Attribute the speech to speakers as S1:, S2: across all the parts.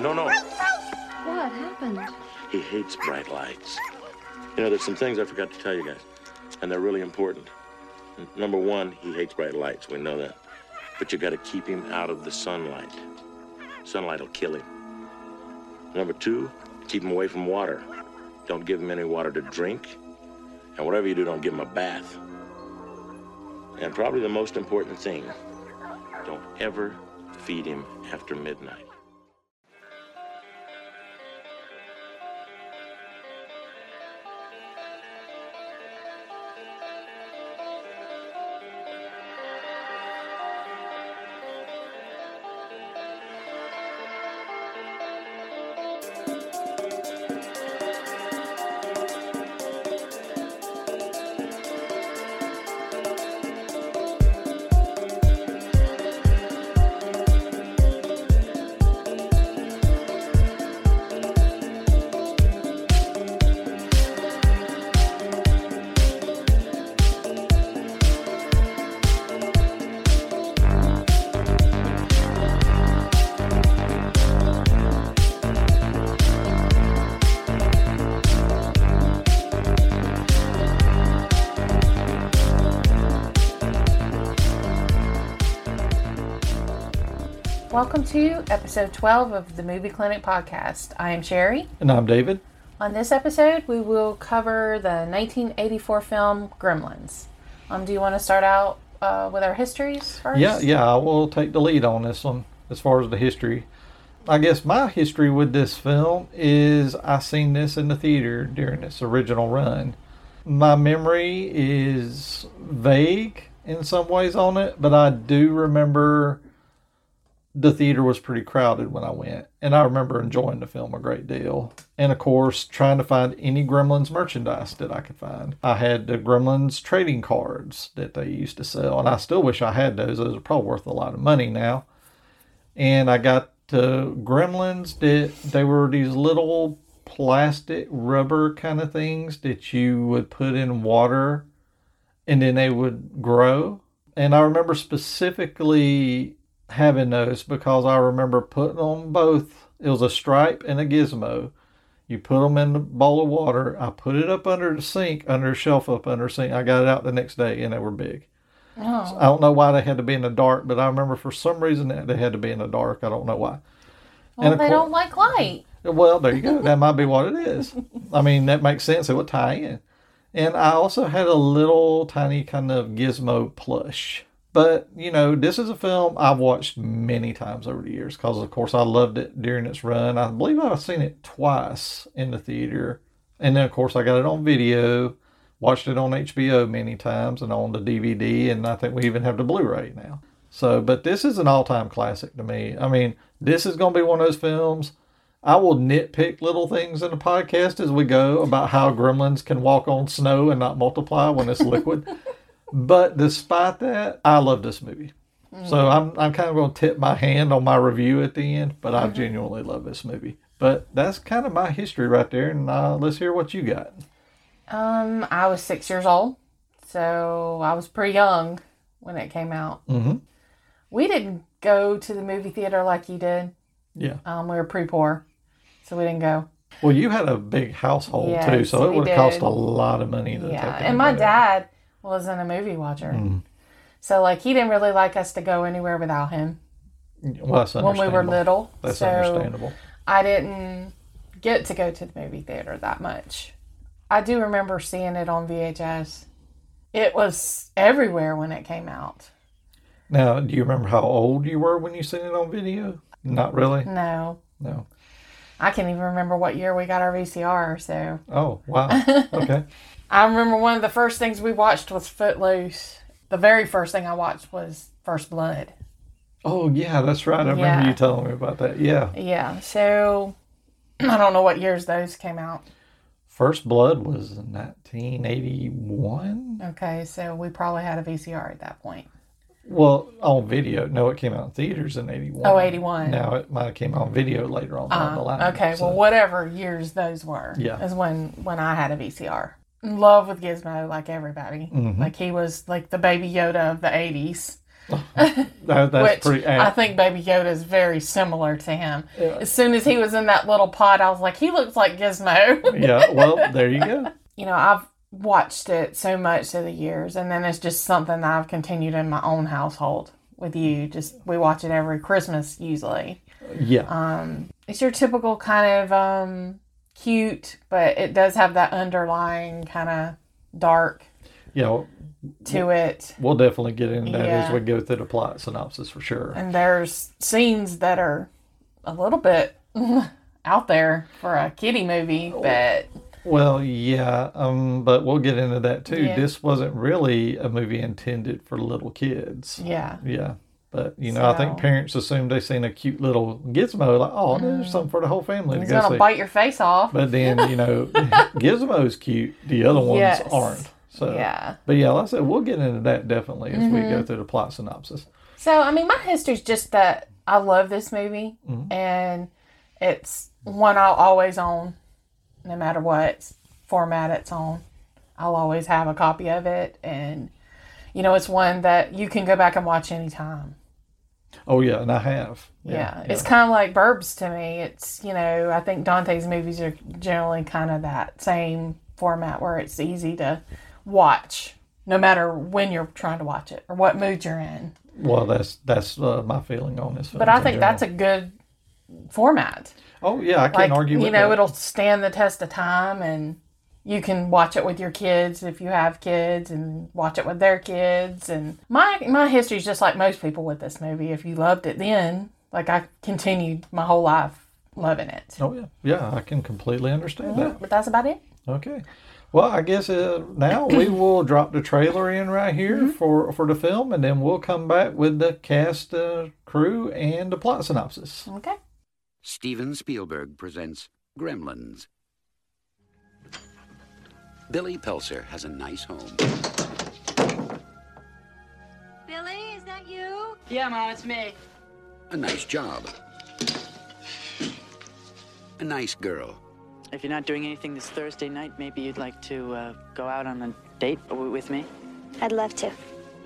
S1: No, no.
S2: What happened?
S1: He hates bright lights. You know, there's some things I forgot to tell you guys, and they're really important. N- Number one, he hates bright lights. We know that. But you got to keep him out of the sunlight. Sunlight will kill him. Number two, keep him away from water. Don't give him any water to drink. And whatever you do, don't give him a bath. And probably the most important thing, don't ever feed him after midnight.
S3: Welcome to episode 12 of the Movie Clinic podcast. I am Sherry.
S4: And I'm David.
S3: On this episode, we will cover the 1984 film Gremlins. Um, do you want to start out uh, with our histories first?
S4: Yeah, yeah, I will take the lead on this one as far as the history. I guess my history with this film is I seen this in the theater during its original run. My memory is vague in some ways on it, but I do remember the theater was pretty crowded when I went, and I remember enjoying the film a great deal. And of course, trying to find any Gremlins merchandise that I could find. I had the Gremlins trading cards that they used to sell, and I still wish I had those. Those are probably worth a lot of money now. And I got the Gremlins that they were these little plastic rubber kind of things that you would put in water and then they would grow. And I remember specifically having those because I remember putting on both. It was a stripe and a gizmo. You put them in the bowl of water. I put it up under the sink, under a shelf up under the sink. I got it out the next day and they were big.
S3: Oh,
S4: I don't know why they had to be in the dark, but I remember for some reason that they had to be in the dark. I don't know why.
S3: well,
S4: of
S3: they
S4: cour-
S3: don't like light.
S4: well, there you go. That might be what it is. I mean, that makes sense. It would tie in. And I also had a little tiny kind of gizmo plush. But, you know, this is a film I've watched many times over the years because, of course, I loved it during its run. I believe I've seen it twice in the theater. And then, of course, I got it on video, watched it on HBO many times and on the DVD. And I think we even have the Blu ray now. So, but this is an all time classic to me. I mean, this is going to be one of those films I will nitpick little things in the podcast as we go about how gremlins can walk on snow and not multiply when it's liquid. but despite that, I love this movie. So
S3: Mm.
S4: I'm I'm kind of going to tip my hand on my review at the end, but I
S3: Mm-hmm.
S4: genuinely love this movie. But that's kind of my history right there, and uh, let's hear what you got.
S3: Um, I was six years old, so I was pretty young when it came out.
S4: Mhm.
S3: We didn't go to the movie theater like you did.
S4: Yeah.
S3: Um, we were pretty poor, so we didn't go.
S4: Well, you had a big household too,
S3: Yes,
S4: so it
S3: we
S4: would have cost
S3: did.
S4: a lot of money to
S3: Yeah,
S4: take.
S3: and my
S4: anybody out.
S3: dad wasn't a movie watcher,
S4: Hmm.
S3: so like he didn't really like us to go anywhere without him
S4: Well, that's
S3: when we were
S4: understandable.
S3: little.
S4: That's
S3: so
S4: understandable.
S3: I didn't get to go to the movie theater that much. I do remember seeing it on VHS. It was everywhere when it came out.
S4: Now, do you remember how old you were when you seen it on video? Not really.
S3: No,
S4: No.
S3: I can't even remember what year we got our VCR. So
S4: Oh, wow. Okay.
S3: I remember one of the first things we watched was Footloose. The very first thing I watched was First Blood.
S4: Oh, yeah, that's right. I remember
S3: Yeah.
S4: you telling me about that. Yeah.
S3: Yeah, so I don't know what years those came out.
S4: First Blood was 1981.
S3: Okay, so we probably had a VCR at that point.
S4: Well, on video. No, it came out in theaters in 81.
S3: Oh, 81.
S4: Now, it might have came out on video later on down the line.
S3: Okay,
S4: so-
S3: well, whatever years those were,
S4: Yeah.
S3: is when when I had a VCR.
S4: Mm-hmm.
S3: In love with Gizmo, like everybody. Like he was like the baby Yoda of the '80s.
S4: That, that's
S3: Which
S4: pretty
S3: I
S4: apt.
S3: think Baby Yoda is very similar to him.
S4: Yeah.
S3: As soon as he was in that little pod, I was like, he looks like Gizmo.
S4: yeah, well, there you go.
S3: you know, I've watched it so much through the years, and then it's just something that I've continued in my own household with you. Just we watch it every Christmas usually.
S4: Yeah.
S3: Um, it's your typical kind of um, cute, but it does have that underlying kind of dark
S4: Yeah,
S3: to it.
S4: we'll definitely get into that as
S3: Yeah.
S4: we go through the plot synopsis for sure.
S3: And there's scenes that are a little bit out there for a kiddie movie,
S4: Oh.
S3: but
S4: Well, yeah, um, but we'll get into that too.
S3: Yeah.
S4: This wasn't really a movie intended for little kids.
S3: yeah.
S4: Yeah. But you know, I think
S3: So-
S4: parents assumed they seen a cute little gizmo, like, oh, there's something for the whole family to
S3: Mm. He's
S4: go
S3: gonna
S4: see.
S3: bite your face off.
S4: But then you know, Gizmo's cute. The other ones
S3: Yes.
S4: aren't. So
S3: yeah. Mm-hmm.
S4: But yeah, like I said, we'll get into that definitely as we go through the plot synopsis.
S3: So I mean, my history's just that I love this movie, and it's one I'll always own, no matter what format it's on. I'll always have a copy of it, and you know, it's one that you can go back and watch anytime.
S4: Oh yeah, and I have.
S3: Yeah, it's kind of like Burbs to me. It's you know, I think Dante's movies are generally kind of that same format where it's easy to watch, no matter when you're trying to watch it or what mood you're in.
S4: Well, that's that's uh, my feeling on this.
S3: But I think that's a good format.
S4: Oh yeah, I
S3: Like
S4: can't argue with
S3: you know,
S4: that.
S3: it'll stand the test of time, and you can watch it with your kids if you have kids, and watch it with their kids. And my my history's just like most people with this movie. If you loved it then, like I continued my whole life loving it.
S4: Oh yeah, yeah, I can completely understand that.
S3: But that's about it.
S4: Okay. Well, I guess uh, now we will drop the trailer in right here for, for the film, and then we'll come back with the cast, uh, crew, and the plot synopsis.
S3: Okay.
S5: Steven Spielberg presents Gremlins. Billy Pelser has a nice home.
S2: Billy, is that you?
S6: Yeah, Mom, it's me.
S5: a nice job, a nice girl,
S6: If you're not doing anything this Thursday night, maybe you'd like to uh, go out on a date w- with me?
S7: I'd love to.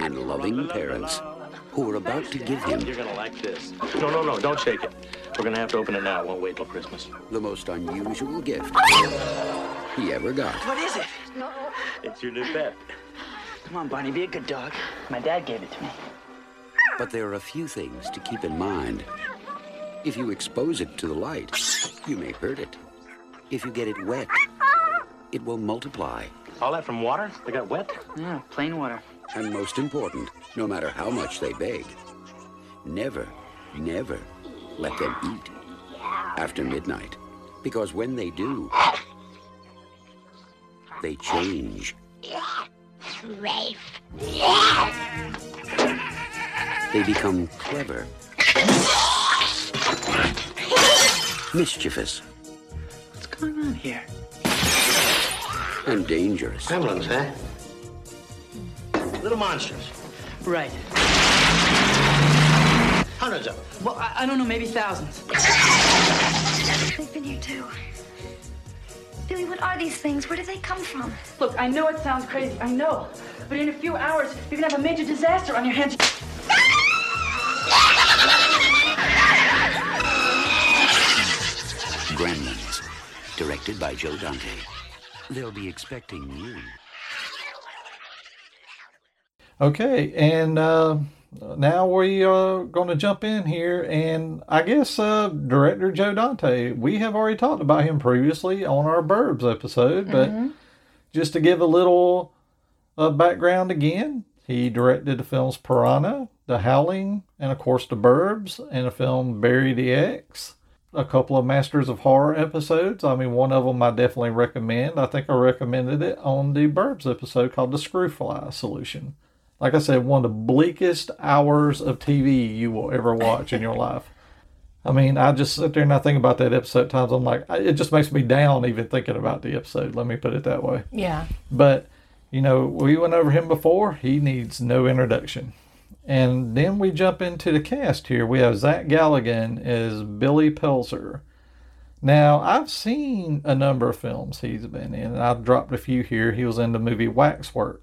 S5: and loving parents who are about to give him
S1: You're gonna like this. No, no, no, don't shake it. We're gonna have to open it now. It won't wait till Christmas.
S5: the most unusual gift he ever got.
S6: What is it?
S1: It's your new pet.
S6: Come on, Barney, be a good dog. My dad gave it to me.
S5: But there are a few things to keep in mind. If you expose it to the light, you may hurt it. If you get it wet, it will multiply.
S1: All that from water? They got wet?
S6: Yeah, plain water.
S5: And most important, no matter how much they beg, never, never let them eat after midnight. Because when they do, they change. They become clever, mischievous,
S6: What's going on here?
S5: and dangerous.
S1: Gremlins, huh? Little monsters.
S6: Right.
S1: Hundreds of them.
S6: Well, I, I don't know, maybe thousands.
S7: They've been here too. Billy, what are these things? Where do they come from?
S6: Look, I know it sounds crazy, I know. But in a few hours, you're gonna have a major disaster on your hands.
S5: Gremlins, directed by Joe Dante. They'll be expecting you.
S4: Okay, and uh, now we are going to jump in here, and I guess uh, director Joe Dante. We have already talked about him previously on our Burbs episode, but just to give a little uh, background again, he directed the films Piranha, The Howling, and of course The Burbs, and a film Bury the X. A couple of Masters of Horror episodes. I mean, one of them I definitely recommend. I think I recommended it on the Burbs episode called The Screwfly Solution like I said, one of the bleakest hours of TV you will ever watch in your life. I mean, I just sit there and I think about that episode at times. I'm like, I- it just makes me down even thinking about the episode. Let me put it that way.
S3: Yeah.
S4: But, you know, we went over him before. He needs no introduction. And then we jump into the cast here. We have Zach Galligan as Billy Pelzer. Now, I've seen a number of films he's been in, and I've dropped a few here. He was in the movie Waxwork,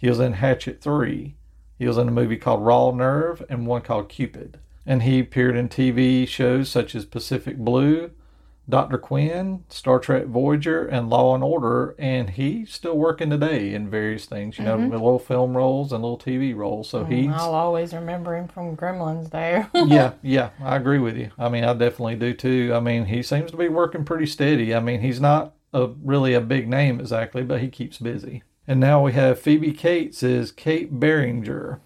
S4: he was in Hatchet 3, He was in a movie called Raw Nerve and one called Cupid. And he appeared in TV shows such as Pacific Blue, Dr. Quinn, Star Trek Voyager, and Law and Order. And he's still working today in various things, you know, little film roles and little TV roles. So he's
S3: I'll always remember him from Gremlins there.
S4: yeah, yeah, I agree with you. I mean, I definitely do too. I mean, he seems to be working pretty steady. I mean, he's not a really a big name exactly, but he keeps busy. And now we have Phoebe Cates as Kate Beringer.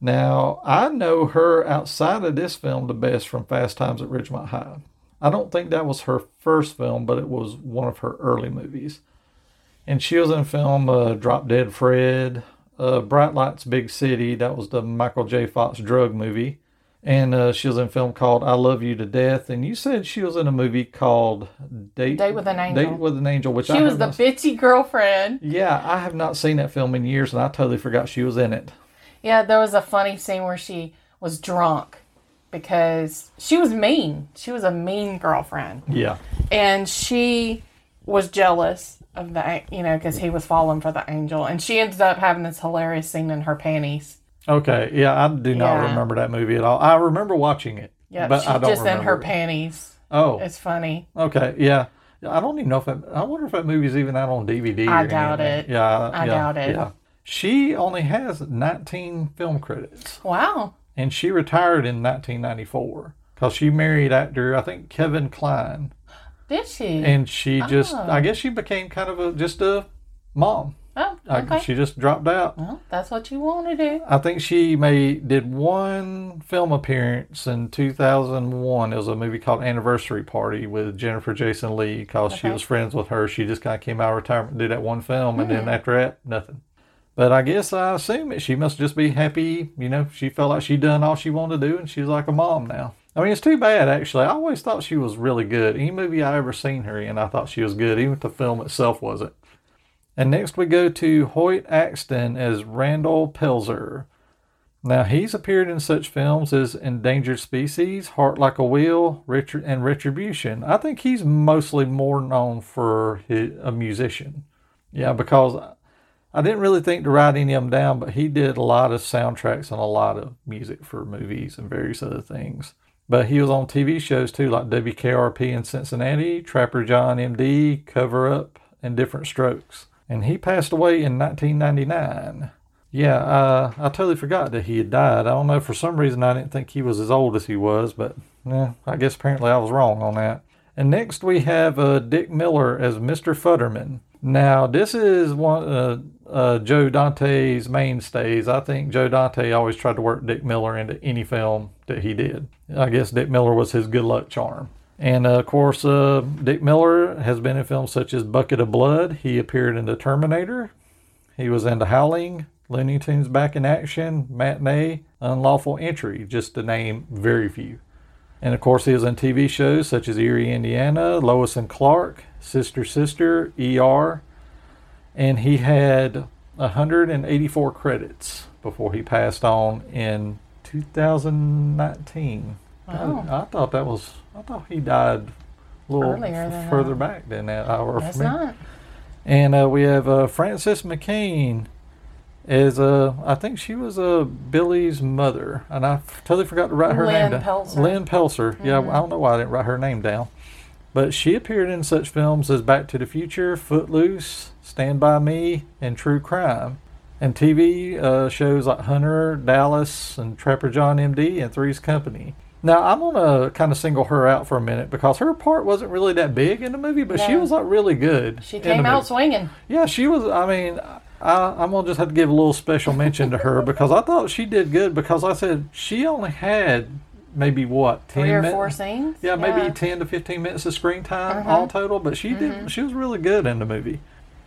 S4: Now, I know her outside of this film the best from Fast Times at Ridgemont High. I don't think that was her first film, but it was one of her early movies. And she was in film uh, Drop Dead Fred, uh, Bright Lights Big City. That was the Michael J. Fox drug movie and uh, she was in a film called "I Love You to Death." And you said she was in a movie called "Date,
S3: Date with an Angel.
S4: Date with an Angel, which I
S3: she was
S4: have
S3: the
S4: not-
S3: bitchy girlfriend.
S4: yeah, I have not seen that film in years, and I totally forgot she was in it.
S3: Yeah, there was a funny scene where she was drunk because she was mean. She was a mean girlfriend.
S4: Yeah,
S3: and she was jealous of the you know because he was falling for the angel and she ended up having this hilarious scene in her panties
S4: okay, yeah, I do not
S3: Yeah.
S4: remember that movie at all. I remember watching it,
S3: yeah
S4: but
S3: she's
S4: I don't
S3: just in
S4: remember
S3: her
S4: it.
S3: panties
S4: Oh,
S3: it's funny
S4: okay, yeah. I don't even know if that, I wonder if that movie's even out on DVD.
S3: I
S4: or
S3: doubt
S4: anything.
S3: it.
S4: Yeah,
S3: I
S4: yeah,
S3: doubt it.
S4: Yeah, she only has 19 film credits.
S3: wow
S4: and she retired in 1994 because she married actor I think Kevin Klein,
S3: did she
S4: and she just I guess she became kind of a just a mom.
S3: oh
S4: I-
S3: okay
S4: she just dropped out.
S3: well, that's what you want to do
S4: I think she may did one film appearance in 2001. It was a movie called Anniversary Party with Jennifer Jason Lee because she was friends with her. She just kind of came out of retirement, did that one film, and then after that, nothing. But I guess I assume that she must just be happy. You know, she felt like she done all she wanted to do, and she's like a mom now. I mean, it's too bad actually. I always thought she was really good. Any movie I ever seen her in, I thought she was good, even if the film itself wasn't. And next we go to Hoyt Axton as Randall Pelzer. Now he's appeared in such films as Endangered Species, Heart Like a Wheel, Richard and Retribution. I think he's mostly more known for hi- a musician. Yeah, because I didn't really think to write any of them down, but he did a lot of soundtracks and a lot of music for movies and various other things. But he was on TV shows too, like WKRP in Cincinnati, Trapper John MD, Cover Up, and Different Strokes. And he passed away in 1999. Yeah, uh, I totally forgot that he had died. I don't know, for some reason I didn't think he was as old as he was, but yeah, I guess apparently I was wrong on that. And next we have uh, Dick Miller as Mr. Futterman. Now, this is one uh, uh, Joe Dante's mainstays. I think Joe Dante always tried to work Dick Miller into any film that he did. I guess Dick Miller was his good luck charm. And uh, of course, uh, Dick Miller has been in films such as Bucket of Blood. He appeared in The Terminator, he was into Howling, Looney Tunes Back in Action, Matinee, Unlawful Entry, just to name very few. And of course, he was in TV shows such as Erie, Indiana, Lois and Clark, Sister, Sister, ER, and he had 184 credits before he passed on in 2019. God, I, thought that was, I thought he died a little
S3: Earlier than
S4: further
S3: that.
S4: back than that. I, or
S3: that's
S4: for me.
S3: not
S4: And uh, we have uh, Frances McCain as uh, I think she was uh, Billy's mother, and I f- totally forgot to write her
S3: Lynn
S4: name down.
S3: Pelzer. Mm-hmm.
S4: Lynn Pelser. Yeah, I don't know why I didn't write her name down, but she appeared in such films as Back to the Future, Footloose, Stand by Me, and True Crime. And TV uh, shows like Hunter, Dallas, and Trapper John MD, and Three's Company. Now, I'm going to kind of single her out for a minute because her part wasn't really that big in the movie, but she
S3: No.
S4: was like really good.
S3: she
S4: in the
S3: came out
S4: movie.
S3: swinging
S4: Yeah, she was. I mean, I, I'm gonna just have to give a little special mention to her because I thought she did good. Because I said she only had maybe what ten
S3: three or
S4: minutes.
S3: four scenes
S4: Yeah, Uh-huh. Mm-hmm. maybe ten to fifteen minutes of screen time all total. But she did. She was really good in the movie.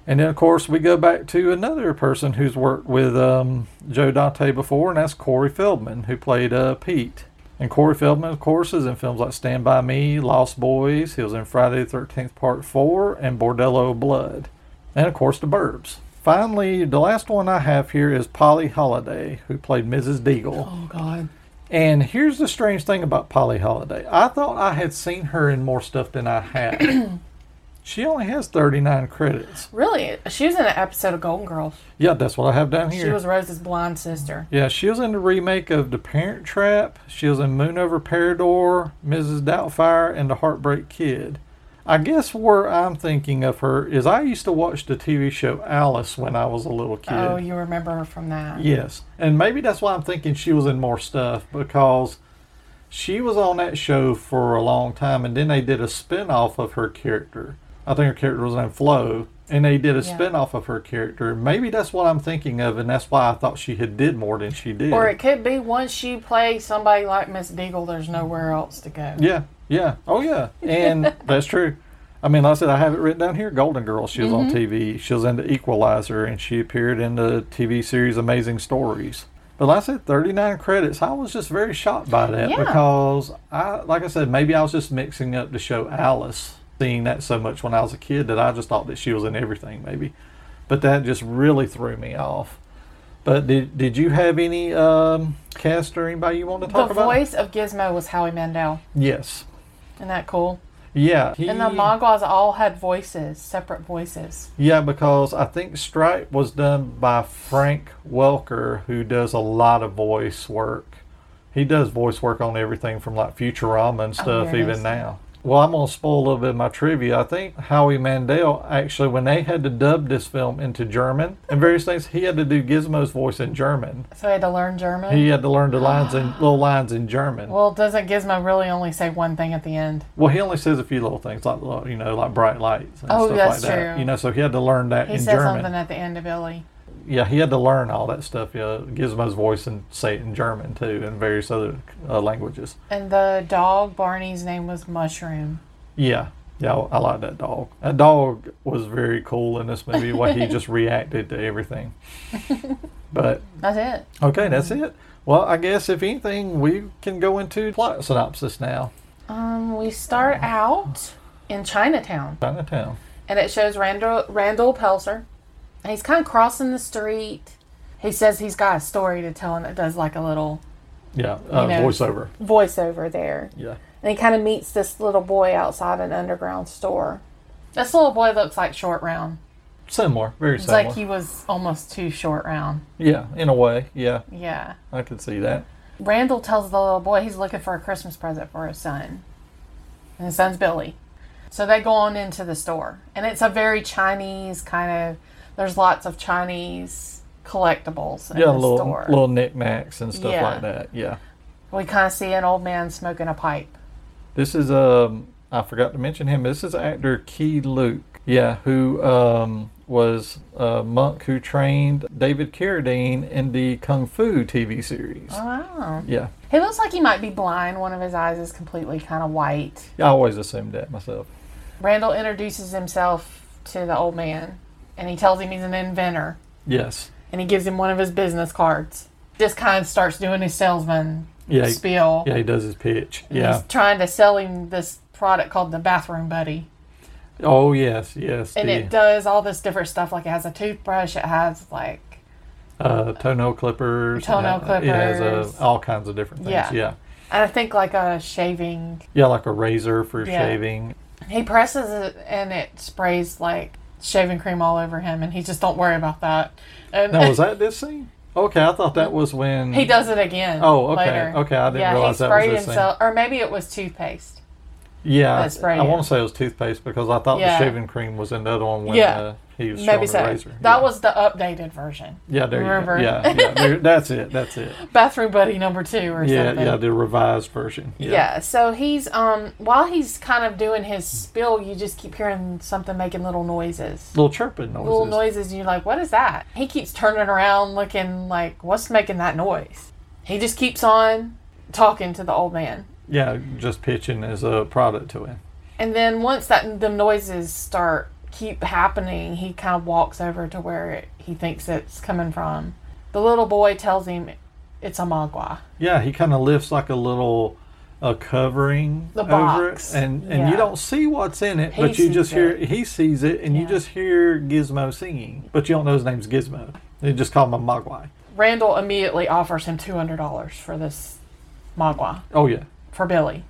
S4: And then of course we go back to another person who's worked with um, Joe Dante before, and that's Corey Feldman, who played uh, Pete. And Corey Feldman, of course, is in films like Stand by Me, Lost Boys. He was in Friday the Thirteenth Part Four and Bordello Blood and of course the Burbs. Finally, the last one I have here is Polly Holiday, who played Mrs. Deagle.
S3: oh god
S4: And here's the strange thing about Polly Holiday. I thought I had seen her in more stuff than I had. She only has 39 credits.
S3: Really, she was in an episode of Golden Girls.
S4: Yeah, that's what I have down here.
S3: She was Rose's blind sister.
S4: yeah, she was in the remake of The Parent Trap. She was in Moon Over Parador, Mrs. Doubtfire, and The Heartbreak Kid. I guess where I'm thinking of her is I used to watch the TV show Alice when I was a little kid.
S3: Oh, you remember her from that?
S4: Yes. And maybe that's why I'm thinking she was in more stuff because she was on that show for a long time and then they did a spin off of her character. I think her character was named Flo and they did a
S3: Yeah.
S4: spin off of her character. Maybe that's what I'm thinking of and that's why I thought she had did more than she did.
S3: Or it could be once you play somebody like Miss Deagle, there's nowhere else to go.
S4: yeah. Yeah. Oh yeah. And that's true. I mean, like I said, I have it written down here. Golden Girl. She was on
S3: Mm-hmm.
S4: TV. She was in The Equalizer, and she appeared in the TV series Amazing Stories. But like I said, 39 credits. I was just very shocked by that
S3: Yeah.
S4: because I, like I said, maybe I was just mixing up the show Alice, seeing that so much when I was a kid that I just thought that she was in everything, maybe. But that just really threw me off. But did did you have any um, cast or anybody you want to
S3: The
S4: talk about?
S3: voice of Gizmo was Howie Mandel.
S4: Yes.
S3: Isn't that cool?
S4: Yeah. He,
S3: And the Mogwais all had voices, separate voices.
S4: Yeah, because I think Stripe was done by Frank Welker, who does a lot of voice work. He does voice work on everything from like Futurama and stuff,
S3: there Oh, it
S4: even
S3: is.
S4: now. Well, I'm going to spoil a little bit of my trivia. I think Howie Mandel, actually, when they had to dub this film into German and various things, he had to do Gizmo's voice in German.
S3: So I had to learn German.
S4: He had to learn the lines and little lines in German.
S3: Well, doesn't Gizmo really only say one thing at the end?
S4: Well, he only says a few little things, like little- you know, like bright lights and
S3: Oh,
S4: stuff
S3: that's
S4: like that.
S3: true.
S4: You know, so he had to learn that
S3: He
S4: in
S3: says
S4: German.
S3: something at the end of Billy.
S4: yeah, he had to learn all that stuff. Yeah, Gizmo's voice and say it in German too, and various other uh, languages.
S3: And the dog, Barney's name was Mushroom.
S4: Yeah, yeah, I, I like that dog. That dog was very cool in this movie. What he just reacted to everything. But
S3: That's it.
S4: okay, that's it. Well, I guess if anything, we can go into plot synopsis now.
S3: Um, we start out in Chinatown,
S4: Chinatown.
S3: and it shows Randall, Randall Pelser. And he's kind of crossing the street. He says he's got a story to tell, and it does like a little
S4: Yeah, uh,
S3: know.
S4: voiceover.
S3: voiceover there.
S4: Yeah.
S3: And he kind of meets this little boy outside an underground store. This little boy looks like Short Round.
S4: Similar, very
S3: It's
S4: similar.
S3: like he was almost too Short Round.
S4: yeah, in a way. Yeah,
S3: Yeah.
S4: I could see that.
S3: Randall tells the little boy he's looking for a Christmas present for his son. And his son's Billy. So they go on into the store. And it's a very Chinese kind of, there's lots of Chinese collectibles in
S4: Yeah,
S3: the
S4: little
S3: store.
S4: little knickknacks and stuff
S3: Yeah.
S4: like that. Yeah.
S3: We kind of see an old man smoking a pipe.
S4: This is um I forgot to mention him. This is actor Key Luke. Yeah, who um was a monk who trained David Carradine in the Kung Fu TV series.
S3: Oh. Wow.
S4: Yeah.
S3: He looks like he might be blind. One of his eyes is completely kind of white.
S4: I always assumed that myself.
S3: Randall introduces himself to the old man and he tells him he's an inventor
S4: Yes.
S3: and he gives him one of his business cards. Just kind of starts doing his salesman
S4: Yeah. he-
S3: spiel.
S4: Yeah, he does his pitch.
S3: He's
S4: Yeah.
S3: trying to sell him this product called the Bathroom Buddy.
S4: Oh yes, yes.
S3: And
S4: the,
S3: it does all this different stuff. Like it has a toothbrush, it has like,
S4: uh, toenail clippers.
S3: Toenail
S4: uh, It has
S3: clippers.
S4: uh, all kinds of different things.
S3: Yeah.
S4: yeah.
S3: and I think like a shaving.
S4: Yeah, like a razor for
S3: Yeah.
S4: shaving.
S3: He presses it and it sprays like shaving cream all over him and he just don't worry about that. And
S4: Now was that this scene? Okay, I thought that was when
S3: Mm-hmm. He does it again.
S4: Oh, okay.
S3: Later.
S4: Okay, I didn't
S3: yeah,
S4: realize
S3: he
S4: that was
S3: sprayed
S4: his thing.
S3: himself, or maybe it was toothpaste.
S4: Yeah,
S3: That's right,
S4: I
S3: yeah.
S4: want to say it was toothpaste because I thought
S3: Yeah.
S4: the shaving cream was in the other one when
S3: Yeah.
S4: uh, he was
S3: Maybe
S4: showing
S3: so.
S4: the razor.
S3: That
S4: yeah.
S3: was the updated version.
S4: yeah, there
S3: remember.
S4: you go. Yeah, yeah there, that's it. That's it.
S3: Bathroom buddy number two or
S4: Yeah,
S3: something.
S4: yeah, the revised version.
S3: Yeah.
S4: Yeah,
S3: So he's um while he's kind of doing his spill, you just keep hearing something making little noises.
S4: little chirping noises.
S3: Little noises, and you're like, what is that? He keeps turning around looking like, what's making that noise? He just keeps on talking to the old man.
S4: Yeah, just pitching as a product to him.
S3: And then once that the noises start keep happening, he kind of walks over to where it, he thinks it's coming from. The little boy tells him it's a magua.
S4: Yeah, he kind of lifts like a little a covering
S3: The
S4: over
S3: box.
S4: it, and and
S3: Yeah.
S4: you don't see what's in it, but you
S3: sees
S4: just hear
S3: it.
S4: he sees it, and you just hear Gizmo singing, but you don't know his name's Gizmo. They just call him a Mogwai.
S3: Randall immediately offers him two hundred dollars for this magua
S4: Oh yeah,
S3: for Billy.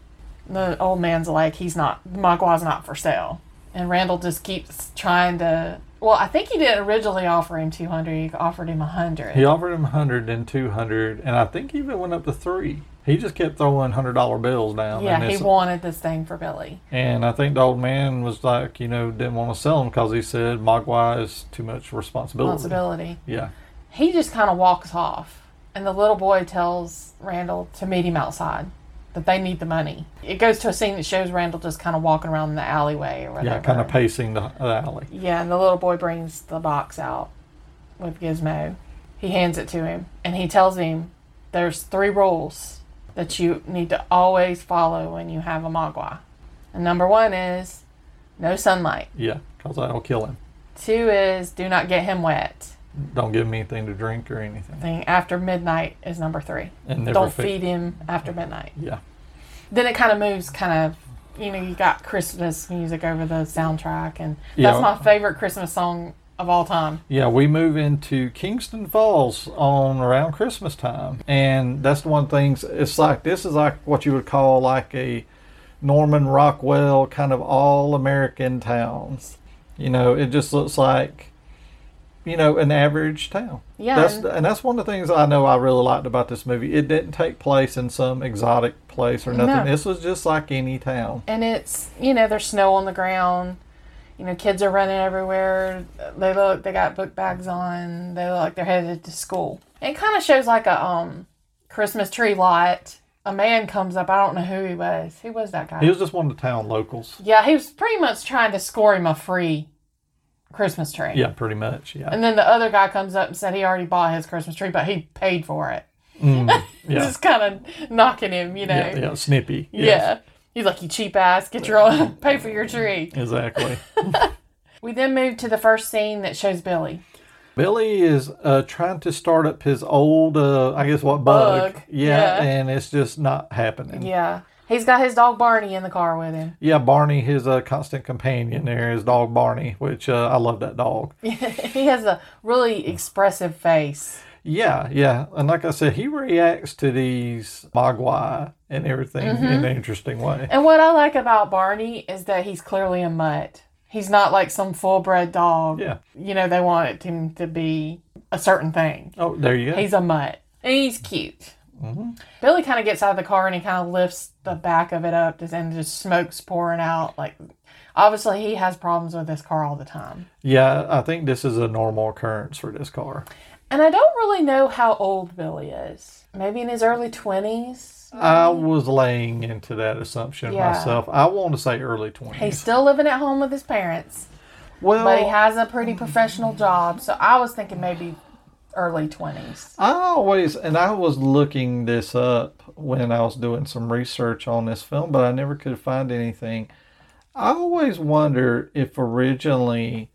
S3: The old man's like, he's not the magua's not for sale. And Randall just keeps trying to. Well, I think he didn't originally offer him 200. He offered him 100.
S4: He offered him 100 and 200, and I think he even went up to three. He just kept throwing $100 bills down.
S3: Yeah,
S4: and
S3: he
S4: it's-
S3: wanted this thing for Billy.
S4: And I think the old man was like, you know, didn't want to sell him because he said Mogwai is too much responsibility.
S3: Responsibility.
S4: Yeah.
S3: He just kind of walks off, and the little boy tells Randall to meet him outside. That they need the money. It goes to a scene that shows Randall just kind of walking around in the alleyway or whatever.
S4: Yeah, kind of pacing the, the alley.
S3: Yeah, and the little boy brings the box out with Gizmo. He hands it to him, and he tells him there's three rules that you need to always follow when you have a Mogwai. And number one is no sunlight.
S4: Yeah, because that'll kill him.
S3: Two is do not get him wet.
S4: Don't give him anything to drink or anything.
S3: Thing after midnight is number three.
S4: And never
S3: Don't
S4: feed-
S3: feed him after midnight.
S4: Yeah.
S3: Then it kind of moves, kind of, you know, you got Christmas music over the soundtrack, and
S4: Yeah.
S3: that's my favorite Christmas song of all time.
S4: Yeah, we move into Kingston Falls on around Christmas time. And that's the one things it's like this is like what you would call like a Norman Rockwell kind of all American towns. You know, it just looks like you know, an average town.
S3: Yeah,
S4: That's
S3: and-
S4: and that's one of the things I know I really liked about this movie. It didn't take place in some exotic place or
S3: No.
S4: nothing. This was just like any town.
S3: and it's you know there's snow on the ground you know kids are running everywhere they look they got book bags on they look like they're headed to school it kind of shows like a um christmas tree lot a man comes up i don't know who he was who was that guy
S4: He was just one of the town locals.
S3: yeah he was pretty much trying to score him a free christmas tree
S4: Yeah, pretty much. Yeah.
S3: and then the other guy comes up and said he already bought his christmas tree but he paid for it
S4: Mm, yeah.
S3: just kind of knocking him you know
S4: Yeah, yeah, snippy. Yes,
S3: yeah he's like you cheap ass get your own pay for your tree
S4: Exactly.
S3: We then move to the first scene that shows Billy.
S4: Billy is uh, trying to start up his old, uh, I guess, what bug?
S3: Bug,
S4: Yeah,
S3: yeah.
S4: and it's just not happening.
S3: Yeah. He's got his dog Barney in the car with him.
S4: Yeah, Barney, his uh, constant companion there, his dog Barney, which uh, I love that dog.
S3: He has a really expressive face.
S4: Yeah, yeah, and like I said, he reacts to these mogwai and everything
S3: Mm-hmm.
S4: in an interesting way.
S3: And what I like about Barney is that he's clearly a mutt. He's not like some full bred dog.
S4: Yeah.
S3: You know, they want him to be a certain thing.
S4: Oh, there you go.
S3: He's a mutt. And he's cute. Billy kind of gets out of the car and he kind of lifts the back of it up just- and just smoke's pouring out. Like, obviously, he has problems with this car all the time.
S4: yeah, I think this is a normal occurrence for this car.
S3: And I don't really know how old Billy is. Maybe in his early 20s.
S4: I was laying into that assumption
S3: Um, Yeah.
S4: myself. I want to say early twenties.
S3: He's still living at home with his parents,
S4: well,
S3: but he has a pretty professional job. So I was thinking maybe early 20s.
S4: I always, and I was looking this up when I was doing some research on this film, but I never could find anything. I always wonder if originally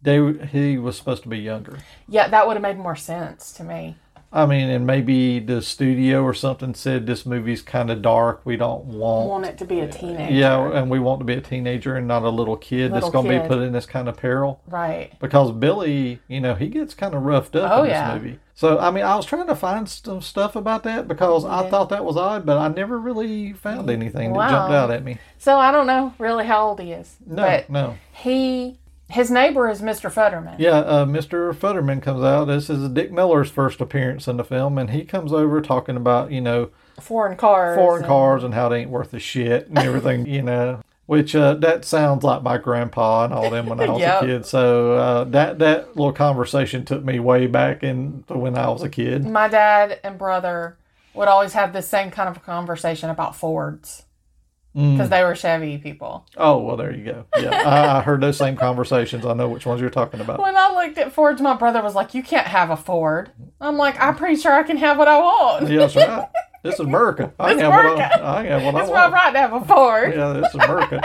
S4: they he was supposed to be younger.
S3: Yeah, that would have made more sense to me.
S4: I mean, and maybe the studio or something said this movie's kind of dark. We don't
S3: I
S4: want,
S3: want it to be a teenager.
S4: yeah, and we want to be a teenager and not a little kid that's
S3: Little
S4: going to be
S3: kid.
S4: put in this kind of peril.
S3: Right.
S4: because Billy, you know, he gets kind of roughed up
S3: Oh,
S4: in this
S3: yeah.
S4: movie. So I mean, I was trying to find some stuff about that because I thought that was odd, but I never really found anything that jumped
S3: Wow.
S4: out at me.
S3: So I don't know really how old he is.
S4: No,
S3: but
S4: no.
S3: he, his neighbor is Mr. Futterman.
S4: Yeah, uh, Mr. Futterman comes out. This is Dick Miller's first appearance in the film, and he comes over talking about you know
S3: Foreign cars.
S4: foreign
S3: and-
S4: cars and how they ain't worth a shit and everything, you know. Which uh, that sounds like my grandpa and all them when I was
S3: Yep.
S4: a kid. So uh, that that little conversation took me way back in to when I was a kid.
S3: my dad and brother would always have the same kind of conversation about Fords because they were Chevy people.
S4: Oh well, there you go. Yeah, I, I heard those same conversations. I know which ones you're talking about.
S3: When I looked at Fords, my brother was like, "You can't have a Ford." I'm like, "I'm pretty sure I can have what I want.
S4: Yeah, that's right. This is America. I can have what I, I can have what
S3: It's
S4: I
S3: my
S4: want.
S3: right to have a Ford."
S4: Yeah, this is America.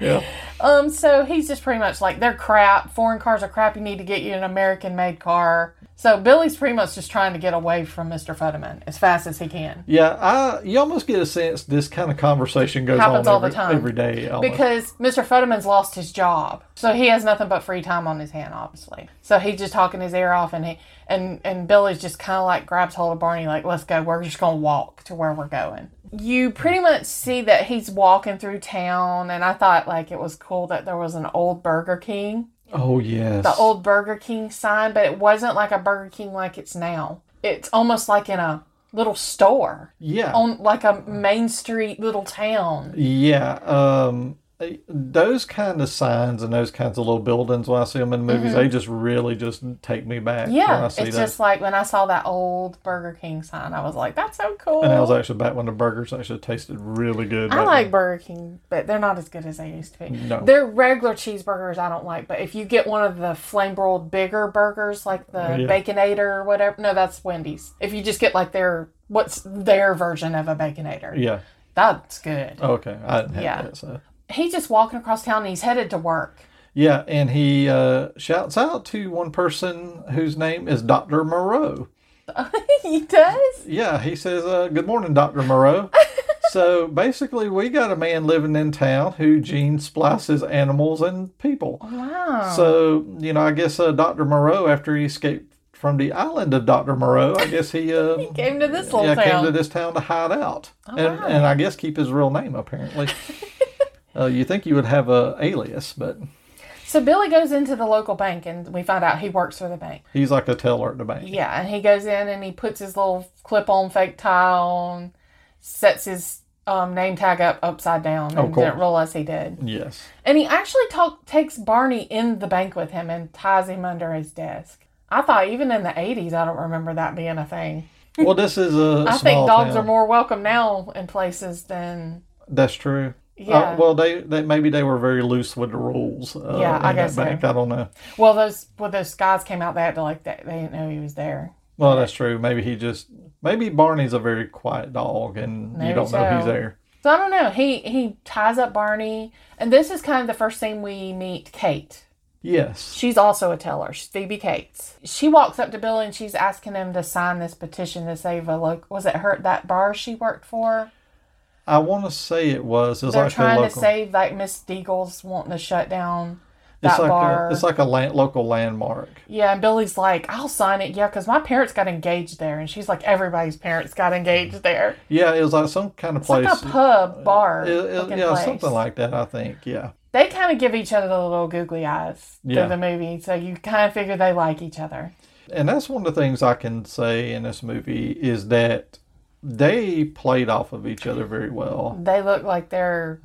S4: Yeah,
S3: Um, so he's just pretty much like, "They're crap. Foreign cars are crap. You need to get you an American-made car." So Billy's pretty much just trying to get away from Mr. Futterman as fast as he can.
S4: Yeah, I you almost get a sense this kind of conversation goes
S3: Happens
S4: on
S3: all the
S4: every-
S3: time.
S4: every day. Almost.
S3: Because Mr. Futterman's lost his job, so he has nothing but free time on his hand, obviously. So he's just talking his ear off, and he and and Billy's just kind of like grabs hold of Barney, like, "Let's go. We're just gonna walk to where we're going." You pretty much see that he's walking through town, and I thought like it was cool that there was an old Burger King,
S4: oh yes,
S3: the old Burger King sign, but it wasn't like a Burger King like it's now. It's almost like in a little store
S4: yeah
S3: on like a main street little town.
S4: Yeah, um, those kind of signs and those kinds of little buildings when I see them in movies, they just really just take me back. when
S3: Mm-hmm. Yeah,
S4: I
S3: it's
S4: see that.
S3: just like when I saw that old Burger King sign, I was like, "That's so cool."
S4: and that was actually back when the burgers actually tasted really good.
S3: I
S4: back
S3: like
S4: then.
S3: Burger King, but they're not as good as they used to be.
S4: No.
S3: Their regular cheeseburgers I don't like, but if you get one of the flame broiled bigger burgers, like the
S4: Yeah.
S3: Baconator or whatever, no, that's Wendy's. If you just get like their what's their version of a Baconator,
S4: Yeah.
S3: that's good.
S4: Oh, Okay. I didn't have
S3: Yeah.
S4: that. So.
S3: He's just walking across town and he's headed to work.
S4: Yeah, and he uh, shouts out to one person whose name is Doctor Moreau.
S3: he does.
S4: Yeah, he says, uh, "Good morning, Doctor Moreau." so basically, we got a man living in town who gene splices animals and people.
S3: Wow.
S4: So, you know, I guess uh, Dr. Moreau, after he escaped from the island of Dr. Moreau, I guess he, uh,
S3: Came to this little
S4: yeah,
S3: town. Oh,
S4: came to this town to hide out. and, and I guess keep his real name, apparently. uh, you think you would have a alias, but
S3: so Billy goes into the local bank and we find out he works for the bank.
S4: he's like a teller at the bank.
S3: Yeah, and he goes in and he puts his little clip on fake tie on, sets his um, name tag up upside down, and
S4: course.
S3: didn't realize he did.
S4: Yes.
S3: And he actually talk, takes Barney in the bank with him and ties him under his desk. I thought even in the 80s, I don't remember that being a thing.
S4: Well, this is a
S3: I
S4: small
S3: think dogs
S4: town.
S3: are more welcome now in places than.
S4: That's true. Uh,
S3: Yeah.
S4: well, they, they maybe they were very loose with the rules. Uh,
S3: Yeah, I
S4: in that
S3: guess so.
S4: bank. I don't know.
S3: Well, those well, those guys came out, they had to like, they, they didn't know he was there.
S4: Well, that's true. Maybe he just maybe Barney's a very quiet dog, and you
S3: Maybe
S4: don't know he's
S3: so.
S4: there.
S3: So I don't know. He he ties up Barney, and this is kind of the first thing we meet Kate.
S4: Yes.
S3: She's also a teller. She's Phoebe Cates. She walks up to Billy and she's asking him to sign this petition to save a local. Was it her that bar she worked for?
S4: I want to say it was. It's
S3: They're
S4: like a
S3: trying to
S4: local.
S3: save like Miss Deagles wanting to shut down that
S4: it's like
S3: bar.
S4: a it's like a land, local landmark.
S3: yeah, and Billy's like, I'll sign it. Yeah, because my parents got engaged there, and she's like, everybody's parents got engaged there.
S4: Yeah, it was like some kind of
S3: It's like
S4: place.
S3: a pub bar.
S4: It- it-
S3: looking
S4: yeah,
S3: place.
S4: something like that. I think. Yeah.
S3: They kind of give each other the little googly eyes
S4: Yeah.
S3: through the movie, so you kind of figure they like each other.
S4: And that's one of the things I can say in this movie is that they played off of each other very well.
S3: They look like they're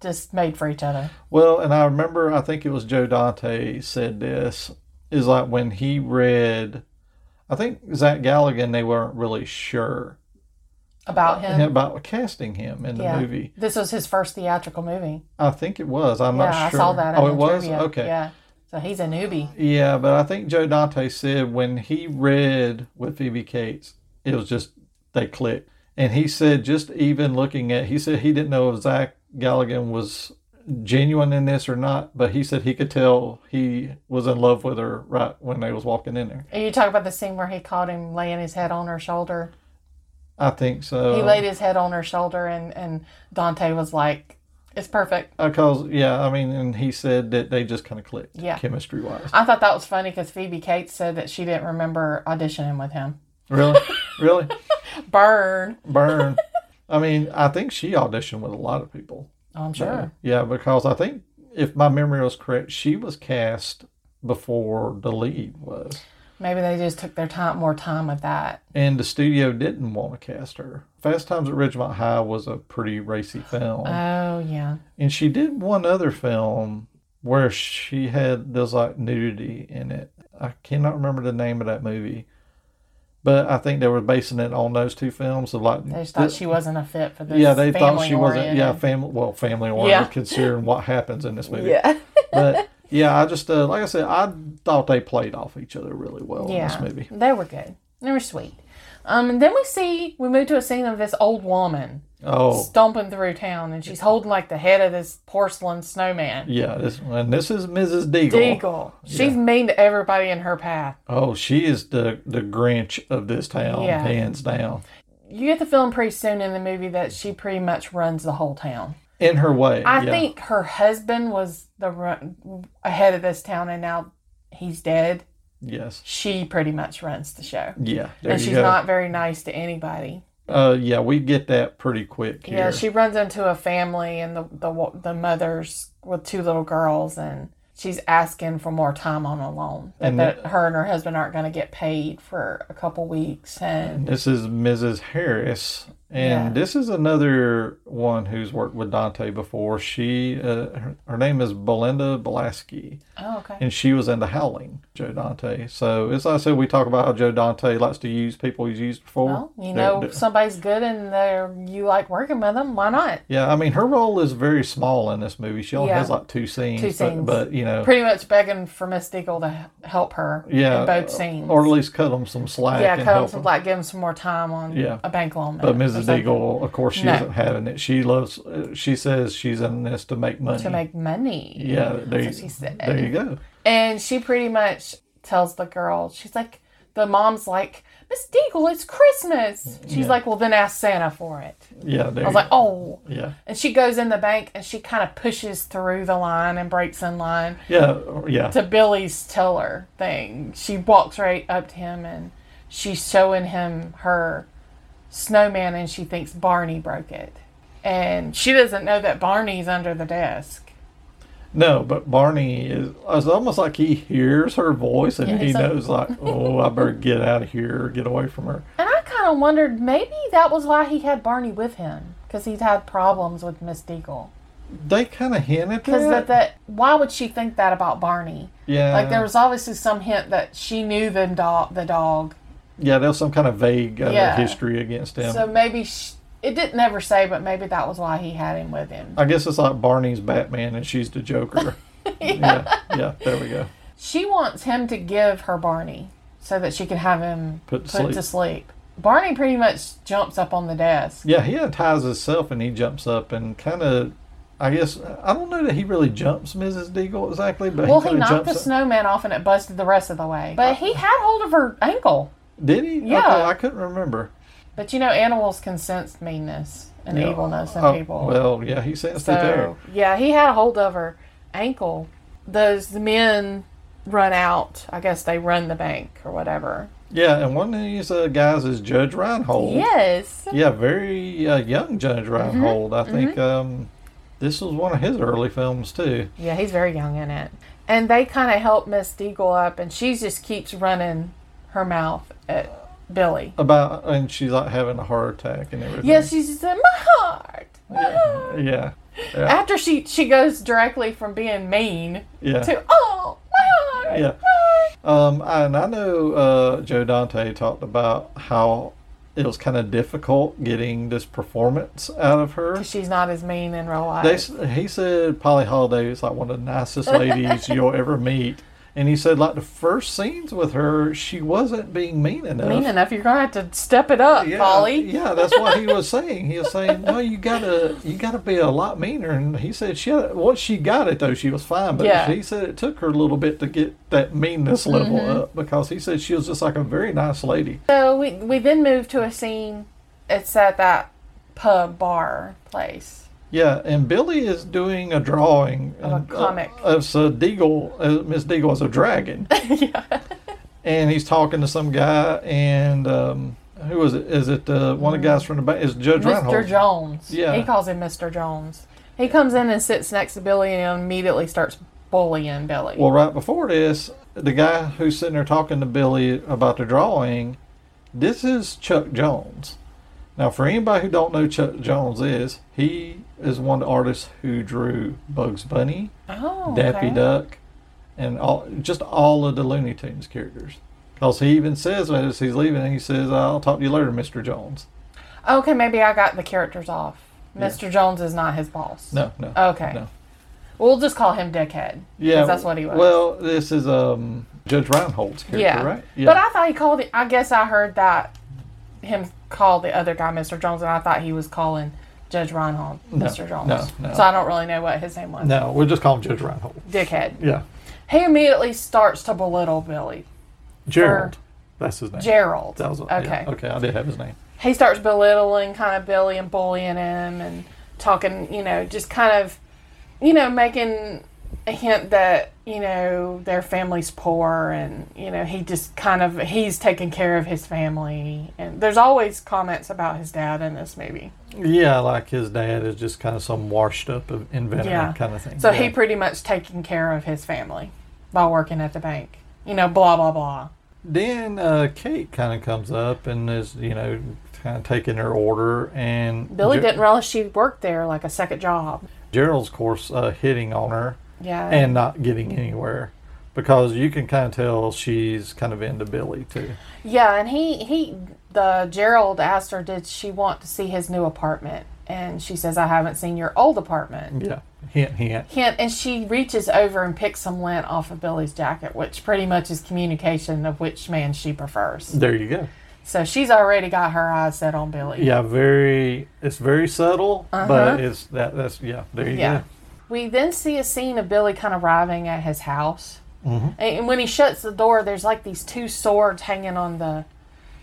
S3: just made for each other.
S4: Well, and I remember, I think it was Joe Dante said this is like when he read, I think Zach Galligan, they weren't really sure
S3: about him.
S4: about casting him in the
S3: yeah.
S4: movie.
S3: This was his first theatrical movie.
S4: I think it was. I'm
S3: yeah,
S4: not sure.
S3: I saw that.
S4: Oh,
S3: in
S4: it
S3: the
S4: was?
S3: trivia.
S4: Okay.
S3: Yeah. So he's a newbie.
S4: Yeah, but I think Joe Dante said when he read with Phoebe Cates, it was just they clicked. And he said just even looking at he said he didn't know if Zach Galligan was genuine in this or not, but he said he could tell he was in love with her right when they was walking in there.
S3: And you talk about the scene where he caught him laying his head on her shoulder.
S4: I think
S3: He
S4: so.
S3: laid his head on her shoulder, and, and Dante was like, it's perfect.
S4: because Uh, yeah, I mean, and he said that they just kind of clicked,
S3: Yeah.
S4: chemistry wise.
S3: I thought that was funny because Phoebe Cates said that she didn't remember auditioning with him.
S4: Really, really,
S3: Burn.
S4: burn. I mean, I think she auditioned with a lot of people.
S3: Oh, I'm sure.
S4: Yeah, because I think if my memory was correct, she was cast before the lead was,
S3: Maybe they just took their time, more time with that.
S4: and the studio didn't want to cast her. Fast Times at Ridgemont High was a pretty racy film,
S3: Oh, yeah.
S4: and she did one other film where she had there's like nudity in it. I cannot remember the name of that movie, but I think they were basing it on those two films. So like
S3: They just thought
S4: thi-
S3: she wasn't a fit for this.
S4: yeah, they thought she wasn't.
S3: family-oriented.
S4: Yeah, family. Well, family oriented, considering what happens in this movie.
S3: Yeah.
S4: but yeah, I just uh, like I said, I thought they played off each other really well in
S3: Yeah,
S4: this movie.
S3: they were good. They were sweet. Um, and then we see we move to a scene of this old woman
S4: Oh,
S3: stomping through town, and she's holding like the head of this porcelain snowman.
S4: yeah. This and this is Mrs. Deagle.
S3: Deagle. She's mean to everybody in her path.
S4: Oh, she is the the Grinch of this town,
S3: Yeah.
S4: hands down.
S3: You get the feeling pretty soon in the movie that she pretty much runs the whole town.
S4: In her way.
S3: I
S4: yeah.
S3: think her husband was the run- head of this town, and now he's dead.
S4: Yes.
S3: She pretty much runs the show,
S4: Yeah. There
S3: and
S4: you
S3: she's
S4: go.
S3: not very nice to anybody.
S4: Uh, yeah, we get that pretty quick here.
S3: Yeah, she runs into a family and the the wa- the mothers with two little girls, and she's asking for more time on a loan. That,
S4: And
S3: that her and her husband aren't going to get paid for a couple weeks, and
S4: This is Mrs. Harris, and
S3: Yeah.
S4: this is another one who's worked with Dante before. She, uh, her, her name is Belinda Belaski,
S3: oh okay,
S4: and she was in The Howling, Joe Dante. So, as I said, we talk about how Joe Dante likes to use people he's used before.
S3: well you
S4: They're-
S3: know
S4: they're-
S3: somebody's good and they're you like working with them, why not?
S4: yeah, I mean, her role is very small in this movie. She only
S3: Yeah.
S4: has like two scenes,
S3: Two
S4: but-
S3: scenes.
S4: But, you know,
S3: Pretty much begging for Miss Deagle to h- help her
S4: yeah, uh,
S3: in both scenes.
S4: or at least cut them some slack.
S3: yeah,
S4: and
S3: cut him
S4: help
S3: some
S4: 'em.
S3: like give him some more time on
S4: Yeah.
S3: a bank loan.
S4: But
S3: note or
S4: Mrs.
S3: something
S4: Deagle, of course, she
S3: No.
S4: isn't having it. She loves. uh, She says she's in this to make money.
S3: to make money.
S4: Yeah, there you,
S3: That's what she said.
S4: there you go.
S3: And she pretty much tells the girl, she's like, the mom's like, Miss Deagle, it's Christmas. She's like, well, then ask Santa for it.
S4: Yeah, there
S3: I was
S4: you
S3: like, oh.
S4: go. yeah,
S3: And she goes in the bank and she kind of pushes through the line and breaks in line
S4: yeah, oh, yeah,
S3: to Billy's teller thing. She walks right up to him and she's showing him her snowman and she thinks Barney broke it. And she doesn't know that Barney's under the desk.
S4: no, but Barney is. It's almost like he hears her voice and
S3: Yeah,
S4: he
S3: he's like-
S4: knows, like, oh, I better get out of here, get away from her.
S3: And I kind of wondered maybe that was why he had Barney with him because he'd had problems with Miss Deagle.
S4: They kind of hint at
S3: Because that,
S4: that.
S3: that why would she think that about Barney?
S4: yeah,
S3: Like there was obviously some hint that she knew the dog. The dog.
S4: yeah, there's some kind of vague uh,
S3: Yeah.
S4: history against him.
S3: So maybe sh it didn't ever say, but maybe that was why he had him with him.
S4: I guess it's like Barney's Batman and she's the Joker. yeah, yeah, there we go.
S3: She wants him to give her Barney so that she can have him
S4: Put to
S3: put to sleep. Barney pretty much jumps up on the desk.
S4: Yeah, he unties himself and he jumps up and kind of. I guess I don't know that he really jumps Mrs. Deagle exactly, but
S3: Well,
S4: he
S3: he
S4: kinda
S3: knocked
S4: jumps.
S3: the
S4: up.
S3: snowman off and it busted the rest of the way. But he had hold of her ankle.
S4: Did he?
S3: Yeah.
S4: Okay, I couldn't remember.
S3: But you know, animals can sense meanness and evilness in
S4: Oh,
S3: people.
S4: Well, yeah, he sensed it there.
S3: so yeah, he had a hold of her ankle. Those men run out. I guess they run the bank or whatever.
S4: Yeah, and one of these uh, guys is Judge Reinhold.
S3: Yes.
S4: Yeah, very uh, young
S3: Mm-hmm.
S4: Judge Reinhold. I think um, this was one of his early films too.
S3: Yeah, he's very young in it. And they kind of help Miss Deagle up, and she just keeps running her mouth at Billy.
S4: About and she's like having a heart attack and everything.
S3: Yeah, she's just in my heart. my heart."
S4: Mm. Yeah.
S3: After she she goes directly from being mean
S4: Yeah.
S3: to oh my heart.
S4: Yeah. Um, and I know uh, Joe Dante talked about how it was kind of difficult getting this performance out of her.
S3: She's not as mean in real life.
S4: They, s- he said Polly Holiday is like one of the nicest ladies you'll ever meet. And he said, like, the first scenes with her, she wasn't being mean enough.
S3: mean enough. You're gonna have to step it up,
S4: yeah,
S3: Polly.
S4: Yeah, that's what he was saying. He was saying, no, you gotta, you gotta be a lot meaner. And he said, she had, once she got it though, she was fine. But
S3: Yeah.
S4: he said it took her a little bit to get that meanness level
S3: Mm-hmm.
S4: up because he said she was just like a very nice lady.
S3: So we we then move to a scene. It's at that pub bar place.
S4: Yeah, and Billy is doing a drawing of
S3: a comic.
S4: of Sir Deagle, uh, Miss Deagle as a dragon. And he's talking to some guy, and um, who is it? Is it uh, one of the guys from the bank? Is Judge
S3: Mr.
S4: Reinhold?
S3: Mm. Jones.
S4: Yeah.
S3: He calls him Mr. Jones. He comes in and sits next to Billy and immediately starts bullying Billy.
S4: Well, right before this, the guy who's sitting there talking to Billy about the drawing, this is Chuck Jones. Now, for anybody who don't know who Chuck Jones is, he is one of the artists who drew Bugs Bunny,
S3: oh, okay.
S4: Daffy Duck, and all just all of the Looney Tunes characters. Because he even says as he's leaving, he says, "I'll talk to you later, Mr. Jones."
S3: Okay, maybe I got the characters off. Mr. Jones is not his boss.
S4: No, no.
S3: Okay.
S4: No.
S3: We'll just call him Dickhead. 'cause
S4: Yeah,
S3: that's what he was.
S4: Well, this is um, Judge Reinhold's character,
S3: yeah.
S4: right?
S3: But I thought he called it, I guess I heard that him call the other guy Mr. Jones, and I thought he was calling Judge Reinhold Mr. Jones.
S4: no, no.
S3: So I don't really know what his name was.
S4: No, we'll just call him Judge Reinhold.
S3: Dickhead.
S4: Yeah.
S3: He immediately starts to belittle Billy.
S4: Gerald. That's his name.
S3: Gerald.
S4: That was it.
S3: okay.
S4: Yeah. Okay, I did have his name.
S3: He starts belittling kind of Billy and bullying him and talking, you know, just kind of, you know, making a hint that, you know, their family's poor and, you know, he just kind of, he's taking care of his family. And there's always comments about his dad in this movie.
S4: Yeah, like his dad is just kind of some washed up of- inventor
S3: Yeah.
S4: kind of thing.
S3: So
S4: yeah.
S3: he pretty much taking care of his family by working at the bank. You know, blah, blah, blah.
S4: Then uh, Kate kind of comes up and is, you know, kind of taking her order. And
S3: Billy
S4: Ge-
S3: didn't realize she worked there like a second job.
S4: Gerald's, of course, uh, hitting on her
S3: Yeah.
S4: and not getting anywhere because you can kind of tell she's kind of into Billy, too.
S3: Yeah, and he he the Gerald asked her did she want to see his new apartment, and she says I haven't seen your old apartment.
S4: Yeah. Hint, hint.
S3: Hint, and she reaches over and picks some lint off of Billy's jacket, which pretty much is communication of which man she prefers.
S4: There you go.
S3: So she's already got her eyes set on Billy.
S4: Yeah, very. It's very subtle, but it's that. That's yeah. There you
S3: Uh-huh. Yeah.
S4: go.
S3: We then see a scene of Billy kind of arriving at his house. Mm-hmm. And when he shuts the door, there's like these two swords hanging on the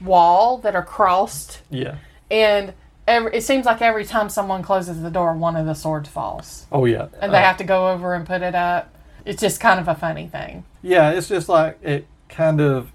S3: wall that are crossed.
S4: Yeah.
S3: And every, it seems like every time someone closes the door, one of the swords falls.
S4: Oh yeah.
S3: And they
S4: Uh,
S3: have to go over and put it up. It's just kind of a funny thing.
S4: yeah, it's just like it kind of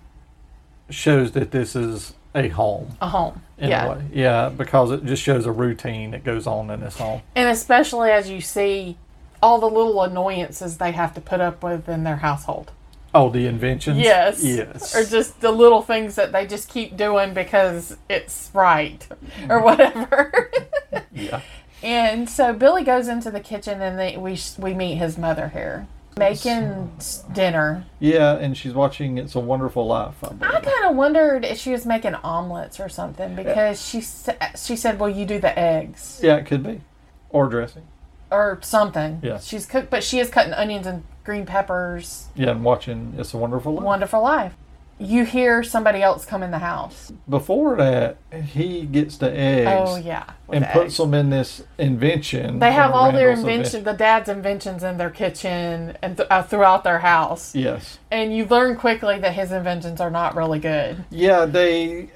S4: shows that this is a home
S3: A home.
S4: in
S3: yeah.
S4: a way. Yeah, because it just shows a routine that goes on in this home.
S3: And especially as you see all the little annoyances they have to put up with in their household.
S4: Oh, the inventions.
S3: Yes.
S4: Yes.
S3: Or just the little things that they just keep doing because it's right or whatever.
S4: Mm. yeah.
S3: and so Billy goes into the kitchen and they, we we meet his mother here making s- dinner.
S4: Yeah, and she's watching It's a Wonderful Life. I
S3: I
S4: believe.
S3: kind of wondered if she was making omelets or something because she sa- she said, "Well, you do the eggs
S4: Yeah, it could be, or dressing.
S3: or something."
S4: Yeah.
S3: She's cooked, but she is cutting onions and green peppers.
S4: Yeah, and watching It's a Wonderful Life.
S3: Wonderful life. You hear somebody else come in the house.
S4: Before that, he gets the eggs.
S3: Oh yeah. with
S4: and
S3: the eggs.
S4: puts them in this invention.
S3: They have
S4: or
S3: all their
S4: Randall's
S3: invention, the dad's inventions in their kitchen and th- uh, throughout their house.
S4: Yes.
S3: And you learn quickly that his inventions are not really good.
S4: Yeah, they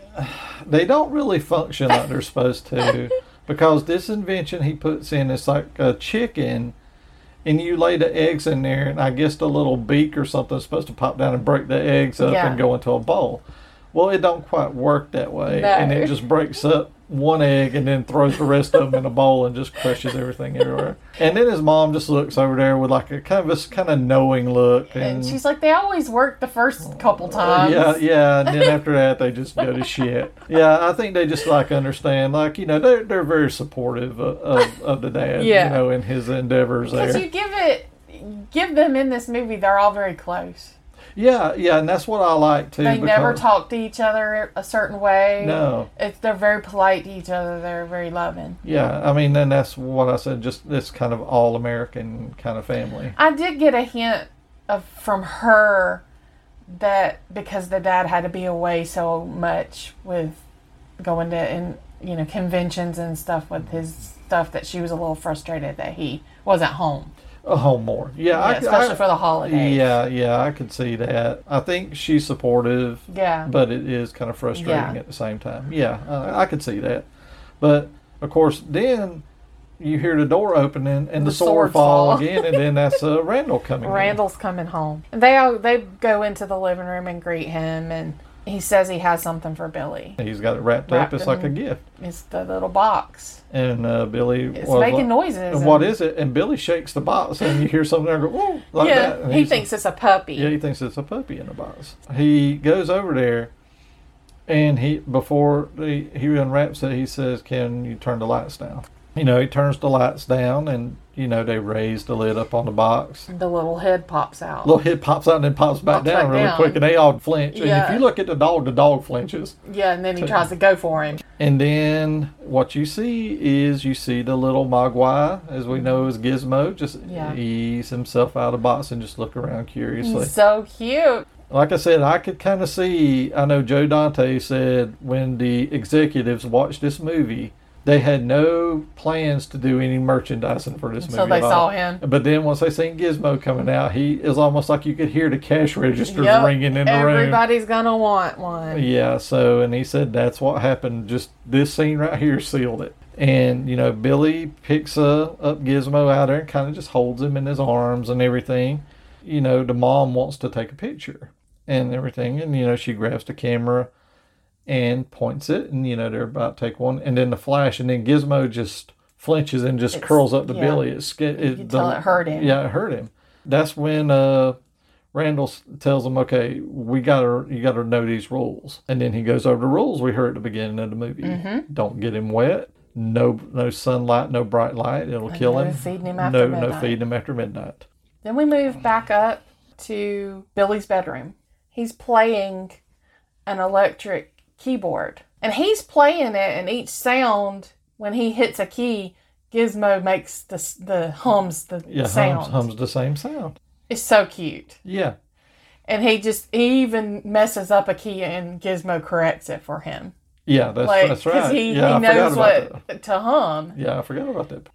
S4: they don't really function like they're supposed to because this invention he puts in is like a chicken, and you lay the eggs in there, and I guess the little beak or something is supposed to pop down and break the eggs up
S3: Yeah.
S4: and go into a bowl. Well, it don't quite work that way, and
S3: No.
S4: it just breaks up one egg and then throws the rest of them in a bowl and just crushes everything everywhere. And then his mom just looks over there with like a kind of this kind of knowing look, and,
S3: And she's like, they always work the first couple times.
S4: Mm. yeah, yeah, and then after that they just go to shit. Yeah, I think they just like understand, like you know, they're they're very supportive of, of, of the dad,
S3: Yeah.
S4: you know, in his endeavors
S3: Because
S4: there.
S3: you give it, give them in this movie, they're all very close.
S4: yeah, yeah, and that's what I like too.
S3: They never
S4: because-
S3: talk to each other a certain way.
S4: No,
S3: It's, they're very polite to each other. They're very loving.
S4: yeah, I mean, and that's what I said. Just this kind of all American kind of family.
S3: I did get a hint of from her that because the dad had to be away so much with going to and you know conventions and stuff with his stuff that she was a little frustrated that he wasn't home,
S4: A home Oh, more, yeah,
S3: Yeah,
S4: I-
S3: especially
S4: I-
S3: for the holidays.
S4: Yeah, yeah, I could see that. I think she's supportive.
S3: Yeah.
S4: But it is kind of frustrating
S3: Yeah.
S4: at the same time. Yeah, uh, I could see that. But of course, then you hear the door opening and the, sword,
S3: sword
S4: fall
S3: fall.
S4: again, and then that's uh, Randall coming. in.
S3: Randall's coming home. They all, they go into the living room and greet him, and he says he has something for Billy.
S4: He's got it wrapped,
S3: Wrapped
S4: up. It's like a
S3: in-
S4: gift.
S3: It's the little box.
S4: And uh, Billy
S3: It's
S4: was
S3: making
S4: like,
S3: noises.
S4: "And What is it? And Billy shakes the box, and you hear something there go, whoa, like that.
S3: Yeah,
S4: And
S3: he
S4: he's like-
S3: thinks it's a puppy.
S4: Yeah, he thinks it's a puppy in a box. He goes over there, and he before the, he unwraps it, he says, "Can you turn the lights down?" You know, he turns the lights down, and you know they raise the lid up on the box.
S3: The little head pops out.
S4: Little head pops out and then pops back
S3: Pops
S4: down
S3: back
S4: really
S3: down.
S4: quick, and they all flinch. And
S3: Yeah.
S4: if you look at the dog, the dog flinches.
S3: Yeah, and then he tries to go for him.
S4: And then what you see is you see the little Mogwai, as we know as Gizmo, just
S3: Yeah.
S4: ease himself out of the box and just look around curiously.
S3: So cute.
S4: Like I said, I could kind of see. I know Joe Dante said when the executives watched this movie, they had no plans to do any merchandising for this movie.
S3: So they
S4: at all.
S3: saw him.
S4: But then once they seen Gizmo coming out, he is almost like you could hear the cash registers
S3: Yep,
S4: ringing in the room.
S3: Everybody's gonna want one.
S4: Yeah, so and he said that's what happened. Just this scene right here sealed it. And you know, Billy picks uh, up Gizmo out there and kind of just holds him in his arms and everything. You know, the mom wants to take a picture and everything, and you know she grabs the camera and points it, and you know they're about to take one, and then the flash, and then Gizmo just flinches and just curls up to
S3: yeah.
S4: Billy. It's sca- it,
S3: You tell it hurt him.
S4: Yeah, it hurt him. That's when uh, Randall s- tells him, "Okay, we gotta you gotta know these rules." And then he goes over the rules we heard at the beginning of the movie.
S3: Mm-hmm.
S4: Don't get him wet. No, no sunlight. No bright light. It'll kill
S3: no
S4: him.
S3: feeding him after
S4: no, no
S3: midnight.
S4: feeding him after midnight.
S3: Then we move back up to Billy's bedroom. He's playing an electric keyboard. And he's playing it, and each sound, when he hits a key, Gizmo makes the, s- the hums the
S4: Yeah,
S3: sound.
S4: hums, hums the same sound.
S3: It's so cute.
S4: Yeah,
S3: And he just, he even messes up a key, and Gizmo corrects it for him.
S4: yeah, that's
S3: Like,
S4: that's
S3: 'cause
S4: right.
S3: he,
S4: yeah,
S3: he
S4: I forgot
S3: knows
S4: about
S3: what to hum.
S4: That. Yeah, I forgot about that.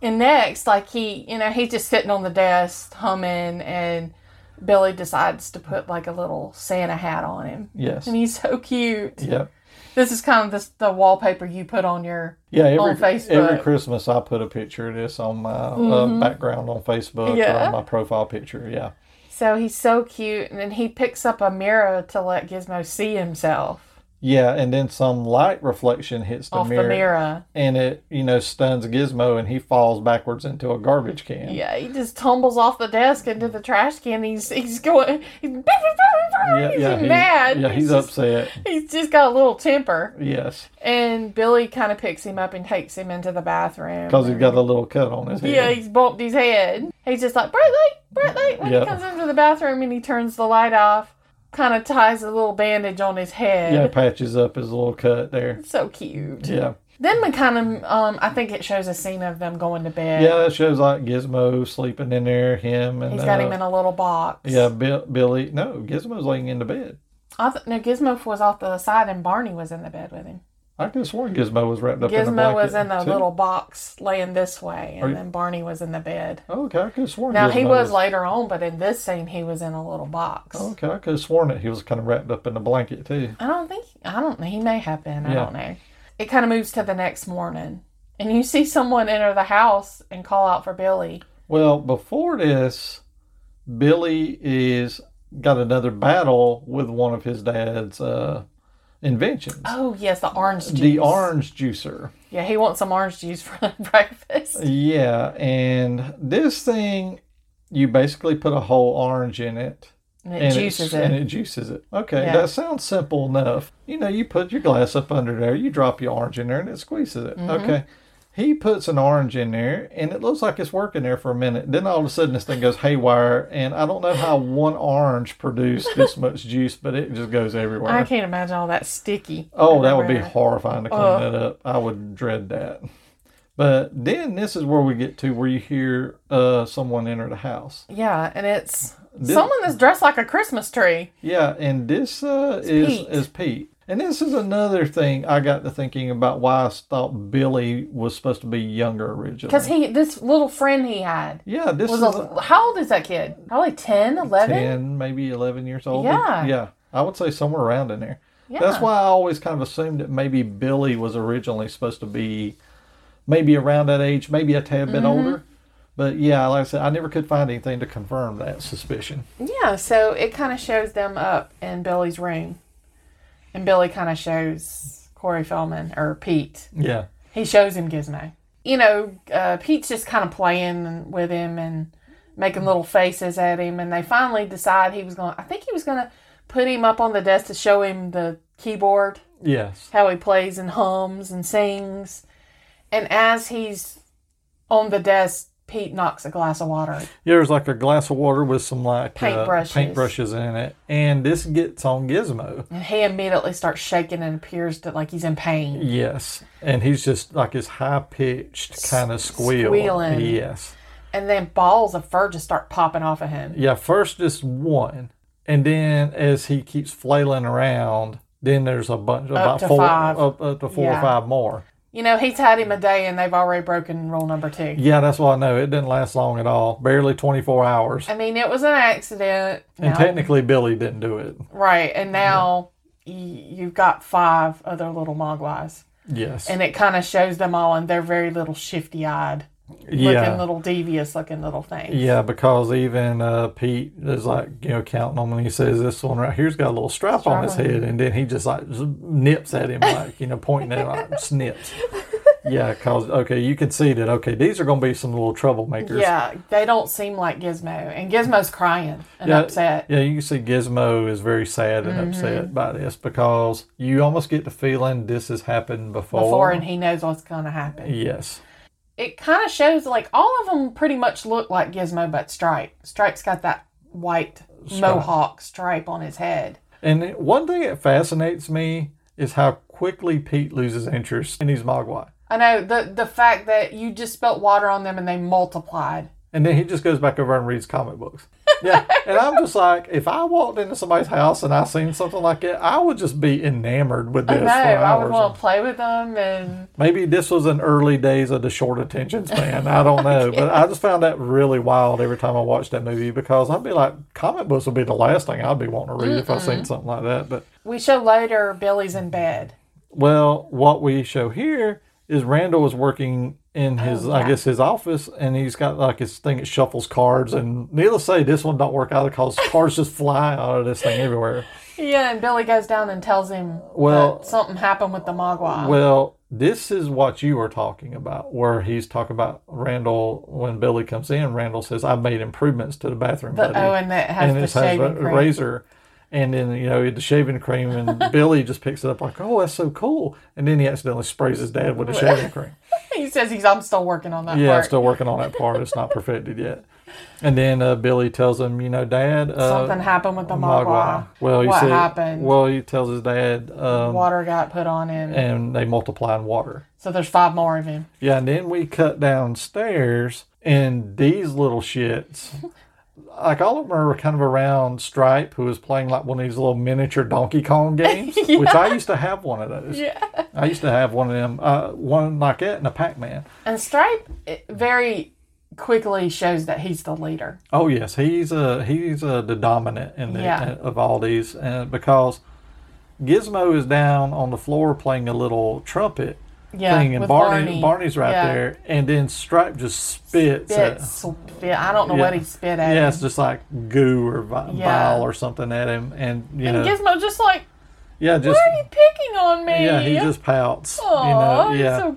S3: And next, like he, you know, he's just sitting on the desk humming, and Billy decides to put like a little Santa hat on him.
S4: Yes.
S3: And he's so cute.
S4: Yeah.
S3: This is kind of this, the wallpaper you put on your.
S4: Yeah, every,
S3: On Facebook. Mm-hmm.
S4: every Christmas I put a picture of this on my uh, background on Facebook or
S3: Yeah.
S4: on my profile picture. Yeah.
S3: So he's so cute, and then he picks up a mirror to let Gizmo see himself
S4: Yeah, and then some light reflection hits the,
S3: off
S4: mirror,
S3: the mirror.
S4: and it, you know, stuns Gizmo and he falls backwards into a garbage can.
S3: Yeah, he just tumbles off the desk into the trash can. He's he's going. He's,
S4: Yeah,
S3: he's
S4: yeah, he-
S3: mad.
S4: yeah, he's,
S3: just-
S4: upset.
S3: He's just got a little temper.
S4: Yes,
S3: And Billy kind of picks him up and takes him into the bathroom.
S4: because he's got a little cut on his head.
S3: yeah, he's bumped his head. He's just like, bright light, bright light. When
S4: Yeah.
S3: he comes into the bathroom and he turns the light off, kind of ties a little bandage on his head.
S4: yeah, patches up his little cut there.
S3: So cute.
S4: Yeah,
S3: Then we kind of, um, I think it shows a scene of them going to bed.
S4: yeah, that shows like Gizmo sleeping in there, him and
S3: He's got
S4: uh,
S3: him in a little box.
S4: yeah, Bill, Billy. No, Gizmo's laying in the bed.
S3: I th- no, Gizmo was off to the side and Barney was in the bed with him.
S4: I could have sworn Gizmo was wrapped up in a
S3: Gizmo
S4: blanket.
S3: was in the
S4: too.
S3: little box laying this way, and
S4: you-
S3: then Barney was in the bed.
S4: Okay, I could have sworn.
S3: Now, he
S4: Gizmo
S3: was later on, but in this scene, he was in a little box.
S4: Okay, I could have sworn that he was kind of wrapped up in a blanket too.
S3: I don't think I don't know. He may have been. I
S4: Yeah.
S3: don't know. It kind of moves to the next morning, and you see someone enter the house and call out for Billy.
S4: Well, before this, Billy is got another battle with one of his dad's uh, inventions,
S3: Oh yes, the orange juice.
S4: the orange juicer.
S3: Yeah, he wants some orange juice for breakfast.
S4: Yeah, and this thing, you basically put a whole orange in it.
S3: And it
S4: and
S3: juices
S4: and
S3: it.
S4: it juices it. Okay,
S3: Yeah.
S4: that sounds simple enough. You know, you put your glass up under there, you drop your orange in there, and it squeezes it.
S3: Mm-hmm.
S4: Okay, he puts an orange in there, and it looks like it's working there for a minute. Then all of a sudden, this thing goes haywire, and I don't know how one orange produced this much juice, but it just goes everywhere.
S3: I can't imagine all that sticky.
S4: uh, Oh, that would be
S3: everywhere.
S4: horrifying to clean that up. I would dread that. But then this is where we get to where you hear uh, someone enter the house.
S3: Yeah, and it's
S4: This-
S3: someone that's dressed like a Christmas tree.
S4: Yeah, and this uh, is
S3: Pete.
S4: is Pete. And this is another thing I got to thinking about why I thought Billy was supposed to be younger originally.
S3: Because he, this little friend he had,
S4: yeah, this
S3: was
S4: is
S3: a, how old is that kid? Probably 10, 11?
S4: 10, maybe 11 years old.
S3: Yeah.
S4: Yeah. I would say somewhere around in there.
S3: Yeah.
S4: That's why I always kind of assumed that maybe Billy was originally supposed to be maybe around that age, maybe a tad
S3: Mm-hmm.
S4: bit older. But yeah, like I said, I never could find anything to confirm that suspicion.
S3: Yeah, so it kind of shows them up in Billy's room. And Billy kind of shows Corey Feldman or Pete.
S4: Yeah.
S3: He shows him Gizmo. You know, uh, Pete's just kind of playing with him and making little faces at him. And they finally decide he was going. to I think he was going to put him up on the desk to show him the keyboard
S4: Yes.
S3: how he plays and hums and sings. And as he's on the desk, Pete knocks a glass of water.
S4: There's like a glass of water with some like uh,
S3: Paintbrushes.
S4: paintbrushes in it, and this gets on Gizmo.
S3: And he immediately starts shaking and appears to like he's in pain.
S4: Yes, and he's just like his high pitched kind of squeal.
S3: squealing.
S4: Yes.
S3: And then balls of fur just start popping off of him.
S4: Yeah, first just one, and then as he keeps flailing around, then there's a bunch, about
S3: to
S4: four,
S3: five.
S4: Up, up to four
S3: Yeah.
S4: or five more.
S3: You know, he's had him a day and they've already broken rule number two.
S4: Yeah, that's what I know. It didn't last long at all. Barely 24 hours.
S3: I mean, it was an accident.
S4: And
S3: Now-
S4: technically, Billy didn't do it.
S3: right. And now y- you've got five other little mogwais.
S4: Yes.
S3: And it kind of shows them all and they're very little shifty eyed
S4: yeah.
S3: looking little devious looking little things.
S4: Yeah, because even uh, Pete is like, you know, counting on when he says this one right here's got a little strap on his head, and then he just like z- nips at him, like, you know, pointing at him, like, snips. Yeah, because, okay, you can see that, okay, these are going to be some little troublemakers.
S3: Yeah, they don't seem like Gizmo, and Gizmo's crying and
S4: yeah,
S3: upset. Mm-hmm.
S4: Yeah, you can see Gizmo is very sad and upset by this because you almost get the feeling this has happened before.
S3: Before and he knows what's gonna happen.
S4: Yes.
S3: It kind of shows like all of them pretty much look like Gizmo, but Stripe. Stripe's got that white mohawk stripe on his head.
S4: And it- one thing that fascinates me is how quickly Pete loses interest in his Mogwai.
S3: I know the the fact that you just spilt water on them and they multiplied.
S4: And then he just goes back over and reads comic books. Yeah. and I'm just like, if I walked into somebody's house and I seen something like that, I would just be enamored with this
S3: I know.
S4: for
S3: I would
S4: hours.
S3: want to play with them, and
S4: Maybe this was an early days of the short attention span. I don't know. but I just found that really wild every time I watched that movie because I'd be like, comic books would be the last thing I'd be wanting to read if I seen something like that. But
S3: we show later Billy's in bed.
S4: Well, what we show here is Randall is working
S3: Oh,
S4: in his, I guess, his office, and he's got like his thing that shuffles cards. And needless to say, this one don't work out because cards just fly out of this thing everywhere.
S3: Yeah, and Billy goes down and tells him
S4: Well-
S3: that something happened with the Mogwai.
S4: Well, this is what you were talking about, where he's talking about Randall when Billy comes in. Randall says, "I've made improvements to the bathroom,
S3: The-
S4: buddy."
S3: oh, and that has the
S4: it has
S3: shaving
S4: a
S3: cream.
S4: razor, and then you know the shaving cream, and Billy just picks it up like, "Oh, that's so cool!" And then he accidentally sprays his dad with the shaving cream.
S3: He says he's I'm still working on that
S4: Yeah,
S3: part.
S4: I'm still working on that part. It's not perfected yet. And then uh, Billy tells him, you know, Dad, uh,
S3: Something happened with the
S4: Mogwai.
S3: Mogwai.
S4: Well, he
S3: what
S4: said,
S3: happened?
S4: Well, he tells his dad, um, eh.
S3: Water got put on him,
S4: and they multiply in water.
S3: so there's five more of him.
S4: Yeah, and then we cut downstairs, and these little shits, like all of them are kind of around Stripe, who is playing like one of these little miniature Donkey Kong games, which I used to have one of those. Yeah. I used to have one of them, uh, one like that, and a Pac Man.
S3: And Stripe it very quickly shows that he's the leader.
S4: Oh yes, he's uh he's uh, the dominant in the,
S3: Yeah.
S4: of all these uh, because Gizmo is down on the floor playing a little trumpet
S3: Yeah,
S4: thing, and
S3: with
S4: Barney,
S3: Barney.
S4: Barney's right
S3: Yeah.
S4: there, and then Stripe just spits. at-
S3: Spit, spit. I don't know what
S4: yeah.
S3: he spit at.
S4: Yeah,
S3: him.
S4: it's just like goo or vi-
S3: Yeah.
S4: bile or something at him, and you know,
S3: And Gizmo just like,
S4: yeah, just
S3: why are you picking on me?
S4: yeah, he just pouts.
S3: Aw,
S4: you know, yeah,
S3: he's so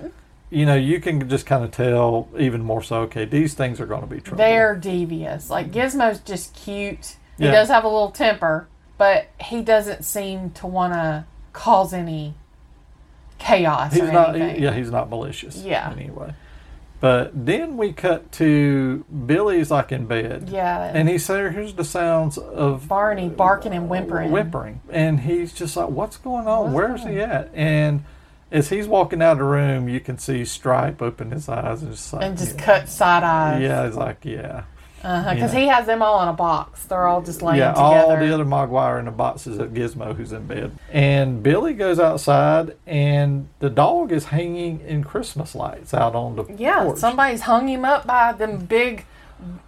S3: cute.
S4: you know, you can just kind of tell even more so. Okay, these things are going to be trouble.
S3: They're devious. Like Gizmo's just cute. He
S4: Yeah.
S3: does have a little temper, but he doesn't seem to want to cause any chaos
S4: he's
S3: or
S4: not he-
S3: anything.
S4: yeah he's not malicious
S3: Yeah.
S4: anyway but then we cut to billy's like in bed
S3: Yeah, and
S4: and he's there here's the sounds of
S3: Barney barking and whimpering.
S4: whimpering and he's just like what's going on where's he at and as he's walking out of the room you can see stripe open his eyes and just like
S3: And just
S4: yeah.
S3: cut side eyes.
S4: yeah he's like yeah
S3: Because he has them all in a box. They're all just laying
S4: yeah, all
S3: together.
S4: the other Mogwai are in the boxes of Gizmo, who's in bed. And Billy goes outside, and the dog is hanging in Christmas lights out on the
S3: yeah,
S4: porch.
S3: somebody's hung him up by them big,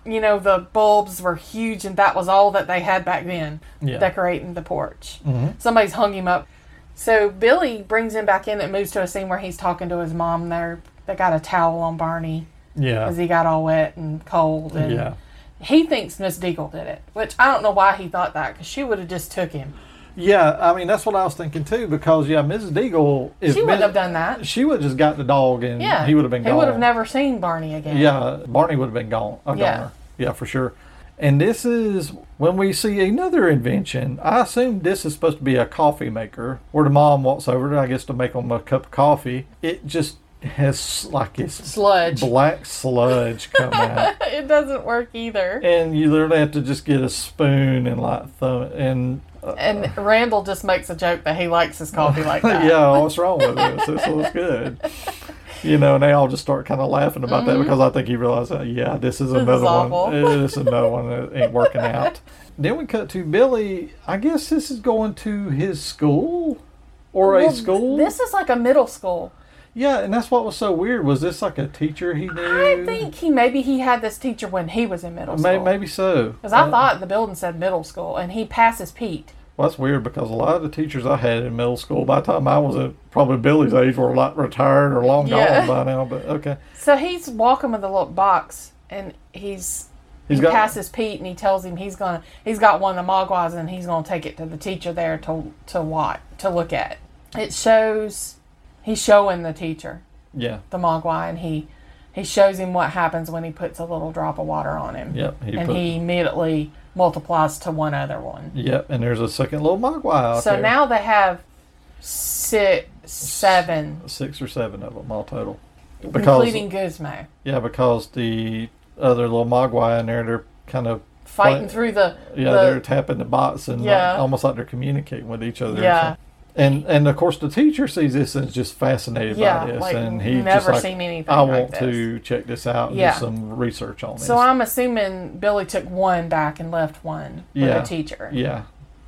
S3: you know, the bulbs were huge, and that was all that they had back then
S4: Yeah. Mm-hmm.
S3: decorating the porch. Somebody's hung him up. So Billy brings him back in. It moves to a scene where he's talking to his mom. There, they got a towel on Barney
S4: Yeah.
S3: because he got all wet and cold, and
S4: yeah.
S3: he thinks Miss Deagle did it, which I don't know why he thought that because she would have just took him.
S4: Yeah, I mean that's what I was thinking too. Because yeah, Mrs. Deagle. If
S3: She wouldn't
S4: Miss-
S3: have done that.
S4: She would have just got the dog, and
S3: Yeah.
S4: he would have been.
S3: He
S4: gone.
S3: would have never seen Barney again.
S4: Yeah, Barney would have been gone. A
S3: Yeah.
S4: goner. Yeah, for sure. And this is when we see another invention. I assume this is supposed to be a coffee maker where the mom walks over to, I guess, to make them a cup of coffee. It just has like this
S3: Sludge.
S4: black sludge come out.
S3: It doesn't work either.
S4: And you literally have to just get a spoon and like thumb it. And uh,
S3: And Randall just makes a joke that he likes his coffee like that.
S4: yeah, what's wrong with this? This looks good. You know, and they all just start kind of laughing about that because I think he realized that, yeah, this is another
S3: Mm-hmm. awful.
S4: one. eh, This is another one that ain't working out. Then we cut to Billy. I guess this is going to his school or
S3: Well,
S4: a school.
S3: This is like a middle school.
S4: yeah, and that's what was so weird. Was this like a teacher he knew?
S3: I think he maybe he had this teacher when he was in middle
S4: May- uh,
S3: school.
S4: Maybe so.
S3: Because I thought the building said middle school, and he passes Pete.
S4: Well, that's weird because a lot of the teachers I had in middle school, by the time I was at probably Billy's age, were like retired or long
S3: Yeah.
S4: gone by now. But okay,
S3: So he's walking with a little box, and he's
S4: He's
S3: he
S4: got-
S3: passes Pete, and he tells him he's gonna he's got one of the Mogwais, and he's gonna take it to the teacher there to to watch to look at. It shows he's showing the teacher
S4: yeah,
S3: the Mogwai, and he he shows him what happens when he puts a little drop of water on him.
S4: Yep, he
S3: and
S4: put-
S3: he immediately multiplies to one other one.
S4: Yep, and there's a second little mogwai out
S3: So
S4: there.
S3: now they have six, seven,
S4: six or seven of them all total.
S3: including Guzmo,
S4: yeah, because the other little mogwai in there, they're kind of
S3: fighting
S4: play-
S3: through the
S4: Yeah,
S3: the-
S4: they're tapping the box and like-
S3: Yeah.
S4: almost like they're communicating with each other. or
S3: Yeah.
S4: something. And, and of course the teacher sees this and is just fascinated
S3: Yeah,
S4: by this
S3: like,
S4: and he just
S3: never
S4: like,
S3: seen anything
S4: I
S3: like
S4: want to check this out and
S3: Yeah.
S4: do some research on this.
S3: So I'm assuming Billy took one back and left one with
S4: Yeah.
S3: the teacher.
S4: Yeah,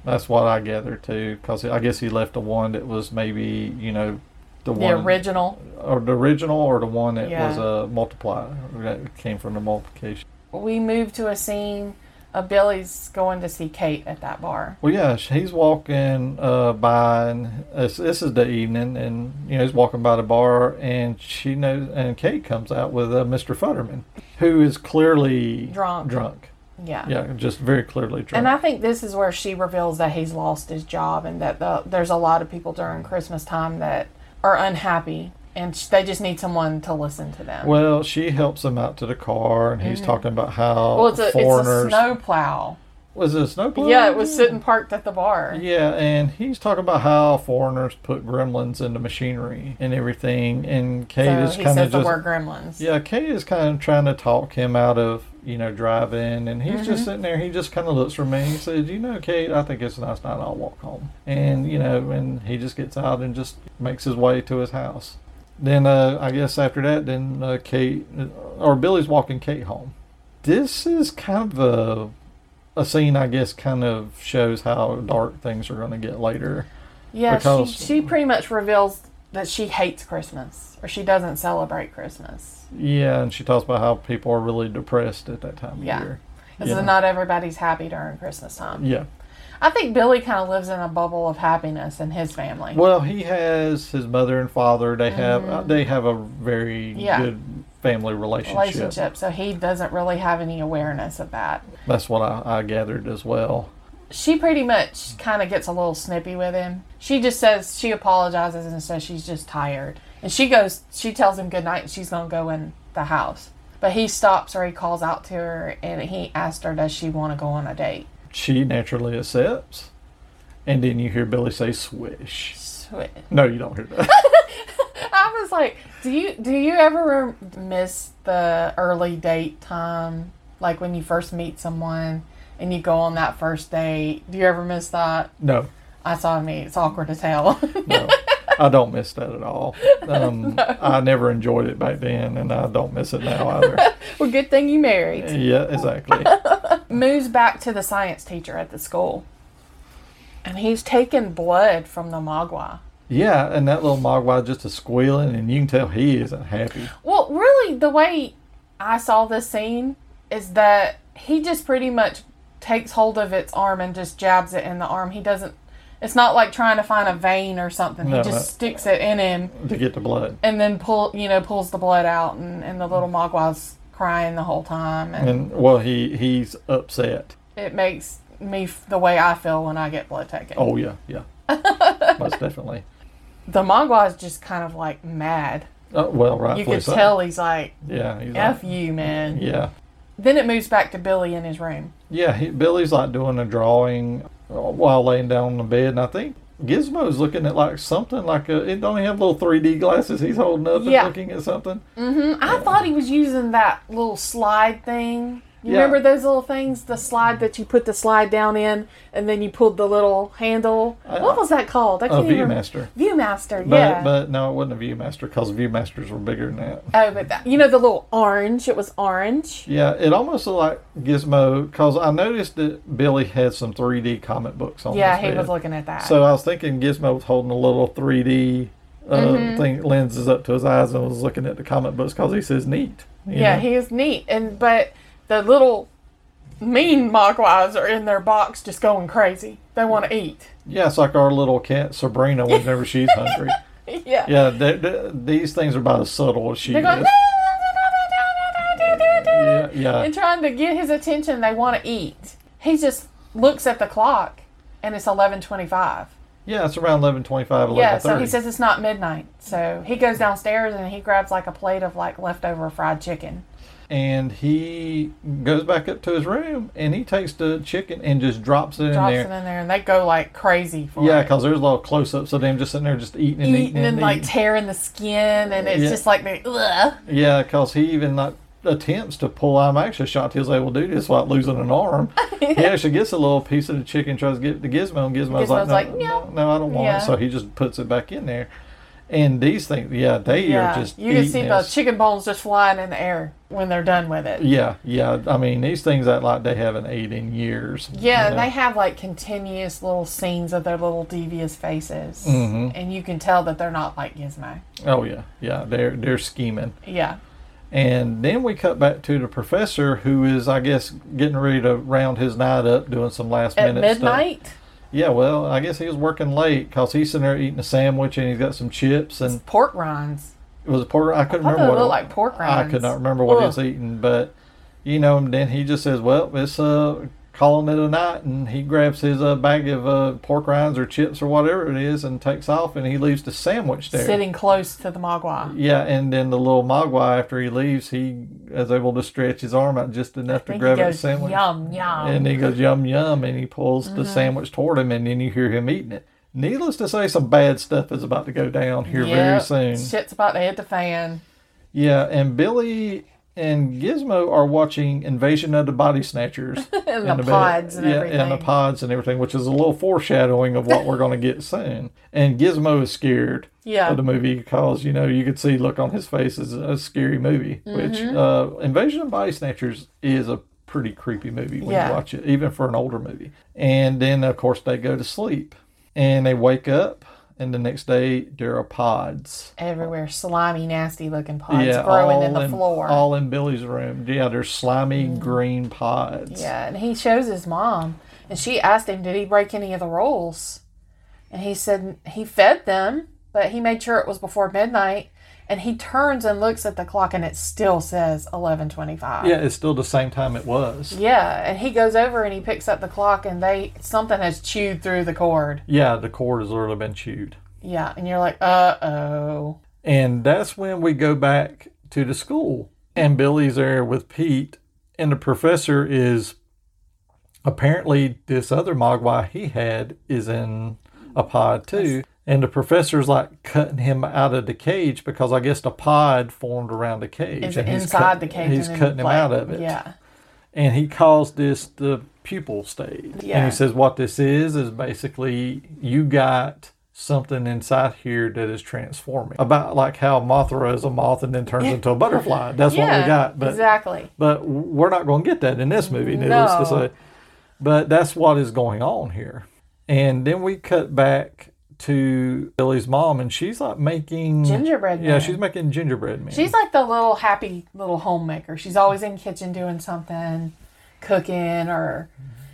S4: that's what I gathered too. Because I guess he left the one that was maybe you know the,
S3: The
S4: one
S3: original.
S4: or the original or the one that was
S3: Yeah.
S4: a multiply that came from the multiplication.
S3: We moved to a scene of Billy's going to see Kate at that bar.
S4: Well, yeah, sh- he's walking uh, by, and this, this is the evening, and you know he's walking by the bar, and she knows, and Kate comes out with uh, Mr. Futterman, who is clearly
S3: Drunk.
S4: drunk.
S3: Yeah.
S4: Yeah, just very clearly drunk.
S3: And I think this is where she reveals that he's lost his job and that the, there's a lot of people during Christmas time that are unhappy and sh- they just need someone to listen to them. Well,
S4: Well, she helps him out to the car, and he's talking about how
S3: Mm-hmm. it's, a, it's
S4: foreigners
S3: a snow plow.
S4: was it a snowplow?
S3: Yeah, it was sitting parked at the bar.
S4: Yeah, and he's talking about how foreigners put gremlins into machinery and everything, and Kate
S3: So
S4: is
S3: he
S4: kind
S3: says
S4: of
S3: the
S4: just
S3: word gremlins.
S4: yeah, Kate is kind of trying to talk him out of you know driving, and he's just sitting there. He just kind of looks for me and says, "You know, Kate, I think it's a nice night. I'll walk home." And you know, and he just gets out and just makes his way to his house. Then uh, I guess after that, then uh, Kate or Billy's walking Kate home. This is kind of a a scene, I guess, kind of shows how dark things are going to get later.
S3: Yeah, she,
S4: Because-
S3: she pretty much reveals that she hates Christmas or she doesn't celebrate Christmas.
S4: Yeah, and she talks about how people are really depressed at that time of
S3: Yeah.
S4: year.
S3: Because
S4: Yeah.
S3: not everybody's happy during Christmas time.
S4: Yeah.
S3: I think Billy kind of lives in a bubble of happiness in his family.
S4: Well, he has his mother and father. They have uh they have a very
S3: Mm. Yeah.
S4: good family relationship.
S3: relationship, so he doesn't really have any awareness of that.
S4: That's what I, I gathered as well.
S3: She pretty much kind of gets a little snippy with him. She just says she apologizes and says she's just tired. And she goes, she tells him goodnight and she's going to go in the house. But he stops her, he calls out to her, and he asks her, does she want to go on a date?
S4: She naturally accepts, and then you hear Billy say "swish."
S3: So
S4: No, you don't hear that.
S3: I was like, do you do you ever miss the early date time, like when you first meet someone and you go on that first date? Do you ever miss that?
S4: no,
S3: I saw me. It's awkward as hell.
S4: no, I don't miss that at all. Um, I never enjoyed it back then, and I don't miss it now either.
S3: well, good thing you married.
S4: yeah, exactly.
S3: Moves back to the science teacher at the school, and he's taking blood from the Magua.
S4: Yeah, and that little mogwai just is squealing, and you can tell he isn't happy.
S3: Well, really, the way I saw this scene is that he just pretty much takes hold of its arm and just jabs it in the arm. He doesn't. It's not like trying to find a vein or something.
S4: No,
S3: he just
S4: no.
S3: sticks it in him
S4: To get the blood.
S3: and then pull, you know, pulls the blood out, and, and the little Mogwai's crying the whole time, and
S4: And well, he he's upset.
S3: it makes me f- the way I feel when I get blood taken.
S4: Oh yeah, yeah, most definitely.
S3: The Mongol is just kind of like mad.
S4: Uh, well, right.
S3: You could tell he's like,
S4: Yeah, he's like,
S3: "F you, man."
S4: yeah,
S3: Then it moves back to Billy in his room.
S4: yeah. He, Billy's like doing a drawing uh, while laying down on the bed, and I think Gizmo's looking at like something like a. It don't he have little three D glasses. He's holding up and
S3: Yeah.
S4: looking at something.
S3: I thought he was using that little slide thing. You
S4: Yeah.
S3: remember those little things? The slide that you put the slide down in and then you pulled the little handle. what was that called? I
S4: A
S3: can't even-
S4: Uh, ViewMaster.
S3: Viewmaster,
S4: But
S3: yeah.
S4: but no, it wasn't a ViewMaster because ViewMasters were bigger than that.
S3: oh, but that, you know the little orange? It was orange.
S4: Yeah, it almost looked like Gizmo because I noticed that Billy had some 3D comic books on.
S3: Yeah,
S4: his
S3: he was
S4: bed.
S3: looking at that.
S4: So I was thinking Gizmo was holding a little 3D uh,
S3: Mm-hmm.
S4: thing lenses up to his eyes and was looking at the comic books because he says neat. you
S3: yeah,
S4: know?
S3: he is neat. And but the little mean mogwais are in their box just going crazy. They want to eat.
S4: yeah, it's like our little cat Sabrina whenever she's hungry.
S3: Yeah.
S4: Yeah, they they- these things are about as subtle as she
S3: They're going
S4: is. Yeah, yeah,
S3: and trying to get his attention. They want to eat. He just looks at the clock, and it's eleven twenty-five.
S4: yeah. It's around 11:25, 11:30.
S3: Yeah, so he says it's not midnight. So he goes downstairs and he grabs like a plate of like leftover fried chicken.
S4: and he goes back up to his room and he takes the chicken and just drops it
S3: Drops
S4: in
S3: it
S4: there.
S3: in there, and they go like crazy for
S4: Yeah,
S3: it.
S4: because there's a lot of close-ups of them just sitting there just eating and eating,
S3: eating and like
S4: eating.
S3: tearing the skin, and it's
S4: Yeah.
S3: just like the ugh.
S4: Yeah, because he even like attempts to pull I'm actually shocked he was able to do this without losing an arm. he actually gets a little piece of the chicken, tries to give it to Gizmo, and Gizmo's,
S3: Gizmo's
S4: like,
S3: like,
S4: no, no,
S3: "No."
S4: no, I don't want
S3: Yeah.
S4: it. So he just puts it back in there. And these things, yeah, they
S3: Yeah,
S4: are just
S3: you can
S4: eating
S3: see the
S4: this.
S3: chicken bones just flying in the air when they're done with it.
S4: Yeah, yeah. I mean, these things that like they haven't ate in years.
S3: Yeah,
S4: you
S3: and
S4: know?
S3: they have like continuous little scenes of their little devious faces,
S4: Mm-hmm.
S3: and you can tell that they're not like Gizmo.
S4: Oh yeah, yeah. They're they're scheming.
S3: Yeah,
S4: And then we cut back to the professor who is, I guess, getting ready to round his night up, doing some last
S3: at
S4: minute stuff.
S3: midnight,
S4: Yeah, well, I guess he was working late because he's sitting there eating a sandwich and he's got some chips and
S3: pork rinds.
S4: it was a pork. I couldn't
S3: thought
S4: remember
S3: they
S4: what it
S3: looked like pork
S4: I could
S3: rinds.
S4: not remember what he was
S3: Ugh.
S4: eating, but you know, and then he just says, "Well, it's uh calling it a night," and he grabs his uh, bag of uh, pork rinds or chips or whatever it is and takes off, and he leaves the sandwich there.
S3: Sitting close to the Mogwai.
S4: Yeah, and then the little mogwai after he leaves, he is able to stretch his arm out just enough to
S3: He
S4: grab his
S3: goes,
S4: sandwich.
S3: yum, yum. Uh-huh.
S4: And he goes yum yum, and he pulls the sandwich toward him, and then you hear him eating it. Needless to say, some bad stuff is about to go down here
S3: Yep,
S4: very soon.
S3: Shit's about to hit the fan.
S4: Yeah, and Billy and Gizmo are watching Invasion of the Body Snatchers
S3: And
S4: in
S3: the
S4: bed.
S3: pods and
S4: yeah,
S3: everything.
S4: and the pods and everything, which is a little foreshadowing of what we're going to get soon. And Gizmo is scared
S3: Yeah.
S4: of the movie because you know you could see look on his face is a scary movie. Which
S3: Mm-hmm.
S4: uh, Invasion of Body Snatchers is a pretty creepy movie when
S3: Yeah.
S4: you watch it, even for an older movie. And then of course they go to sleep and they wake up, and the next day there are pods.
S3: Everywhere, slimy, nasty looking pods
S4: Yeah,
S3: growing in
S4: all
S3: the floor. Mm.
S4: All in Billy's room. Yeah, they're slimy green pods.
S3: Yeah, and he shows his mom, and she asked him, "Did he break any of the rules?" And he said he fed them, but he made sure it was before midnight. And he turns and looks at the clock, and it still says eleven twenty-five.
S4: Yeah, it's still the same time it was.
S3: Yeah, and he goes over and he picks up the clock, and they something has chewed through the cord.
S4: Yeah, the cord has already been chewed.
S3: Yeah, and you're like, "Uh oh."
S4: And that's when we go back to the school. And Billy's there with Pete. And the professor is apparently this other Mogwai he had is in a pod too. And the professor's like cutting him out of the cage because I guess the pod formed around the cage.
S3: Is
S4: and
S3: it
S4: he's
S3: inside
S4: cut-
S3: the cage?
S4: He's
S3: and then,
S4: cutting him
S3: like,
S4: out of it.
S3: Yeah,
S4: and he calls this the pupil stage. And
S3: Yeah.
S4: he says what this is is basically you got something inside here that is transforming. About like how Mothra is a moth and then turns into a butterfly. That's what
S3: yeah,
S4: we got. But
S3: exactly.
S4: but we're not going to get that in this movie, needless to
S3: No.
S4: say. But that's what is going on here. And then we cut back to Billy's mom, and she's like making
S3: Gingerbread
S4: Yeah,
S3: man.
S4: she's making gingerbread man.
S3: She's like the little happy little homemaker. She's always in kitchen doing something, cooking or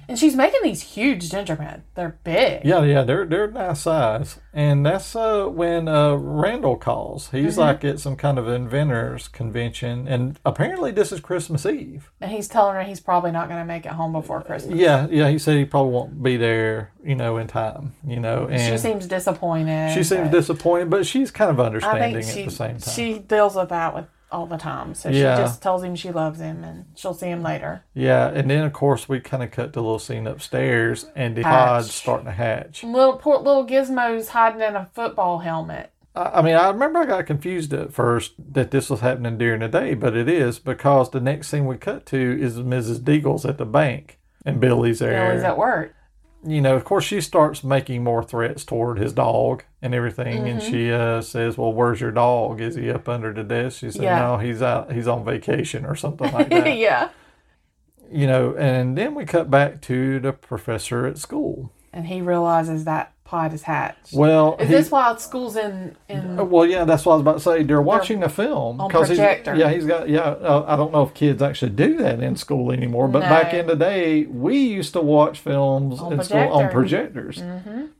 S3: And she's making these huge gingerbread. They're big.
S4: Yeah, yeah, they're they're nice size, and that's uh, when uh, Randall calls. He's
S3: Mm-hmm.
S4: like at some kind of inventors convention, and apparently this is Christmas Eve.
S3: And he's telling her he's probably not going to make it home before Christmas.
S4: Yeah, yeah, he said he probably won't be there, you know, in time, you know, and
S3: She seems disappointed.
S4: she seems
S3: but
S4: disappointed, but she's kind of
S3: I
S4: understanding
S3: think she
S4: at the same time.
S3: she deals with that with all the time. So
S4: Yeah.
S3: she just tells him she loves him and she'll see him later.
S4: yeah, and then of course we kind of cut to a little scene upstairs, and the
S3: Hatch.
S4: pod's starting to hatch.
S3: Little poor little Gizmo's hiding in a football helmet.
S4: I I mean, I remember I got confused at first that this was happening during the day, but it is because the next thing we cut to is Mrs. Deagle's at the bank and Billy's there.
S3: Billy's at work.
S4: You know, of course, she starts making more threats toward his dog and everything, and
S3: Mm-hmm.
S4: she uh, says, "Well, where's your dog? Is he up under the desk?" She said,
S3: Yeah.
S4: "No, he's out. He's on vacation or something like that."
S3: yeah.
S4: You know, and then we cut back to the professor at school.
S3: And he realizes that pod is hatched.
S4: Well,
S3: is
S4: he-
S3: this while school's in in
S4: Uh, Well, yeah, that's what I was about to say. They're watching a film
S3: on
S4: he's
S3: projector.
S4: yeah, he's got yeah. Uh, I don't know if kids actually do that in school anymore, but
S3: No.
S4: back in the day, we used to watch films
S3: On Mm-hmm.
S4: in school on
S3: projector.
S4: projectors,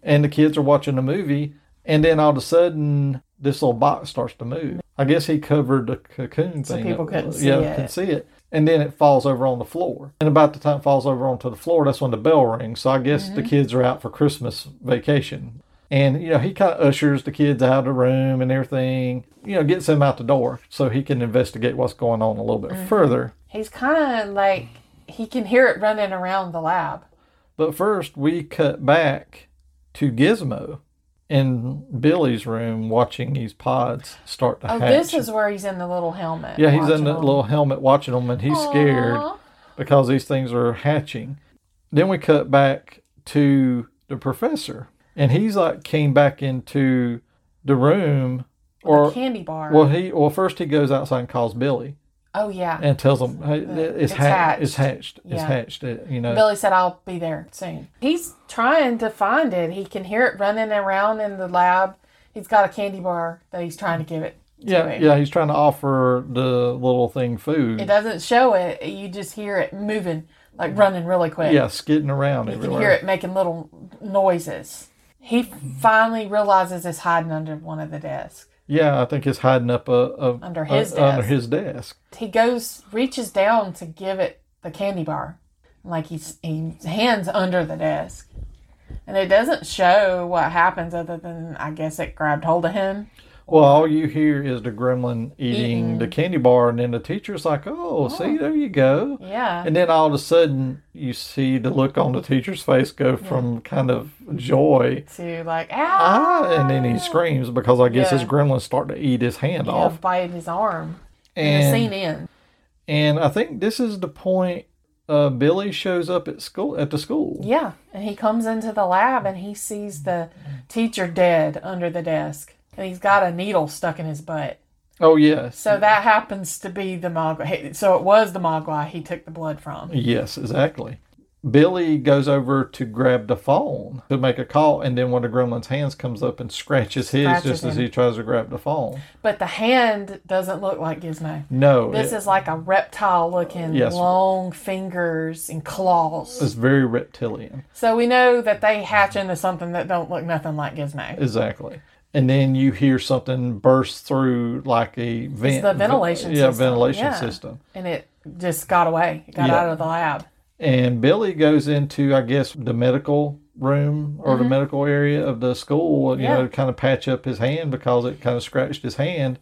S4: and the kids are watching a movie, and then all of a sudden, this little box starts to move. I guess he covered the cocoon thing.
S3: people
S4: up-
S3: couldn't see
S4: yeah,
S3: it.
S4: couldn't see it. And then it falls over on the floor. And about the time it falls over onto the floor, that's when the bell rings. So I guess
S3: Mm-hmm.
S4: the kids are out for Christmas vacation. And, you know, he kind of ushers the kids out of the room and everything, you know, gets them out the door so he can investigate what's going on a little
S3: Mm-hmm.
S4: bit further.
S3: he's kind of like he can hear it running around the lab.
S4: But first, we cut back to Gizmo in Billy's room watching these pods start to
S3: Oh,
S4: hatch.
S3: this is where he's in the little helmet.
S4: yeah, he's in
S3: watching
S4: the
S3: them.
S4: little helmet watching them, and he's scared.
S3: Aw.
S4: because these things are hatching. Then we cut back to the professor, and he's like came back into the room,
S3: or
S4: or
S3: candy bar.
S4: well, he well first he goes outside and calls Billy
S3: oh yeah.
S4: and tells him hey,
S3: It's
S4: it's, ha- hatched, it's
S3: hatched.
S4: hatched, it's
S3: Yeah.
S4: hatched, uh, you know.
S3: Billy said, I'll be there soon. He's trying to find it. He can hear it running around in the lab. He's got a candy bar that he's trying to give it. to
S4: yeah,
S3: him.
S4: yeah, he's trying to offer the little thing food.
S3: It doesn't show it. You just hear it moving, like running really quick.
S4: yeah, skidding around
S3: You can
S4: everywhere.
S3: hear it making little noises. He finally realizes it's hiding under one of the desks.
S4: Yeah, I think it's hiding up a, a
S3: Under
S4: a-
S3: his
S4: under
S3: desk.
S4: his desk.
S3: He goes, reaches down to give it the candy bar, like he's he hands under the desk, and it doesn't show what happens other than I guess it grabbed hold of him.
S4: Well, all you hear is the gremlin eating the candy bar, and then the teacher's like, "Oh, see, there you go."
S3: Yeah.
S4: And then all of a sudden, you see the look on the teacher's face go from kind of joy,
S3: to like ow,
S4: ah, and then he screams because I guess his
S3: Yeah.
S4: gremlins start to eat his hand
S3: you know,
S4: off.
S3: biting his arm. And, the scene
S4: And
S3: ends.
S4: and I think this is the point. Uh, Billy shows up at school at the school.
S3: Yeah, and he comes into the lab and he sees the teacher dead under the desk, and he's got a needle stuck in his butt.
S4: Oh yes,
S3: So that happens to be the Mogwai. So it was the Mogwai he took the blood from.
S4: yes, exactly. Billy goes over to grab the phone to make a call, and then one of the gremlin's hands comes up and scratches his
S3: Scratches
S4: just as
S3: him.
S4: he tries to grab the phone.
S3: But the hand doesn't look like Gizmo.
S4: No,
S3: This
S4: it-
S3: is like a reptile looking,
S4: Yes.
S3: long fingers and claws.
S4: it's very reptilian.
S3: So we know that they hatch into something that don't look nothing like Gizmo.
S4: Exactly. And then you hear something burst through like a vent.
S3: It's the ventilation
S4: yeah,
S3: system.
S4: ventilation
S3: Yeah.
S4: system.
S3: And it just got away. It got
S4: Yeah.
S3: out of the lab.
S4: And Billy goes into, I guess, the medical room or the medical area of the school, you
S3: Mm-hmm. Yeah.
S4: know, to kind of patch up his hand because it kind of scratched his hand.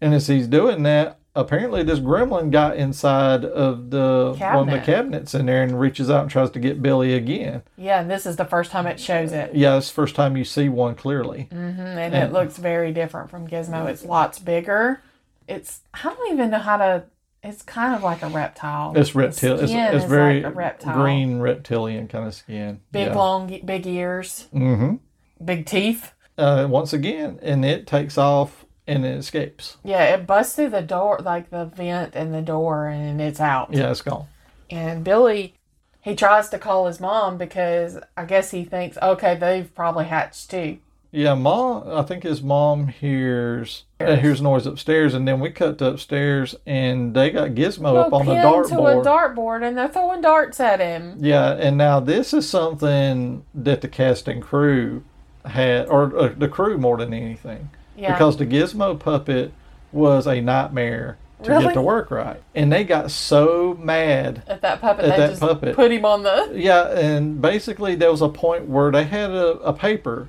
S4: And as he's doing that, apparently this gremlin got inside of the one of the
S3: Cabinet.
S4: cabinets in there and reaches out and tries to get Billy again.
S3: Yeah, and this is the first time it shows it.
S4: Yeah, it's the first time you see one clearly.
S3: Mm. And it looks very different from Gizmo. It's lots bigger. It's, I don't even know how to, it's kind of like a reptile.
S4: It's
S3: The
S4: reptile. It's,
S3: skin
S4: it's
S3: is
S4: very
S3: like a reptile.
S4: green reptilian kind of skin.
S3: Big,
S4: yeah.
S3: long, big ears. Mm-hmm. Big teeth.
S4: Uh, once again, and it takes off and it escapes.
S3: Yeah, it busts through the door, like the vent and the door, and it's out.
S4: Yeah, it's gone.
S3: And Billy, he tries to call his mom because I guess he thinks, okay, they've probably hatched too.
S4: Yeah, mom. I think his mom hears uh, hears noise upstairs, and then we cut to upstairs, and they got Gizmo up on the
S3: pinned to a
S4: dartboard.
S3: dartboard and they're throwing darts at him.
S4: yeah, and now this is something that the casting crew had, or uh, the crew more than anything,
S3: Yeah.
S4: because the Gizmo puppet was a nightmare to
S3: Really?
S4: get to work right, and they got so mad
S3: at that puppet,
S4: at
S3: they
S4: that
S3: just
S4: puppet.
S3: put him on the.
S4: Yeah, and basically there was a point where they had a, a paper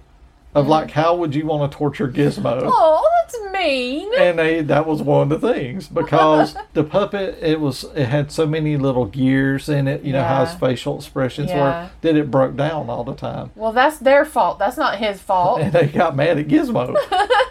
S4: of like how would you want to torture Gizmo?
S3: Mm-hmm. Oh, that's mean.
S4: and they that was one of the things because the puppet it was it had so many little gears in it, you know how his
S3: Yeah.
S4: facial expressions
S3: Yeah.
S4: were that it broke down all the time.
S3: Well, that's their fault. That's not his fault.
S4: And they got mad at Gizmo.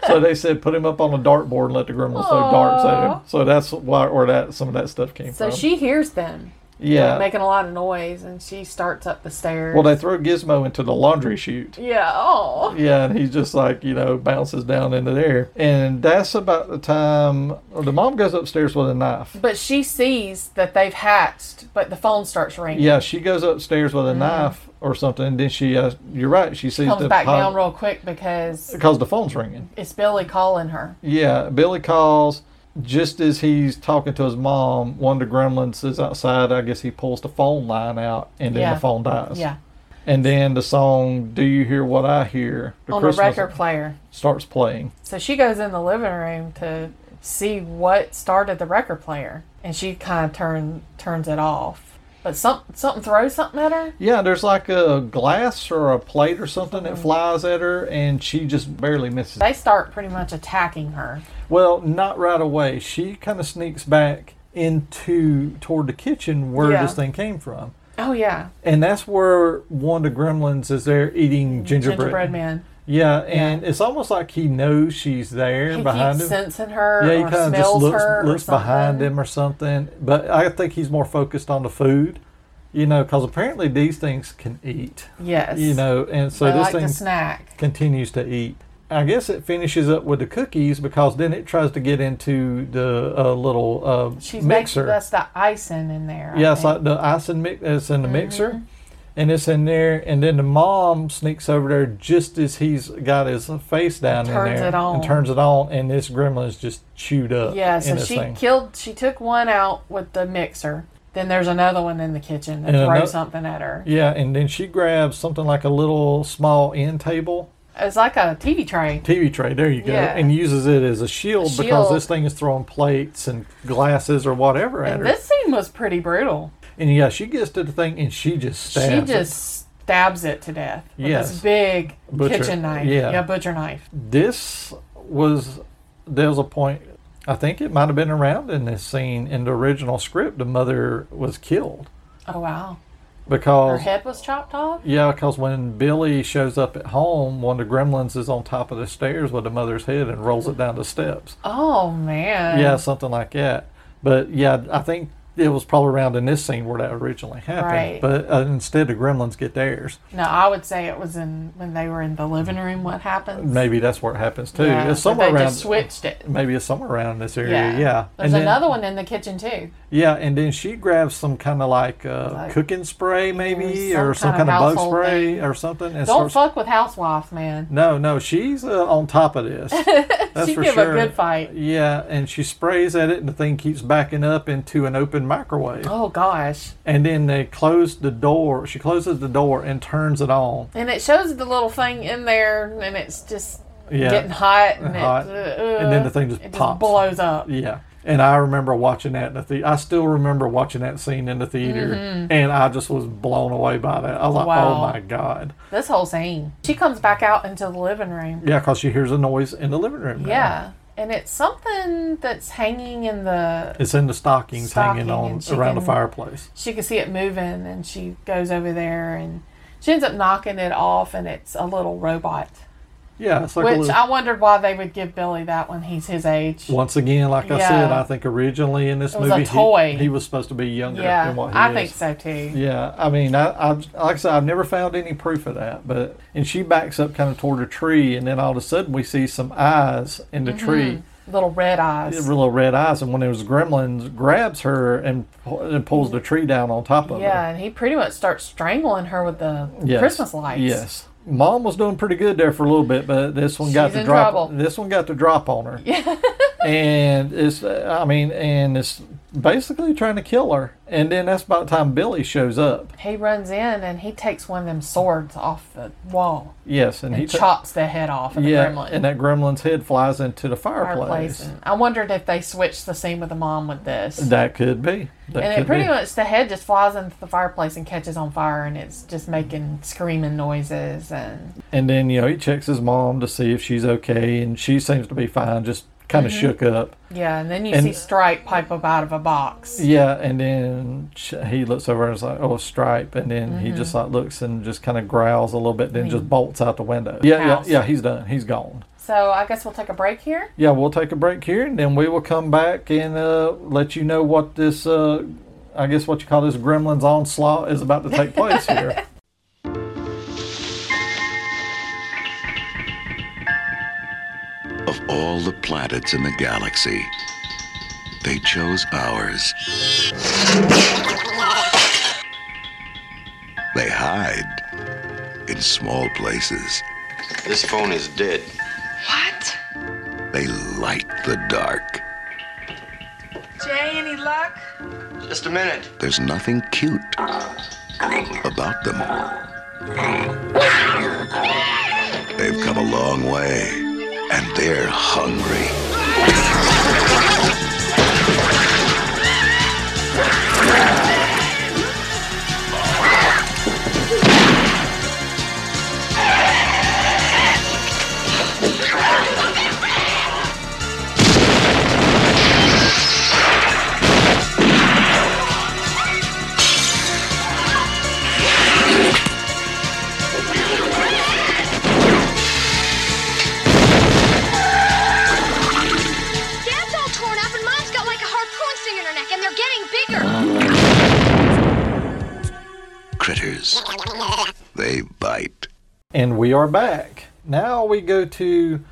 S4: so they said put him up on a dartboard and let the gremlins throw darts at him.
S3: Aw.
S4: So that's why or that some of that stuff came
S3: So
S4: from.
S3: she hears them
S4: yeah.
S3: making a lot of noise, and she starts up the stairs.
S4: well they throw Gizmo into the laundry chute.
S3: yeah. Oh.
S4: Yeah, and he just like, you know, bounces down into there. And that's about the time or the mom goes upstairs with a knife.
S3: But she sees that they've hatched, but the phone starts ringing.
S4: Yeah, she goes upstairs
S3: Mm.
S4: with a knife or something. And then she, uh, you're right, she sees
S3: Comes
S4: the
S3: back
S4: pile-
S3: down real quick because
S4: because the phone's ringing.
S3: it's Billy calling her.
S4: Yeah, Billy calls just as he's talking to his mom. One of the gremlins is outside. I guess he pulls the phone line out and then
S3: Yeah.
S4: the phone dies.
S3: Yeah.
S4: And then the song, Do You Hear What I Hear? The
S3: On the record player.
S4: starts playing.
S3: So she goes in the living room to see what started the record player, and she kind of turn turns it off. But some something throws something at her.
S4: Yeah, there's like a glass or a plate or something
S3: Mm-hmm.
S4: that flies at her, and she just barely misses.
S3: They start pretty much attacking her.
S4: Well, not right away. She kind of sneaks back into toward the kitchen where
S3: Yeah.
S4: this thing came from,
S3: Oh yeah,
S4: and that's where one of the gremlins is there eating gingerbread.
S3: Mm, gingerbread man.
S4: Yeah, and it's almost like he knows she's there
S3: He
S4: behind
S3: keeps
S4: him.
S3: sensing her
S4: Yeah, he
S3: or
S4: kind of
S3: smells
S4: just looks,
S3: her. or
S4: looks behind
S3: something.
S4: him or something. But I think he's more focused on the food, you know, because apparently these things can eat,
S3: Yes,
S4: you know, and so
S3: They
S4: this
S3: like
S4: thing
S3: the snack.
S4: continues to eat. I guess it finishes up with the cookies because then it tries to get into the uh, little uh,
S3: She's
S4: mixer.
S3: making that's the icing in there. I
S4: yeah, it's
S3: think.
S4: like the icing mix. It's in the
S3: Mm-hmm.
S4: mixer, and it's in there. And then the mom sneaks over there just as he's got his face down in
S3: Turns
S4: there
S3: it on.
S4: and turns it on, and this gremlin's just chewed up.
S3: yeah.
S4: in
S3: So
S4: this
S3: she
S4: thing.
S3: killed. She took one out with the mixer. Then there's another one in the kitchen that
S4: And ano-
S3: throws something at her.
S4: Yeah, and then she grabs something like a little small end table
S3: It's like a TV tray.
S4: TV tray. There you go,
S3: Yeah.
S4: and uses it as a shield, because
S3: shield.
S4: this thing is throwing plates and glasses or whatever at
S3: And
S4: her.
S3: this scene was pretty brutal.
S4: And yeah, she gets to the thing and she just stabs.
S3: she just stabs it to death with
S4: Yes.
S3: this big
S4: Butcher.
S3: kitchen knife.
S4: Yeah.
S3: butcher knife.
S4: it. This was there was a point. I think it might have been around in this scene in the original script. The mother was killed
S3: Oh wow. Her
S4: because
S3: head was chopped off.
S4: yeah, because when Billy shows up at home, one of the gremlins is on top of the stairs with the mother's head and rolls it down the steps.
S3: Oh man.
S4: Yeah, something like that. But yeah, I think it was probably around in this scene where that originally happened.
S3: Right.
S4: But uh, instead, the gremlins get theirs.
S3: No, I would say it was in when they were in the living room. What happens?
S4: Maybe that's where it happens too.
S3: Yeah,
S4: it's
S3: but
S4: somewhere
S3: they
S4: around.
S3: just switched it.
S4: maybe it's somewhere around this area. Yeah.
S3: Yeah. There's
S4: and then,
S3: another one in the kitchen too.
S4: Yeah, and then she grabs some kind of like, uh,
S3: Like-
S4: cooking spray, maybe,
S3: some
S4: or some
S3: kind
S4: kind
S3: of
S4: of, bug
S3: household
S4: spray
S3: thing.
S4: or something. And
S3: Don't
S4: starts-
S3: fuck with housewives, man.
S4: No, no, she's uh, on top of this. That's
S3: She
S4: for
S3: give
S4: sure.
S3: a good fight.
S4: Yeah, and she sprays at it, and the thing keeps backing up into an open microwave.
S3: Oh gosh.
S4: And then they close the door. She closes the door and turns it on.
S3: And it shows the little thing in there, and it's just
S4: Yeah.
S3: getting hot, and,
S4: Hot.
S3: It, uh,
S4: And then the thing just
S3: it
S4: pops.
S3: blows up.
S4: Yeah. And I remember watching that in the theater. I still remember watching that scene in the theater, and I just was blown away by that. I was like,
S3: Mm-hmm. Wow.
S4: "Oh my god!"
S3: This whole scene. She comes back out into the living room.
S4: Yeah, because she hears a noise in the living room. now.
S3: Yeah. And it's something that's hanging in the.
S4: it's in the stockings
S3: Stocking,
S4: hanging on
S3: and she
S4: around the
S3: can-
S4: fireplace.
S3: She can see it moving and she goes over there and she ends up knocking it off and it's a little robot.
S4: Yeah, it's like a
S3: Which
S4: little-
S3: I wondered why they would give Billy that when he's his age.
S4: once again, like I said,
S3: Yeah.
S4: I think originally in this
S3: was a
S4: movie, he-
S3: toy.
S4: He, was supposed to be younger
S3: yeah.
S4: than what he
S3: I
S4: is.
S3: think so too.
S4: Yeah, I mean, I, I've like I said, I've never found any proof of that. But and she backs up kind of toward a tree, and then all of a sudden we see some eyes in the tree,
S3: Little red eyes.
S4: little red eyes, and one of those gremlins grabs her and pu- and pulls the tree down on top of
S3: Yeah.
S4: her.
S3: And he pretty much starts strangling her with the
S4: Yes.
S3: Christmas lights.
S4: Yes, Mom was doing pretty good there for a little bit, but this one got
S3: She's
S4: the
S3: in
S4: drop.
S3: trouble.
S4: This one got the drop on her. and it's, uh, I mean, and it's basically trying to kill her. And then that's about the time Billy shows up.
S3: He runs in and he takes one of them swords off the wall
S4: Yes, and,
S3: and
S4: he ta-
S3: chops the head off of
S4: yeah,
S3: the gremlin.
S4: and that gremlin's head flies into the
S3: fireplace.
S4: fireplace.
S3: And I wondered if they switched the scene with the mom with this.
S4: That could be. That
S3: and
S4: could
S3: it pretty
S4: be.
S3: much the head just flies into the fireplace and catches on fire and it's just making screaming noises and
S4: And then, you know, he checks his mom to see if she's okay, and she seems to be fine, just kind
S3: Mm-hmm.
S4: of shook up.
S3: yeah and then you
S4: And-
S3: see stripe pipe up out of a box
S4: Yeah, and then sh- he looks over and is like, "Oh, Stripe," and then he
S3: Mm-hmm.
S4: just like looks and just kind of growls a little bit, then just bolts out the window. Yeah,
S3: Mm. House.
S4: yeah, yeah. He's done. He's gone.
S3: so i guess we'll take a break here
S4: Yeah, we'll take a break here, and then we will come back and uh, let you know what this, uh, I guess, what you call this Gremlins onslaught is about to take place here.
S8: Of all the planets in the galaxy, they chose ours. They hide in small places.
S9: This phone is dead.
S10: What?
S8: They light the dark.
S10: Jay, any luck?
S9: Just a minute.
S8: There's nothing cute about them. They've come a long way, and they're hungry.
S7: Dad's all torn up, and Mom's got like a harpoon sting in her neck, and they're getting bigger.
S8: Critters. They bite.
S4: and we are back. Now we go to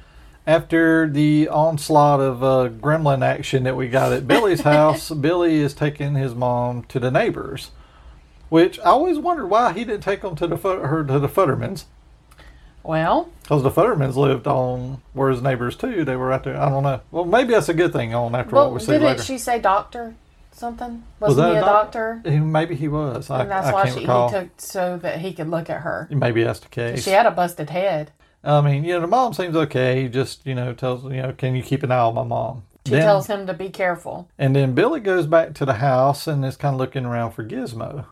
S4: after the onslaught of uh, Gremlin action that we got at Billy's house. Billy is taking his mom to the neighbors, which I always wondered why he didn't take them to the Fut- her to the Futtermans
S3: well
S4: because the Futtermans lived on where his neighbors too. They were right there. I don't know. Well, maybe that's a good thing on after
S3: well
S4: what we see
S3: didn't
S4: later.
S3: she say doctor something wasn't he a
S4: doc-
S3: doctor
S4: He- Maybe he was. I,
S3: and that's
S4: I
S3: why
S4: can't
S3: she, he
S4: recall.
S3: took so that he could look at her
S4: Maybe that's the case.
S3: she had a busted head
S4: I mean, you know, the mom seems okay. He just, you know, tells, you know, can you keep an eye on my mom?
S3: she tells him to be careful
S4: And then Billy goes back to the house and is kind of looking around for Gizmo.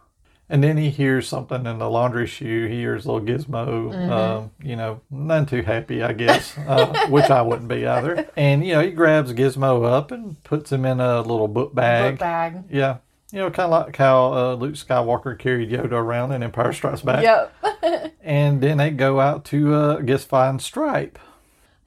S4: And then he hears something in the laundry chute. He hears little Gizmo,
S3: Mm-hmm.
S4: um, you know, none too happy, I guess, uh, which I wouldn't be either. And, you know, he grabs Gizmo up and puts him in a little book bag.
S3: book bag
S4: Yeah. You know, kind of like how uh, Luke Skywalker carried Yoda around in Empire Strikes Back.
S3: yep
S4: And then they go out to, uh, I guess, find Stripe.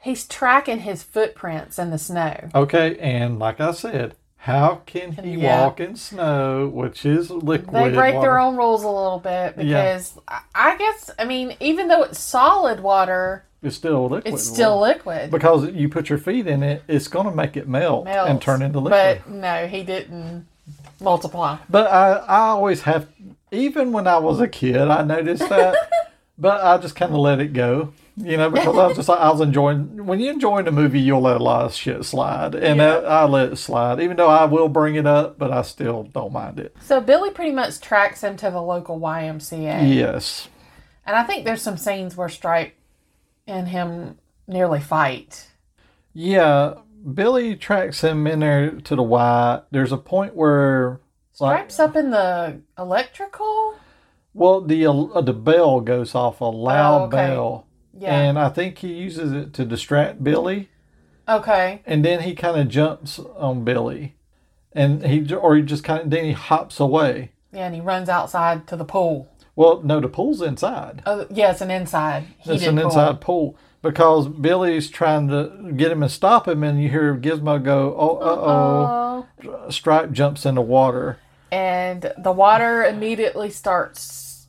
S3: he's tracking his footprints in the snow
S4: Okay, and like I said, how can he
S3: Yeah.
S4: walk in snow, which is liquid?
S3: They break
S4: water?
S3: their own rules a little bit
S4: Yeah.
S3: because I I guess I mean even though it's solid water,
S4: It's still liquid.
S3: it's still
S4: water.
S3: liquid.
S4: because you put your feet in it, it's going to make it melt and
S3: Melts.
S4: turn into liquid.
S3: But no, he didn't multiply.
S4: But, I, I always have, even when I was a kid, I noticed that. but I just kind of let it go, you know, because I was just like I was enjoying. When you're enjoying a movie, you'll let a lot of shit slide, and I, I let it slide, even though I will bring it up, but I still don't mind it.
S3: So Billy pretty much tracks him to the local YMCA,
S4: Yes.
S3: and I think there's some scenes where Stripe and him nearly fight.
S4: Yeah, Billy tracks him in there to the Y. There's a point where, like,
S3: Stripe's up in the electrical.
S4: well, the uh, the bell goes off a loud
S3: Oh, okay.
S4: bell,
S3: Yeah.
S4: and I think he uses it to distract Billy,
S3: okay.
S4: and then he kind of jumps on Billy, and he j- or he just kind of then he hops away.
S3: Yeah, and he runs outside to the pool.
S4: Well, no, the pool's inside.
S3: Oh, yeah, it's an inside.
S4: It's
S3: heated
S4: an
S3: pool.
S4: inside pool because Billy's trying to get him and stop him, and you hear Gizmo go, "Oh, uh oh!" Stripe jumps in the water.
S3: and the water immediately starts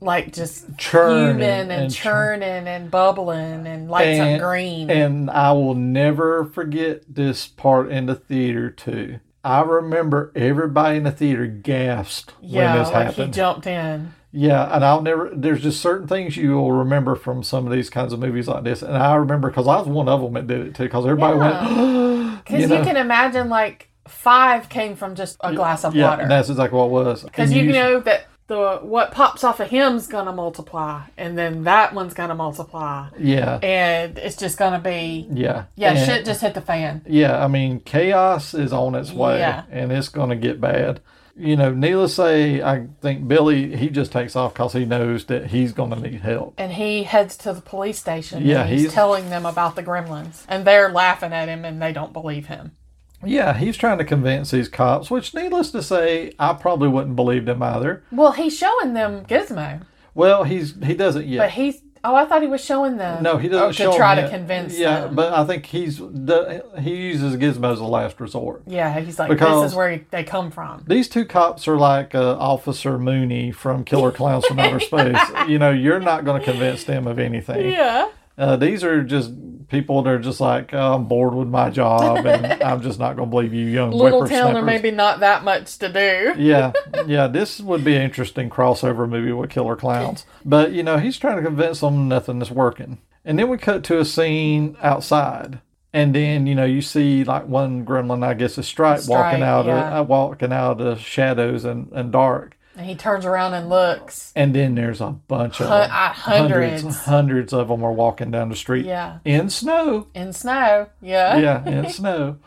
S3: like just
S4: churning
S3: fuming and,
S4: churn-
S3: churning and bubbling and lights
S4: and-
S3: up green.
S4: And I will never forget this part in the theater too. I remember everybody in the theater gasped
S3: yeah,
S4: when this
S3: like he
S4: happened.
S3: jumped in.
S4: Yeah, and I'll never. There's just certain things you will remember from some of these kinds of movies like this, and I remember because I was one of them that did it too. Because everybody went,
S3: Because you,
S4: know?
S3: can imagine like five came from just a glass of
S4: yeah,
S3: water.
S4: and that's exactly what it was.
S3: Because
S4: And
S3: you know that the what pops off of him's gonna multiply, and then that one's gonna multiply.
S4: Yeah.
S3: And it's just gonna be
S4: Yeah.
S3: yeah.
S4: And-
S3: shit just hit the fan.
S4: Yeah, I mean, chaos is on its way,
S3: Yeah.
S4: and it's going to get bad. You know, needless to say, I think Billy he just takes off because he knows that he's going to need help.
S3: And he heads to the police station.
S4: Yeah,
S3: and he's,
S4: he's-
S3: telling them about the gremlins, and they're laughing at him, and they don't believe him.
S4: Yeah, he's trying to convince these cops, which, needless to say, I probably wouldn't believe them either.
S3: Well, he's showing them Gizmo,
S4: Well, he's he doesn't yet.
S3: but he's oh, I thought he was showing them.
S4: no, he doesn't
S3: oh,
S4: show
S3: to
S4: 'em
S3: try
S4: yet.
S3: to convince.
S4: Yeah,
S3: them.
S4: but I think he's the, he uses Gizmo as a last resort.
S3: yeah, he's like, this
S4: Because-
S3: is where they come from.
S4: These two cops are like uh, Officer Mooney from Killer Clowns from Outer Space. You know, you're not going to convince them of anything.
S3: Yeah.
S4: Uh, these are just people that are just like, "Oh, I'm bored with my job and I'm just not going to believe you, young
S3: Little town, there
S4: whippersnappers.
S3: may be not that much to do.
S4: yeah, yeah, this would be an interesting crossover movie with Killer Clowns. But, you know, he's trying to convince them nothing is working. And then we cut to a scene outside. And then, you know, you see like one gremlin, I guess, is Stripe,
S3: Stripe,
S4: walking out
S3: yeah.
S4: of, uh, walking out of shadows and, and dark.
S3: And he turns around and looks.
S4: And then there's a bunch of
S3: Hun-
S4: them.
S3: uh, hundreds.
S4: hundreds, hundreds of them are walking down the street.
S3: Yeah.
S4: in snow.
S3: In snow. Yeah.
S4: Yeah, in snow,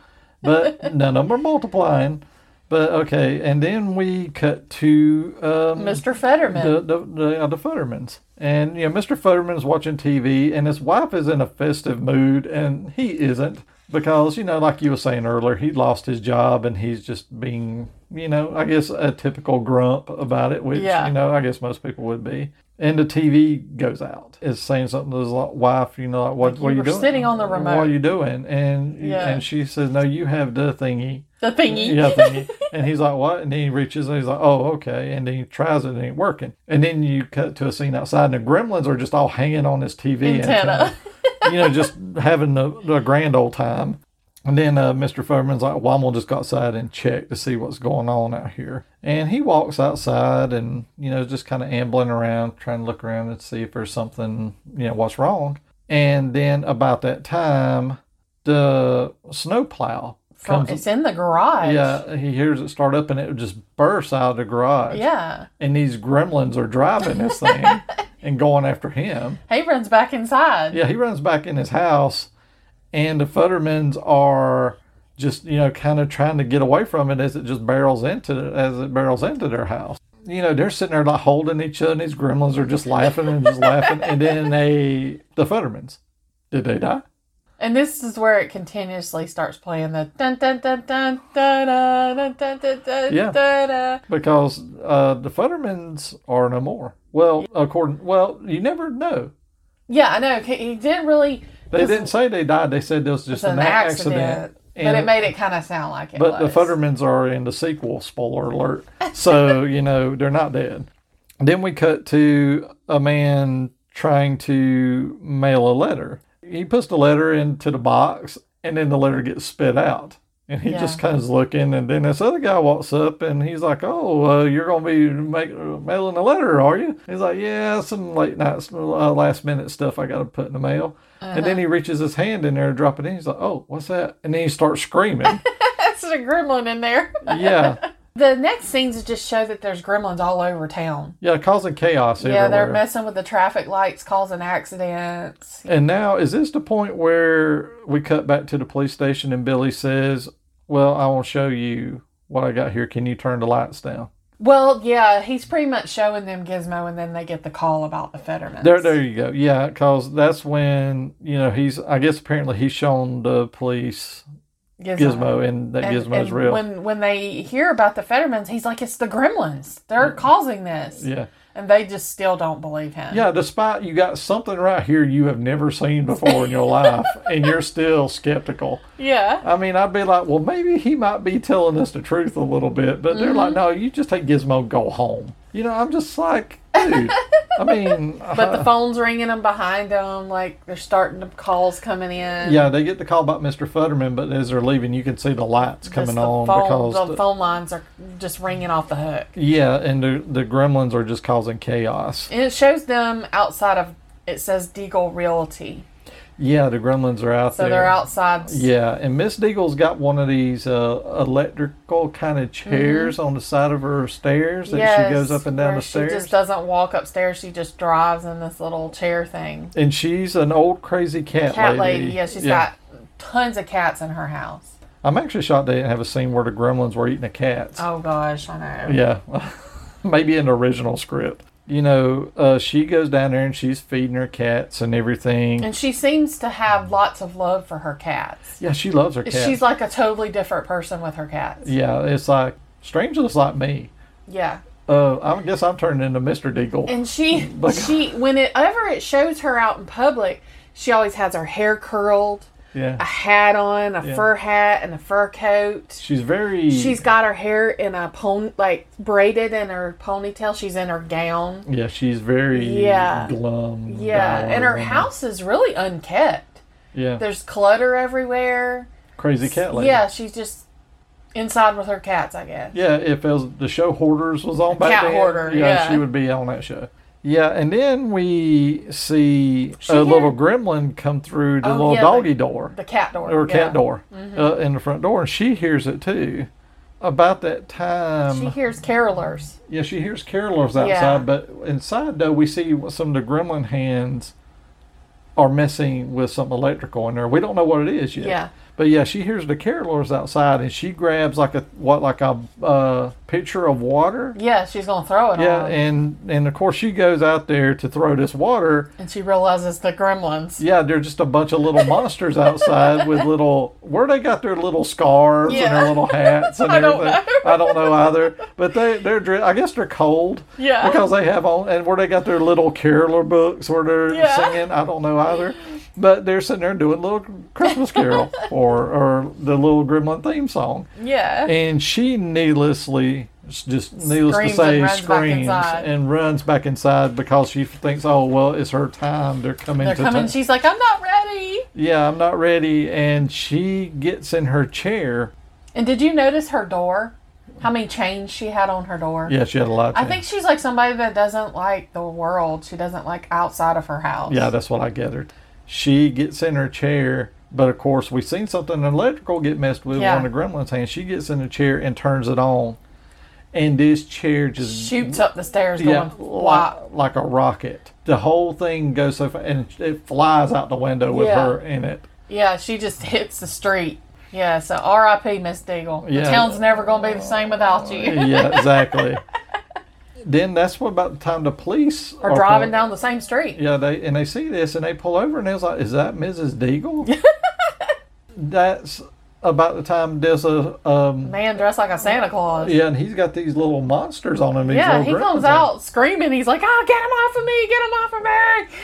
S4: but none of them are multiplying. But okay, and then we cut to um,
S3: Mr. Fetterman.
S4: the the the, uh, the Futtermans, and you know Mr. Futterman's watching TV, and his wife is in a festive mood, and he isn't because you know, like you were saying earlier, he lost his job, and he's just being, you know, I guess a typical grump about it, which
S3: Yeah.
S4: you know, I guess most people would be. And the TV goes out. It's saying something to his li- wife, you know, like, what, what are
S3: you
S4: you
S3: were
S4: doing?
S3: sitting on the
S4: What are
S3: remote.
S4: you doing? And
S3: Yeah.
S4: and she says, no, you have the thingy.
S3: the thingy.
S4: Yeah, thingy. and he's like, "What?" And then he reaches, and he's like, "Oh, okay." And then he tries it, and it ain't working. And then you cut to a scene outside, and the gremlins are just all hanging on his TV
S3: Antenna.
S4: antenna, you know, just having a, a grand old time. And then uh, Mr. Furman's like, "Well, I'm gonna just go outside and check to see what's going on out here." And he walks outside, and you know, just kind of ambling around, trying to look around and see if there's something, you know, what's wrong. And then about that time, the snowplow
S3: From-
S4: comes.
S3: it's in the garage.
S4: Yeah, he hears it start up and it just bursts out of the garage.
S3: Yeah.
S4: And these gremlins are driving this thing and going after him.
S3: He runs back inside.
S4: Yeah, he runs back in his house and the Futtermans are just, you know, kind of trying to get away from it as it just barrels into as it barrels into their house. You know, they're sitting there like holding each other and these gremlins are just laughing and just laughing and then they the Futtermans. Did they die?
S3: And this is where it continuously starts playing the dun dun dun dun dun dun dun dun dun dun
S4: Yeah.
S3: dun, dun.
S4: Because uh, the Futtermans are no more. Well, according well, you never know.
S3: Yeah, I know. He he didn't really.
S4: They
S3: This-
S4: didn't say they died. They said it was just
S3: It's an accident. But
S4: And-
S3: it made it kind of sound like it.
S4: but
S3: was.
S4: the Futtermans are in the sequel. Spoiler alert. So you know they're not dead. Then we cut to a man trying to mail a letter. He puts the letter into the box, and then the letter gets spit out. And he just kind of looking, and then this other guy walks up, and he's like, "Oh, uh, you're gonna be make, uh, mailing a letter, are you?" He's like, "Yeah, some late night, uh, last minute stuff I got to put in the mail." And then he reaches his hand in there, and drop it in. He's like, "Oh, what's that?" And then he starts screaming.
S3: That's a gremlin in there.
S4: yeah,
S3: The next scenes just show that there's gremlins all over town.
S4: yeah, causing chaos
S3: Yeah, they're
S4: everywhere.
S3: messing with the traffic lights, causing accidents.
S4: and now, is this the point where we cut back to the police station and Billy says, "Well, I will show you what I got here. Can you turn the lights down?"
S3: Well, yeah, he's pretty much showing them Gizmo, and then they get the call about the Fetterman.
S4: There, there you go. Yeah, because that's when you know he's. I guess apparently he's shown the police Gizmo, and that
S3: And-
S4: Gizmo's
S3: and
S4: real.
S3: When when they hear about the Fettermans, he's like, "It's the Gremlins. They're causing this."
S4: yeah,
S3: and they just still don't believe him.
S4: yeah. Despite you got something right here you have never seen before in your life, and you're still skeptical.
S3: yeah.
S4: I mean, I'd be like, well, maybe he might be telling us the truth
S3: Mm-hmm.
S4: a little bit, but they're like, no, you just take Gizmo, go home. You know, I'm just like, dude, I mean,
S3: But the phone's ringing them behind them. Like they're starting to calls coming in.
S4: yeah, they get the call about Mr. Futterman, but as they're leaving, you can see the lights
S3: Just
S4: coming
S3: the
S4: on
S3: phone,
S4: because
S3: the,
S4: the-
S3: phone lines are just ringing off the hook.
S4: yeah, and the the gremlins are just causing chaos.
S3: And it shows them outside of. It says Deagle Realty,
S4: Yeah, the gremlins are out
S3: so
S4: there.
S3: they're outside.
S4: Yeah, and Miss Deagle's got one of these uh, electrical kind of chairs on the side of her stairs that she goes
S3: Mm-hmm. Yes,
S4: up and down
S3: where
S4: the stairs.
S3: She just doesn't walk upstairs. She just drives in this little chair thing.
S4: and she's an old crazy cat,
S3: Cat
S4: lady.
S3: lady. Yeah, she's got tons of cats in her house.
S4: I'm actually shocked they didn't have a scene where the gremlins were eating the cats.
S3: Oh gosh, I know.
S4: Yeah, maybe an original script. You know, uh, she goes down there and she's feeding her cats and everything.
S3: And she seems to have lots of love for her cats.
S4: yeah, she loves her cats.
S3: She's like a totally different person with her cats.
S4: yeah, it's like strangely, it's like me.
S3: Yeah.
S4: Uh, I guess I'm turning into Mr. Deagle.
S3: And she she whenever it shows her out in public, she always has her hair curled,
S4: yeah,
S3: a hat on, a
S4: Yeah.
S3: fur hat and a fur coat.
S4: she's very.
S3: She's got her hair in a pon like braided in her ponytail. She's in her gown.
S4: Yeah, she's very
S3: Yeah.
S4: glum.
S3: Yeah,
S4: dour
S3: and her
S4: woman.
S3: house is really unkept.
S4: Yeah,
S3: There's clutter everywhere.
S4: crazy cat lady.
S3: Yeah, she's just inside with her cats, I guess.
S4: Yeah, if it was the show Hoarders was on back
S3: Cat
S4: then,
S3: Hoarder, yeah.
S4: she would be on that show. Yeah, and then we see
S3: She
S4: a
S3: had-
S4: little gremlin come through the
S3: Oh,
S4: little
S3: yeah, the-
S4: doggy door
S3: The cat door.
S4: or
S3: yeah. Mm-hmm.
S4: cat door uh, in the front door, and she hears it too. About that time,
S3: She hears carolers.
S4: yeah, she hears carolers outside,
S3: Yeah.
S4: but inside though we see what some of the gremlin hands are messing with some electrical in there. We don't know what it is yet.
S3: Yeah.
S4: But yeah, she hears the carolers outside, and she grabs like a what like a uh, pitcher of water.
S3: Yeah, she's gonna throw it.
S4: Yeah,
S3: on 'em.
S4: and and of course she goes out there to throw this water.
S3: and she realizes the gremlins.
S4: Yeah, they're just a bunch of little monsters outside with little where they got their little scarves and
S3: Yeah.
S4: their little hats and
S3: I don't
S4: everything. I don't know either, but they they're dre- I guess they're cold.
S3: Yeah.
S4: because they have on and where they got their little caroler books where they're
S3: Yeah.
S4: singing. I don't know either, but they're sitting there doing little Christmas carol or or the little gremlin theme song
S3: Yeah.
S4: and she needlessly just needless
S3: Screams
S4: to say
S3: and runs back
S4: screams
S3: inside.
S4: and runs back inside because she thinks oh well it's her time they're coming
S3: They're
S4: to
S3: coming.
S4: ta-
S3: She's like, I'm not ready.
S4: yeah i'm not ready and she gets in her chair
S3: And did you notice her door? How many chains she had on her door?
S4: yeah she had a lot of
S3: I think she's like somebody that doesn't like the world. She doesn't like outside of her house.
S4: yeah that's what i gathered she gets in her chair but of course we've seen something electrical get messed with
S3: Yeah.
S4: on the gremlin's hand she gets in the chair and turns it on and this chair just
S3: Shoots up the stairs going
S4: yeah,
S3: whop.
S4: like, like a rocket. The whole thing goes so far, and it flies out the window with
S3: Yeah.
S4: her in it.
S3: Yeah, she just hits the street. Yeah, so R.I.P. Miss Deagle.
S4: Yeah.
S3: The town's never gonna be the same without you.
S4: yeah, exactly. then that's what about the time the police
S3: Or driving
S4: pull-
S3: down the same street.
S4: Yeah, they and they see this and they pull over and they was like, "Is that Mrs. Deagle?" that's about the time there's a um,
S3: Man dressed like a Santa Claus.
S4: yeah, and he's got these little monsters on him. these
S3: Yeah,
S4: little
S3: he
S4: gremlins
S3: comes
S4: on him.
S3: out screaming. He's like, "Oh, get him off of me! Get him off of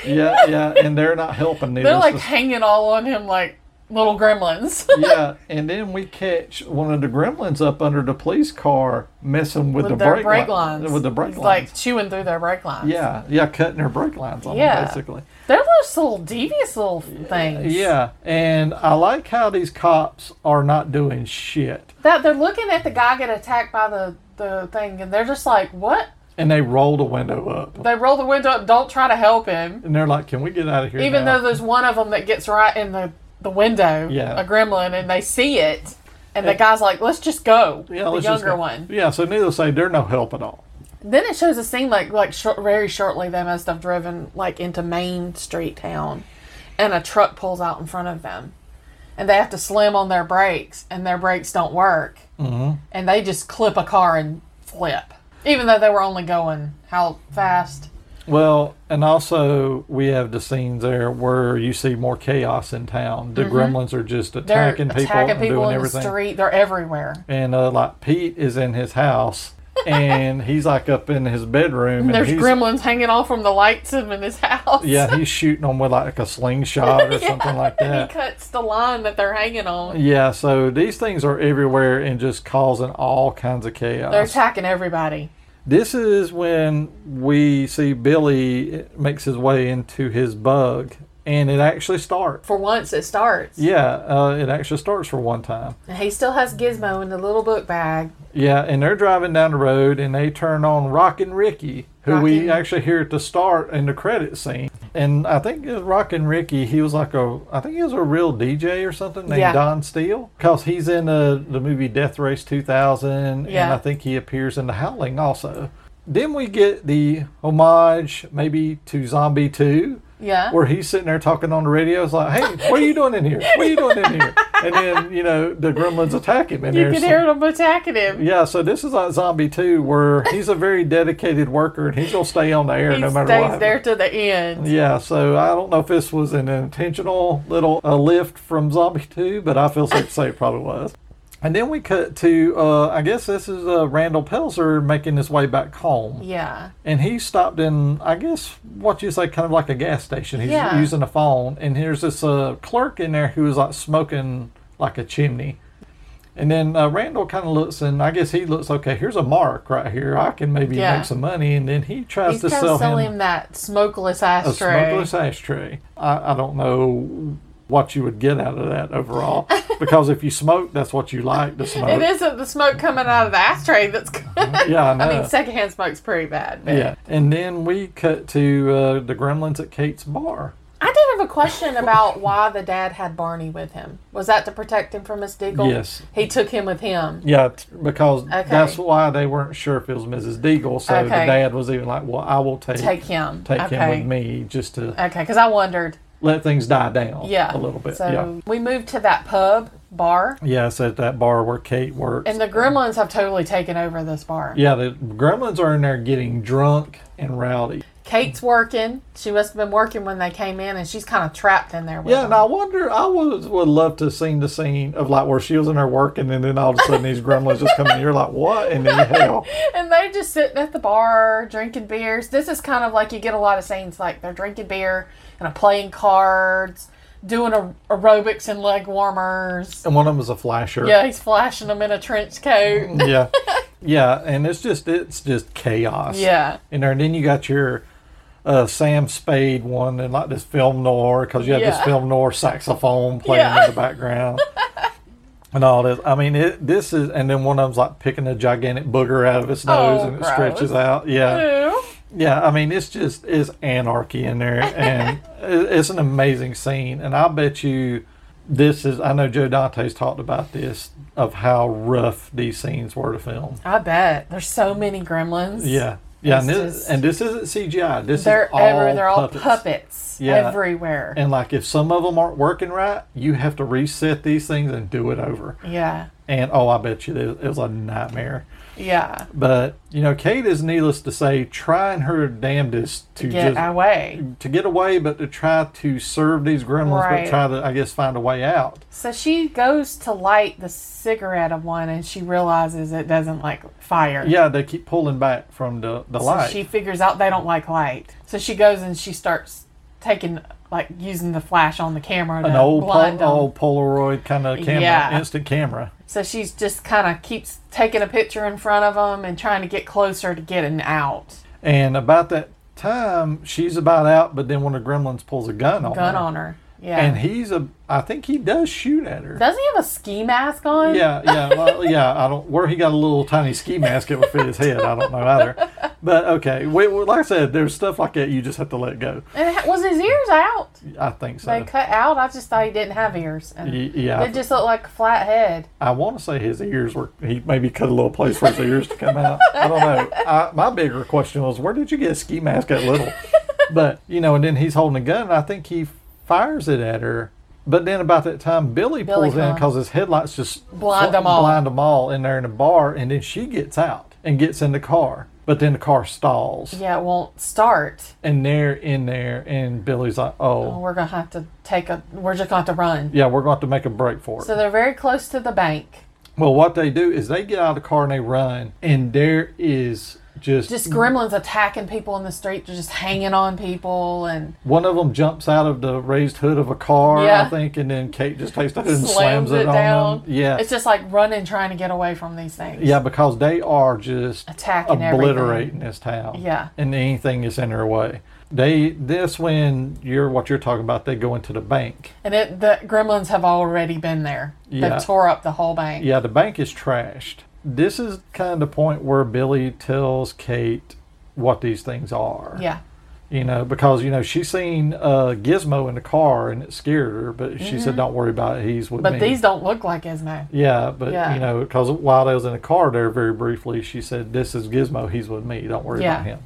S3: me!"
S4: Yeah, yeah, and they're not helping.
S3: They're
S4: needless
S3: like
S4: to say.
S3: hanging all on him like little gremlins.
S4: yeah, and then we catch one of the gremlins up under the police car messing with,
S3: with
S4: the
S3: their
S4: brake,
S3: brake
S4: li-
S3: lines.
S4: With the brake
S3: It's
S4: lines.
S3: Like chewing through their brake lines.
S4: yeah, yeah, cutting their brake lines on
S3: Yeah.
S4: them, basically.
S3: They're those little devious little things.
S4: Yeah, and I like how these cops are not doing shit.
S3: That they're looking at the guy get attacked by the, the thing and they're just like, What?
S4: And they roll the window up.
S3: They roll the window up, don't try to help him.
S4: And they're like, can we get out of here
S3: Even
S4: now?
S3: though there's one of them that gets right in the, the window,
S4: Yeah.
S3: a gremlin, and they see it. And the guy's like, let's just go.
S4: yeah,
S3: the
S4: let's just
S3: younger
S4: go.
S3: one.
S4: Yeah, so needless to say, they're no help at all.
S3: Then it shows a scene like like short, very shortly they must have driven like into Main Street town, and a truck pulls out in front of them, and they have to slam on their brakes, and their brakes don't work, mm-hmm. and they just clip a car and flip, even though they were only going how fast?
S4: Well, and also we have the scenes there where you see more chaos in town. The gremlins are just
S3: Mm-hmm. They're
S4: attacking people
S3: attacking
S4: and
S3: people
S4: doing
S3: in
S4: everything.
S3: the street. They're everywhere.
S4: and uh, like Pete is in his house and he's like up in his bedroom and
S3: There's
S4: he's
S3: gremlins hanging off from the lights of in his house.
S4: yeah he's shooting them with like a slingshot or something like
S3: he
S4: that.
S3: cuts the line that they're hanging on.
S4: Yeah, so these things are everywhere and just causing all kinds of chaos.
S3: They're attacking everybody.
S4: This is when we see Billy makes his way into his bug, and it actually starts.
S3: For once, it starts.
S4: Yeah, uh, it actually starts for one time.
S3: And he still has Gizmo in the little book bag.
S4: Yeah, and they're driving down the road, and they turn on Rockin' Ricky, who we
S3: Rockin'.
S4: actually hear at the start in the credit scene. And I think it was Rockin' Ricky. He was like a, I think he was a real DJ or something named
S3: Yeah.
S4: Don Steele, because he's in uh, the movie Death Race 2000, and
S3: Yeah.
S4: I think he appears in The Howling also. Then we get the homage, maybe to Zombie Two,
S3: Yeah.
S4: where he's sitting there talking on the radio. It's like, "Hey, what are you doing in here? What are you doing in here?" And then you know the gremlins attack him, and
S3: you
S4: there's
S3: can hear him attacking him.
S4: yeah, so this is like Zombie 2, where he's a very dedicated worker and he's going to stay on the air
S3: he
S4: no matter
S3: stays
S4: what.
S3: there to the end.
S4: Yeah, so I don't know if this was an intentional little uh, lift from Zombie 2, but I feel safe to say it probably was. And then we cut to, uh, I guess this is uh, Randall Pelzer making his way back home.
S3: Yeah.
S4: And he stopped in, I guess, what you say, kind of like a gas station. He's
S3: Yeah.
S4: using a phone, and here's this uh, clerk in there who is like smoking like a chimney. And then uh, Randall kind of looks, and I guess he looks, okay, here's a mark right here. I can maybe
S3: Yeah.
S4: make some money. And then he tries
S3: He's
S4: to
S3: trying
S4: sell,
S3: to sell
S4: him,
S3: him, that smokeless
S4: a
S3: ashtray.
S4: smokeless ashtray. I, I don't know what you would get out of that overall, because if you smoke, that's what you like to smoke.
S3: It isn't the smoke coming out of the ashtray that's good.
S4: Yeah, I know.
S3: I mean, secondhand smoke's pretty bad. But
S4: yeah. And then we cut to uh, the gremlins at Kate's bar.
S3: I did have a question about why the dad had Barney with him. Was that to protect him from Miss Deagle?
S4: Yes.
S3: He took him with him.
S4: Yeah, t- because
S3: Okay.
S4: that's why they weren't sure if it was Mrs. Deagle. So the
S3: Okay.
S4: dad was even like, "Well, I will take
S3: Take him.
S4: take
S3: okay.
S4: him with me just to
S3: Okay, because I wondered.
S4: let things die down
S3: Yeah.
S4: a little bit."
S3: So
S4: yeah,
S3: we moved to that pub bar,
S4: yeah. So at that bar where Kate works,
S3: and the gremlins have totally taken over this bar.
S4: yeah, the gremlins are in there getting drunk and rowdy.
S3: Kate's working. She must have been working when they came in, and she's kind of trapped in there with
S4: Yeah,
S3: them.
S4: and I wonder. I was would love to have seen the scene of like where she was in there working, and then all of a sudden these gremlins just come in. You're like, "What in the hell?"
S3: And they're just sitting at the bar drinking beers. This is kind of like you get a lot of scenes like they're drinking beer and are playing cards, doing a- aerobics and leg warmers.
S4: And one of them was a flasher.
S3: Yeah, he's flashing them in a trench coat.
S4: yeah, yeah, and it's just it's just chaos.
S3: Yeah.
S4: in there, and then you got your uh, Sam Spade one, and like this film noir because you have this
S3: Yeah.
S4: film noir saxophone playing
S3: Yeah.
S4: in the background. And all this. I mean, it, this is, and then one of them's like picking a gigantic booger out of its nose
S3: Oh,
S4: and it stretches
S3: gross.
S4: out. Yeah.
S3: Ew.
S4: Yeah. I mean, it's just, it's anarchy in there. And it- it's an amazing scene. And I bet you this is, I know Joe Dante's talked about this of how rough these scenes were to film.
S3: I bet. There's so many gremlins.
S4: Yeah. Yeah, and
S3: It's
S4: this,
S3: just-
S4: and this isn't CGI. This
S3: They're
S4: is all
S3: everywhere. They're all
S4: puppets.
S3: puppets,
S4: Yeah.
S3: everywhere.
S4: And like, if some of them aren't working right, you have to reset these things and do it over.
S3: yeah.
S4: And oh, I bet you it it was a nightmare.
S3: Yeah.
S4: But you know, Kate is needless to say trying her damnedest to
S3: Get
S4: just
S3: away.
S4: to get away, but to try to serve these gremlins,
S3: Right.
S4: but try to I guess find a way out.
S3: So she goes to light the cigarette of one and she realizes it doesn't like fire.
S4: Yeah, they keep pulling back from the the
S3: So
S4: light.
S3: she figures out they don't like light. So she goes and she starts taking, like, using the flash on the camera to
S4: an old
S3: blind
S4: pol-
S3: them.
S4: old Polaroid kind of camera,
S3: Yeah.
S4: instant camera.
S3: So she's just kind of keeps taking a picture in front of them and trying to get closer to getting out.
S4: And about that time, she's about out, but then one of the gremlins pulls a gun on
S3: Gun
S4: her.
S3: on her. Yeah.
S4: Uh-huh. And he's a. I think he does shoot at her.
S3: Does he have a ski mask on?
S4: yeah, yeah, well, yeah. I don't. Where he got a little tiny ski mask that would fit his head, I don't know either. But okay, we, we- like I said, there's stuff like that you just have to let go.
S3: And ha- was his ears out?
S4: I think so.
S3: They cut out. I just thought he didn't have ears. And
S4: Y- yeah, I
S3: It just looked like a flat head.
S4: I want to say his ears were. He maybe cut a little place for his ears to come out. I don't know. I, my bigger question was, where did you get a ski mask at little? But you know, and then he's holding a gun. And I think he fires it at her. But then about that time, Billy,
S3: Billy
S4: pulls in
S3: comes.
S4: because his headlights just
S3: Blind
S4: fl-
S3: 'em all.
S4: blind them all in there in the bar, and then she gets out and gets in the car. But then the car stalls,
S3: Yeah, it won't start.
S4: and they're in there, and Billy's like, "Oh,
S3: We're going to have to take a, we're just going to have to run.
S4: yeah, we're going to have to make a break for it."
S3: So they're very close to the bank.
S4: Well, what they do is they get out of the car and they run, and there is Just,
S3: just gremlins attacking people in the street, just hanging on people, and
S4: One of them jumps out of the raised hood of a car,
S3: Yeah.
S4: I think, and then Kate just takes the hood and
S3: slams,
S4: slams,
S3: it,
S4: on
S3: down.
S4: them. Yeah,
S3: it's just like running, trying to get away from these things.
S4: yeah, because they are just
S3: Attacking everything.
S4: obliterating this town.
S3: Yeah.
S4: and anything that's in their way. They this when you're what you're talking about. They go into the bank.
S3: And it, the gremlins have already been there.
S4: Yeah.
S3: They've tore up the whole bank.
S4: Yeah, the bank is trashed. This is kind of the point where Billy tells Kate what these things are.
S3: Yeah.
S4: You know, because, you know, she's seen uh, Gizmo in the car and it scared her, but she said,
S3: Mhm.
S4: don't worry about it. He's with
S3: But
S4: me.
S3: these don't look like Gizmo.
S4: Yeah, but,
S3: Yeah.
S4: you know, because while I was in the car there very briefly, she said, this is Gizmo. He's with me. Don't worry
S3: Yeah.
S4: about him.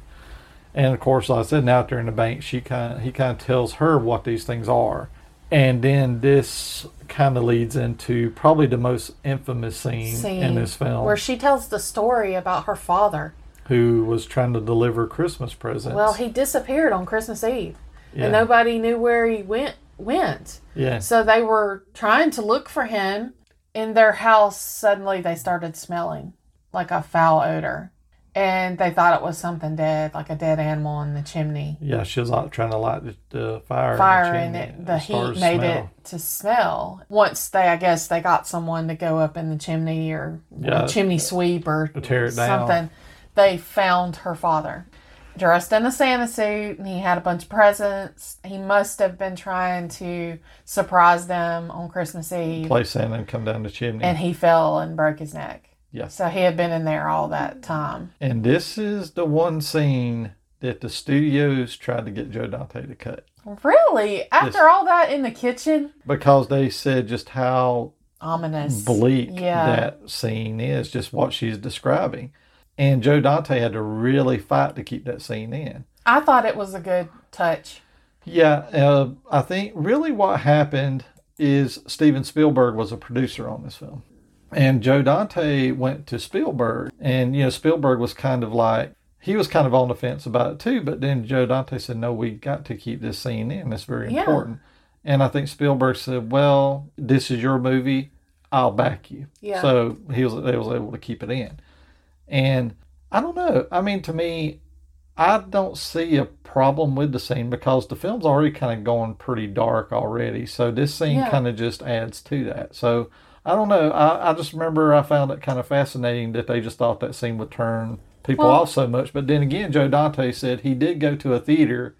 S4: And of course, like I said, now during the bank, she kind he kind of tells her what these things are, and then this kind of leads into probably the most infamous scene, in
S3: Scene
S4: this film,
S3: where she tells the story about her father.
S4: who was trying to deliver Christmas presents.
S3: Well, he disappeared on Christmas Eve,
S4: Yeah.
S3: and nobody knew where he went. Went.
S4: Yeah.
S3: So they were trying to look for him in their house. Suddenly, they started smelling like a foul odor, and they thought it was something dead, like a dead animal in the chimney.
S4: yeah, she was like trying to light the, the fire, in the
S3: Fire and
S4: chimney
S3: it, the
S4: as far
S3: heat
S4: as
S3: made
S4: smell.
S3: it to smell. Once they, I guess, they got someone to go up in the chimney or
S4: Yeah.
S3: chimney sweep or
S4: To tear it down.
S3: something. They found her father dressed in a Santa suit and he had a bunch of presents. He must have been trying to surprise them on Christmas Eve.
S4: place in and come down the chimney.
S3: And he fell and broke his neck.
S4: Yeah.
S3: So he had been in there all that time.
S4: And this is the one scene that the studios tried to get Joe Dante to cut
S3: Really? After all that in the kitchen?
S4: because they said just how
S3: Ominous.
S4: bleak
S3: Yeah.
S4: that scene is, just what she's describing. And Joe Dante had to really fight to keep that scene in.
S3: I thought it was a good touch.
S4: Yeah, uh, I think really what happened is Steven Spielberg was a producer on this film. And Joe Dante went to Spielberg. And, you know, Spielberg was kind of like, he was kind of on the fence about it too. But then Joe Dante said, no, we got to keep this scene in. It's very
S3: Yeah.
S4: important. And I think Spielberg said, well, this is your movie. I'll back you.
S3: Yeah.
S4: So he was, they was able to keep it in. And I don't know. I mean, to me, I don't see a problem with the scene because the film's already kind of going pretty dark already. So this scene
S3: Yeah.
S4: kind of just adds to that. So I don't know. I, I just remember I found it kind of fascinating that they just thought that scene would turn people
S3: Well-
S4: off so much. But then again, Joe Dante said he did go to a theater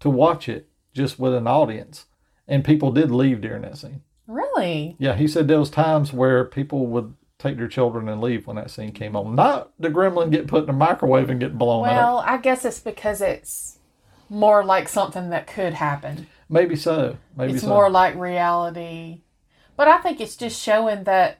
S4: to watch it just with an audience, and people did leave during that scene.
S3: Really?
S4: Yeah, he said there was times where people would take their children and leave when that scene came on. Not the gremlin get put in the microwave and get blown up.
S3: Well, I guess it's because it's more like something that could happen.
S4: Maybe so. Maybe
S3: it's
S4: so.
S3: more like reality. But I think it's just showing that,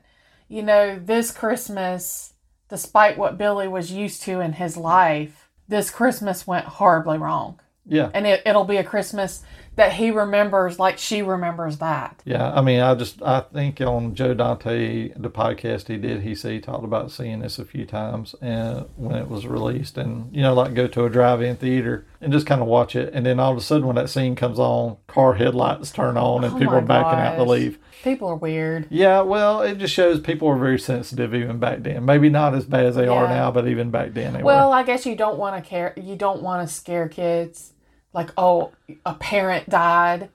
S3: you know, this Christmas, despite what Billy was used to in his life, this Christmas went horribly wrong.
S4: yeah.
S3: And it, it'll be a Christmas that he remembers like she remembers that.
S4: yeah. I mean, I just, I think on Joe Dante, the podcast he did, he said he talked about seeing this a few times and when it was released and, you know, like go to a drive in theater and just kind of watch it. And then all of a sudden when that scene comes on, car headlights turn on and
S3: Oh
S4: people
S3: my
S4: are backing out to
S3: gosh.
S4: leave.
S3: People are weird.
S4: Yeah, well, it just shows people were very sensitive even back then. Maybe not as bad as they are
S3: Yeah.
S4: now, but even back then they
S3: Well,
S4: were.
S3: I guess you don't want to care. You don't want to scare kids. Like, oh, a parent died,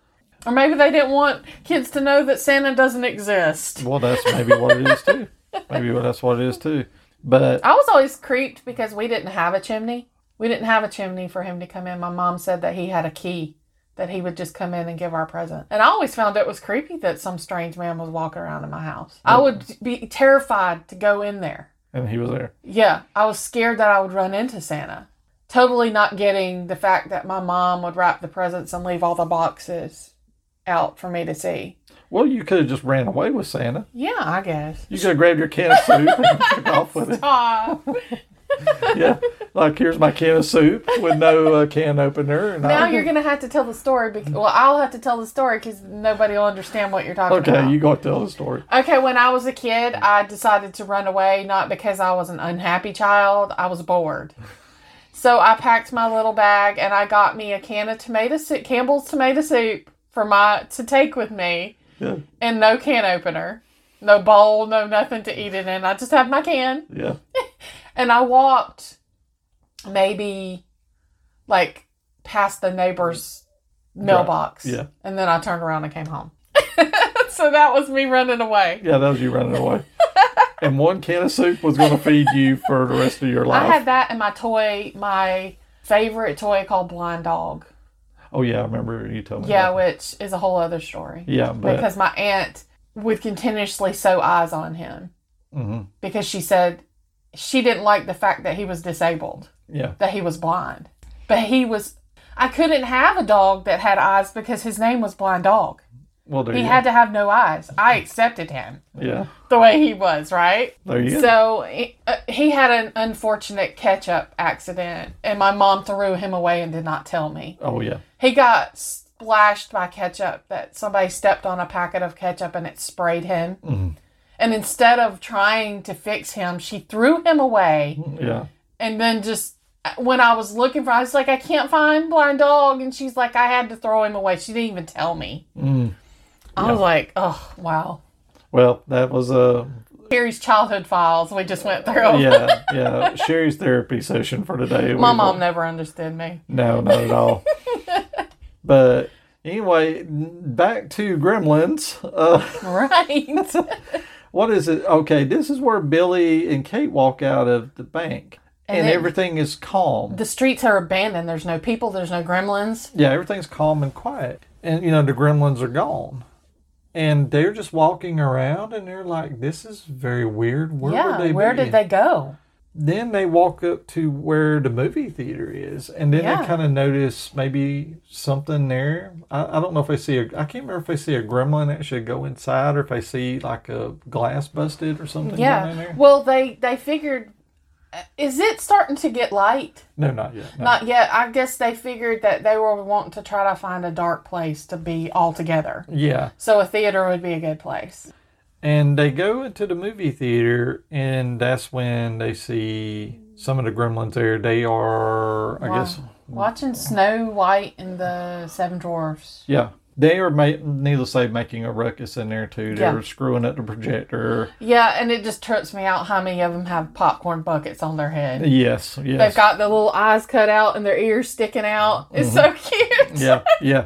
S3: or maybe they didn't want kids to know that Santa doesn't exist.
S4: Well, that's maybe what it is too. Maybe that's what it is too. But
S3: I was always creeped because we didn't have a chimney. We didn't have a chimney for him to come in. My mom said that he had a key that he would just come in and give our present. And I always found it was creepy that some strange man was walking around in my house. I would be terrified to go in there.
S4: and he was there.
S3: Yeah, I was scared that I would run into Santa. Totally not getting the fact that my mom would wrap the presents and leave all the boxes out for me to see.
S4: Well, you could have just ran away with Santa.
S3: Yeah, I guess.
S4: You could have grabbed your can of soup and took off with it.
S3: Ah,
S4: Yeah, like here's my can of soup with no uh, can opener. And
S3: now
S4: I-
S3: you're gonna have to tell the story. Because, well, I'll have to tell the story because nobody will understand what you're talking about.
S4: okay. You go tell the story.
S3: Okay, when I was a kid, I decided to run away not because I was an unhappy child, I was bored. So I packed my little bag and I got me a can of tomato soup, Campbell's tomato soup for my to take with me
S4: Yeah,
S3: and no can opener, no bowl, no nothing to eat it in. I just had my can
S4: yeah.
S3: and I walked maybe like past the neighbor's mailbox.
S4: Yeah.
S3: And then I turned around and came home. so that was me running away.
S4: Yeah, that was you running away. and one can of soup was going to feed you for the rest of your life.
S3: I had that and my toy, my favorite toy called Blind Dog.
S4: oh yeah, I remember you told me.
S3: Yeah,
S4: that.
S3: which is a whole other story.
S4: Yeah, but-
S3: because my aunt would continuously sew eyes on him
S4: hmm
S3: because she said she didn't like the fact that he was disabled,
S4: Yeah.
S3: that he was blind. But he was, I couldn't have a dog that had eyes because his name was Blind Dog.
S4: Well, there
S3: he
S4: you
S3: had to have no eyes. I accepted him
S4: go. Yeah.
S3: the way he was, right?
S4: There you go.
S3: So he, uh, he had an unfortunate catch up accident, and my mom threw him away and did not tell me.
S4: Oh yeah.
S3: He got splashed by ketchup that somebody stepped on a packet of ketchup and it sprayed him.
S4: Mhm.
S3: And instead of trying to fix him, she threw him away
S4: Yeah.
S3: and then just when I was looking for, I was like, I can't find blind dog, and she's like, I had to throw him away. She didn't even tell me.
S4: Mm.
S3: I was like, oh wow.
S4: Well, that was a
S3: Carrie's childhood files. We just went through. 'em.
S4: yeah yeah Sherry's therapy session for today.
S3: My
S4: We-
S3: mom never understood me.
S4: No, not at all. but anyway, back to Gremlins. Uh,
S3: Right.
S4: what is it? Okay, this is where Billy and Kate walk out of the bank,
S3: And
S4: and,
S3: then-
S4: everything is calm.
S3: the streets are abandoned. There's no people. There's no gremlins.
S4: Yeah, everything's calm and quiet. And, you know, the gremlins are gone. And they're just walking around and they're like, this is very weird. Where
S3: yeah.
S4: would they
S3: where
S4: be?
S3: did they go?
S4: Then they walk up to where the movie theater is. And then
S3: Yeah.
S4: they kind of notice maybe something there. I, I don't know if they see a, I can't remember if they see a gremlin actually go inside or if they see like a glass busted or something down in
S3: Yeah.
S4: there.
S3: Well, they they figured. uh, Is it starting to get light?
S4: No, not yet. No.
S3: Not yet. I guess they figured that they were wanting to try to find a dark place to be all together.
S4: yeah.
S3: So a theater would be a good place.
S4: And they go into the movie theater, and that's when they see some of the gremlins there. They are, I
S3: Wow.
S4: guess,
S3: Watching Snow White and the Seven Dwarfs.
S4: yeah. They are, ma- needless to say, making a ruckus in there too. They're
S3: Yeah.
S4: screwing up the projector.
S3: Yeah, and it just trips me out how many of them have popcorn buckets on their head.
S4: Yes, yes.
S3: They've got the little eyes cut out and their ears sticking out. It's so cute.
S4: Mm-hmm. yeah, yeah.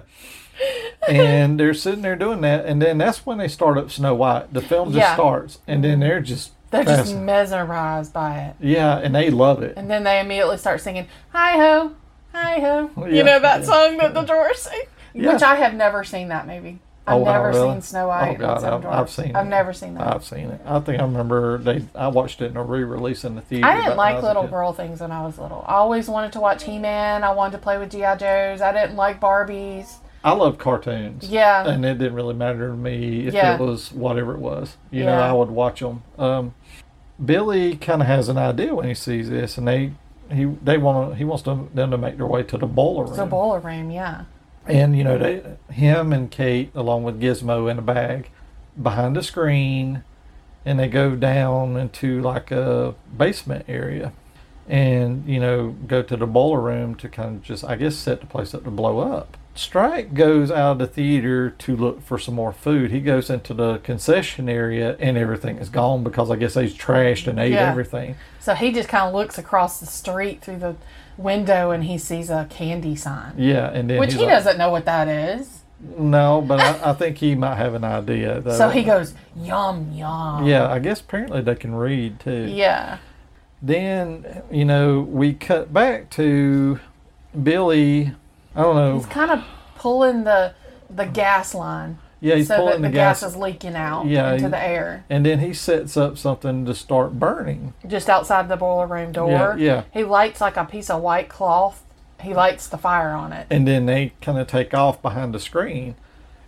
S4: And they're sitting there doing that, and then that's when they start up Snow White. The film just
S3: Yeah.
S4: starts, and then they're just
S3: They're just
S4: fascinated.
S3: mesmerized by it.
S4: yeah, and they love it.
S3: And then they immediately start singing, Hi ho, hi ho.
S4: Oh, yeah,
S3: you know that song that the Dwarfs sing?
S4: Yeah.
S3: Which I have never seen that movie. I've
S4: Oh, wow,
S3: never
S4: really?
S3: seen Snow White.
S4: Oh
S3: and
S4: God,
S3: Seven
S4: I've, I've
S3: Dwarfs.
S4: seen.
S3: I've
S4: it.
S3: never seen that.
S4: I've seen it. I think I remember they. I watched it in a re-release in the theater.
S3: I
S4: back when
S3: didn't like
S4: was a
S3: little
S4: kid.
S3: girl things when I was little. I always wanted to watch He Man. I wanted to play with GI Joes. I didn't like Barbies.
S4: I love cartoons.
S3: Yeah.
S4: and it didn't really matter to me if
S3: Yeah.
S4: it was whatever it was. You know,
S3: Yeah.
S4: I would watch them. Um, Billy kind of has an idea when he sees this, and they he they want to he wants to, them to make their way to the boiler room.
S3: The boiler room, yeah.
S4: And you know, they, him and Kate, along with Gizmo in a bag, behind a screen, and they go down into like a basement area, and you know, go to the boiler room to kind of just, I guess, set the place up to blow up. Strike goes out of the theater to look for some more food. He goes into the concession area, and everything is gone because I guess they trashed and ate
S3: Yeah.
S4: everything.
S3: So he just kind of looks across the street through the window and he sees a candy sign,
S4: Yeah, and then
S3: which
S4: he's
S3: he
S4: like,
S3: doesn't know what that is.
S4: No, but I, I think he might have an idea. Though.
S3: So he goes, yum, yum.
S4: Uh, Yeah, I guess apparently they can read too.
S3: Uh-huh. Yeah.
S4: Then, you know, we cut back to Billy. I don't know.
S3: He's kind of pulling the the gas line
S4: Yeah, he's
S3: so
S4: pulling
S3: that
S4: the
S3: the gas.
S4: gas-
S3: is leaking out
S4: Yeah,
S3: into
S4: he-
S3: the air
S4: And then he sets up something to start burning.
S3: just outside the boiler room door.
S4: yeah.
S3: He lights like a piece of white cloth. He lights the fire on it.
S4: And then they kind of take off behind the screen.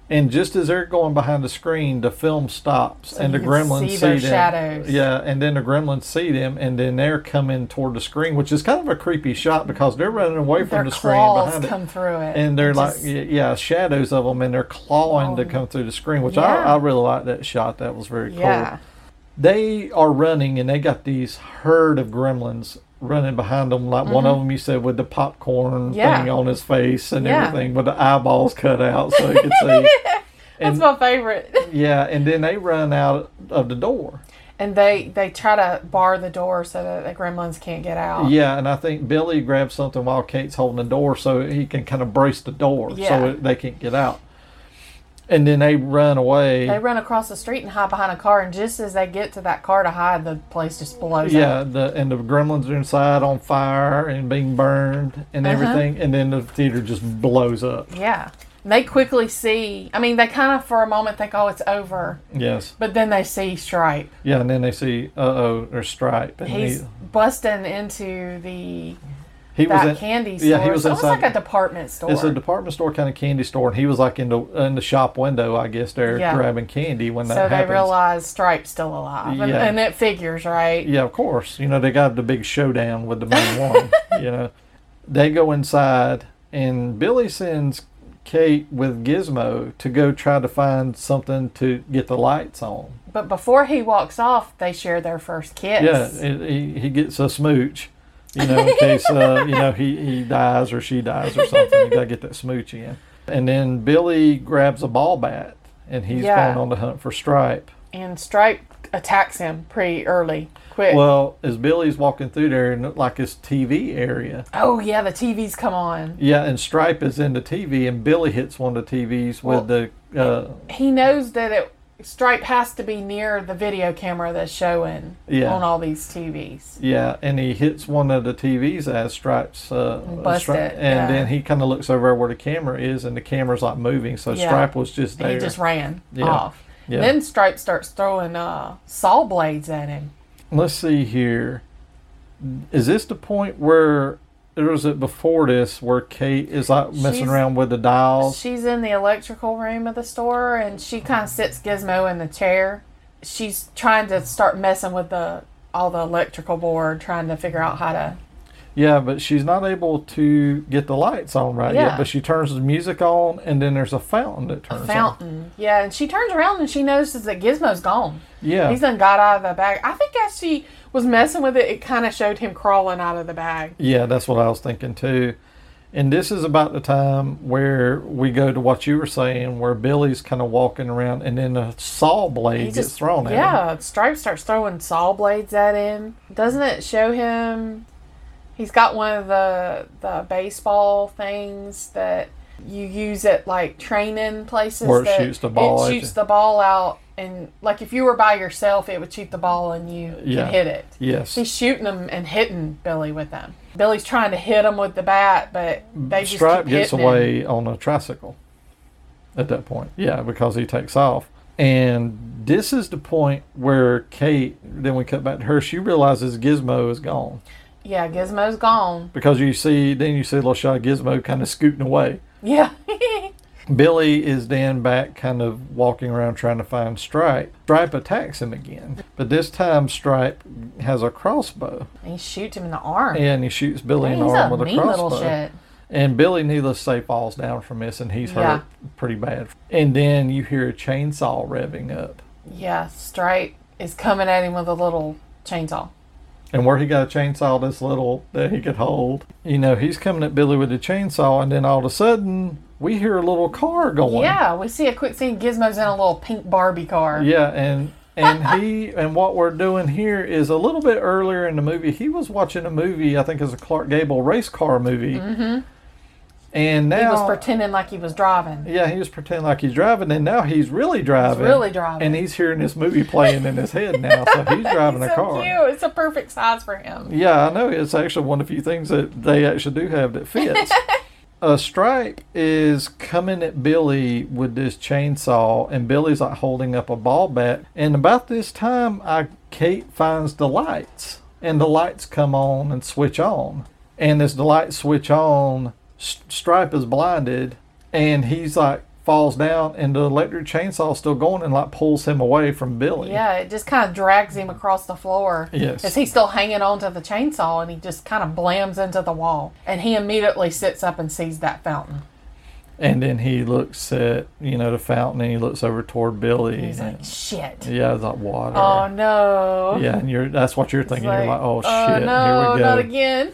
S4: And just as they're going behind the screen, the film stops and the
S3: you can
S4: gremlins
S3: see
S4: see,
S3: their
S4: them.
S3: shadows.
S4: Yeah, and then the gremlins see them, and then they're coming toward the screen, which is kind of a creepy shot because they're running away from
S3: Their
S4: the screen
S3: claws
S4: behind it.
S3: come through it.
S4: and they're
S3: Just-
S4: like yeah, yeah shadows of them and they're clawing to come through the screen which
S3: Yeah.
S4: I, I really like that shot that was very cool
S3: Yeah.
S4: they are running and they got these herd of gremlins running behind them like one of them you said with the popcorn
S3: Mm-hmm. Yeah.
S4: thing on his face and
S3: Yeah.
S4: everything with the eyeballs cut out so you could see
S3: That's
S4: and
S3: my favorite.
S4: yeah and then they run out of the door
S3: And they they try to bar the door so that the gremlins can't get out.
S4: Yeah, and I think Billy grabs something while Kate's holding the door so he can kind of brace the door
S3: Yeah.
S4: so it, they can't get out. And then they run away.
S3: They run across the street and hide behind a car, and just as they get to that car to hide, the place just blows
S4: yeah,
S3: up.
S4: the and the gremlins are inside on fire and being burned and
S3: Uh-huh.
S4: everything, and then the theater just blows up.
S3: Yeah. And they quickly see. I mean, they kind of for a moment think, "Oh, it's over,"
S4: Yes.
S3: but then they see Stripe.
S4: Yeah, and then they see, uh oh, there's Stripe. And
S3: He's
S4: he,
S3: busting into the
S4: he
S3: that
S4: was in-
S3: candy store.
S4: Yeah, he was
S3: so it was like
S4: inside-
S3: a department store.
S4: It's a department store kind of candy store, and he was like in the in the shop window, I guess, there
S3: Yeah.
S4: grabbing candy when that
S3: so
S4: happens.
S3: they realize Stripe's still alive, and,
S4: Yeah.
S3: and it figures, right?
S4: Yeah, of course. You know, they got the big showdown with the main one. You know, they go inside, and Billy sends Kate with Gizmo to go try to find something to get the lights on.
S3: But before he walks off, they share their first kiss.
S4: Yeah, it, he, he gets a smooch, you know, in case, uh, you know, he, he dies or she dies or something. You got to get that smooch in. And then Billy grabs a ball bat, and he's
S3: Yeah.
S4: going on the hunt for Stripe.
S3: And Stripe attacks him pretty early, quick.
S4: Well, as Billy's walking through there, and like his TV area,
S3: oh yeah, the TV's come on.
S4: Yeah, and Stripe is in the TV, and Billy hits one of the TVs with the. Uh,
S3: He knows that it Stripe has to be near the video camera that's showing
S4: Yeah.
S3: on all these TVs.
S4: yeah, and he hits one of the TVs as Stripe's. Uh,
S3: bust it,
S4: and
S3: yeah.
S4: then he kind of looks over where the camera is, and the camera's like moving, so
S3: Yeah.
S4: Stripe was just
S3: And
S4: there.
S3: he just ran
S4: Yeah.
S3: off.
S4: Yeah.
S3: Then Stripe starts throwing uh, saw blades at him.
S4: Let's see here. Is this the point where. Or was it before this where Kate is like messing
S3: She's-
S4: around with the dials?
S3: She's in the electrical room of the store and she kind of sits Gizmo in the chair. She's trying to start messing with the all the electrical board, trying to figure out how to.
S4: Yeah, but she's not able to get the lights on right
S3: Yeah.
S4: yet. But she turns the music on, and then there's a fountain that turns on.
S3: Fountain. Yeah, and she turns around and she notices that Gizmo's gone.
S4: Yeah.
S3: He's done got out of the bag. I think as she was messing with it, it kind of showed him crawling out of the bag.
S4: Yeah, that's what I was thinking too. And this is about the time where we go to what you were saying, where Billy's kind of walking around, and then a saw blade
S3: He
S4: gets thrown at him.
S3: Yeah, Stripe starts throwing saw blades at him. Doesn't it show him? He's got one of the the baseball things that you use at like training places.
S4: Where it
S3: that
S4: shoots the ball
S3: It
S4: at
S3: shoots
S4: you.
S3: the ball out, and like if you were by yourself, it would shoot the ball and you
S4: Yeah.
S3: can hit it.
S4: Yes.
S3: He's shooting him and hitting Billy with them. Billy's trying to hit him with the bat, but they just
S4: Stripe
S3: keep
S4: gets
S3: hitting him.
S4: away on a tricycle at that point. Yeah, because he takes off. And this is the point where Kate, then we cut back to her, she realizes Gizmo is gone.
S3: Yeah, Gizmo's gone.
S4: Because you see, then you see little shot of Gizmo kind of scooting away.
S3: Yeah.
S4: Billy is then back, kind of walking around trying to find Stripe. Stripe attacks him again, but this time Stripe has a crossbow
S3: and he shoots him in the arm.
S4: and he shoots Billy in the
S3: He's
S4: arm
S3: a
S4: with a
S3: mean little
S4: crossbow.
S3: shit.
S4: And Billy, needless to say, falls down from this and he's
S3: Yeah.
S4: hurt pretty bad. And then you hear a chainsaw revving up.
S3: Yeah, Stripe is coming at him with a little chainsaw.
S4: And where he got a chainsaw this little that he could hold, you know, he's coming at Billy with a chainsaw, and then all of a sudden we hear a little car going.
S3: Yeah, we see a quick scene. Gizmo's in a little pink Barbie car.
S4: Yeah, and and he and what we're doing here is a little bit earlier in the movie. He was watching a movie, I think, it's a Clark Gable race car movie,
S3: hmm
S4: and now
S3: He was pretending like he was driving.
S4: yeah, he was pretending like he's driving, and now he's really driving,
S3: really driving.
S4: and he's hearing this movie playing in his head now, so he's driving
S3: He's
S4: a
S3: so
S4: car.
S3: cute. It's a perfect size for him.
S4: Yeah, I know. It's actually one of the few things that they actually do have that fits. A stripe is coming at Billy with this chainsaw, and Billy's like holding up a ball bat. And about this time, I Kate finds the lights, and the lights come on and switch on. And as the lights switch on, S- Stripe is blinded, and he's like falls down, and the electric chainsaw's still going, and like pulls him away from Billy.
S3: Yeah, it just kind of drags him across the floor.
S4: Yes.
S3: As he's still hanging on to the chainsaw and he just kind of blams into the wall. And he immediately sits up and sees that fountain.
S4: And then he looks at you know the fountain, and he looks over toward Billy.
S3: He's
S4: and-
S3: like, shit.
S4: Yeah, it's like water.
S3: Oh, no.
S4: yeah, and you're that's what you're thinking. you're like, oh,
S3: oh,
S4: shit, here
S3: no,
S4: we go.
S3: not again.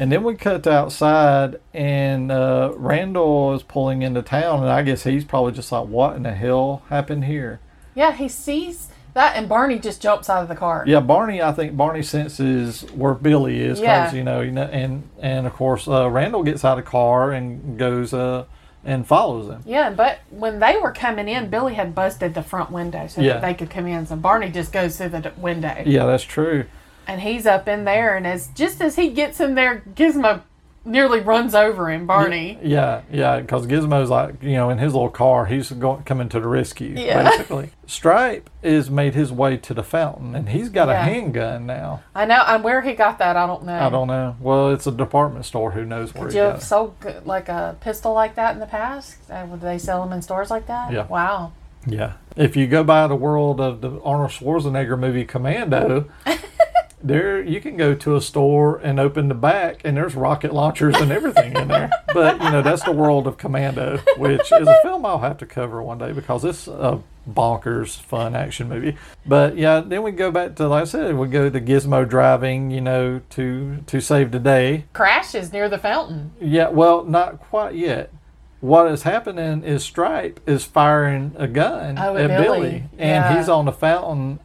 S4: And then we cut to outside, and uh, Randall is pulling into town, and I guess he's probably just like, what in the hell happened here?
S3: Yeah, he sees That and Barney just jumps out of the car.
S4: Yeah, Barney. I think Barney senses where Billy is. 'cause,
S3: Yeah.
S4: you know, you know, and and of course uh, Randall gets out of the car and goes uh, and follows him.
S3: Yeah, but when they were coming in, Billy had busted the front window so
S4: Yeah.
S3: that they could come in. So Barney just goes through the d- window.
S4: Yeah, that's true.
S3: And he's up in there, and as just as he gets in there, Gizmo nearly runs over him, Barney.
S4: Yeah, yeah, because Gizmo's like you know in his little car, he's going coming to the rescue.
S3: Yeah.
S4: basically. Stripe is made his way to the fountain, and he's got a
S3: Yeah.
S4: handgun now.
S3: I know, and where he got that, I don't know.
S4: I don't know. Well, it's a department store. Who knows where
S3: Did
S4: he
S3: you
S4: got
S3: have
S4: it?
S3: sold g- like a pistol like that in the past? Uh, Would they sell them in stores like that?
S4: Yeah.
S3: Wow.
S4: Yeah. If you go by the world of the Arnold Schwarzenegger movie Commando, there you can go to a store and open the back, and there's rocket launchers and everything in there. But you know that's the world of Commando, which is a film I'll have to cover one day because it's a bonkers fun action movie. But yeah, then we go back to like I said, we go to Gizmo driving, you know, to to save the day.
S3: Crashes near the fountain.
S4: Yeah, well, not quite yet. What is happening is Stripe is firing a gun
S3: Oh,
S4: at
S3: at
S4: Billy,
S3: Billy.
S4: and
S3: Yeah.
S4: he's on the fountain.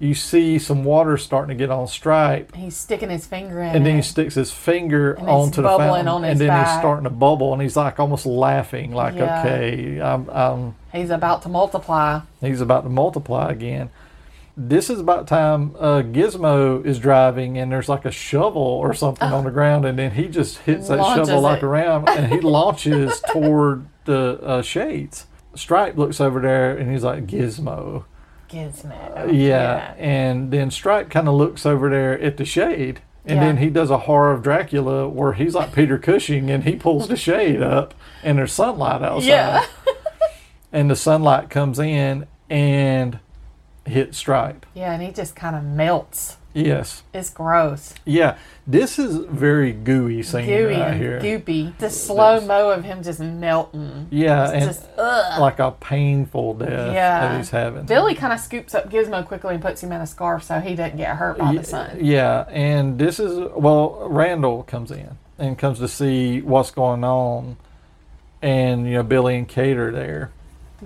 S4: You see some water starting to get on Stripe,
S3: He's sticking his finger in.
S4: and then he
S3: it.
S4: sticks his finger
S3: And it's
S4: onto the
S3: bubbling
S4: fountain,
S3: on
S4: and
S3: his
S4: then he's
S3: back.
S4: starting to bubble, and he's like almost laughing, like,
S3: Yeah.
S4: "Okay, I'm, I'm."
S3: he's about to multiply.
S4: He's about to multiply again. This is about time uh, Gizmo is driving, and there's like a shovel or something on the ground, and then he just hits that
S3: Launches
S4: shovel like
S3: it.
S4: around, and he launches toward the uh, shades. Stripe looks over there, and he's like Gizmo,
S3: Gizmo.
S4: yeah. uh, And then Stripe kind of looks over there at the shade, and
S3: Yeah.
S4: then he does a horror of Dracula where he's like Peter Cushing, and he pulls the shade up, and there's sunlight outside
S3: Yeah.
S4: and the sunlight comes in and hits Stripe.
S3: Yeah, and he just kind of melts.
S4: Yes.
S3: It's gross.
S4: Yeah. This is very gooey scene
S3: Gooey
S4: right
S3: and
S4: here.
S3: goopy. The slow mo of him just melting.
S4: Yeah,
S3: It's
S4: and
S3: just ugh.
S4: like a painful death that
S3: Yeah.
S4: he's having.
S3: Billy kind of scoops up Gizmo quickly and puts him in a scarf so he doesn't get hurt by the sun.
S4: Yeah, and this is well, Randall comes in and comes to see what's going on, and you know Billy and Kate are there,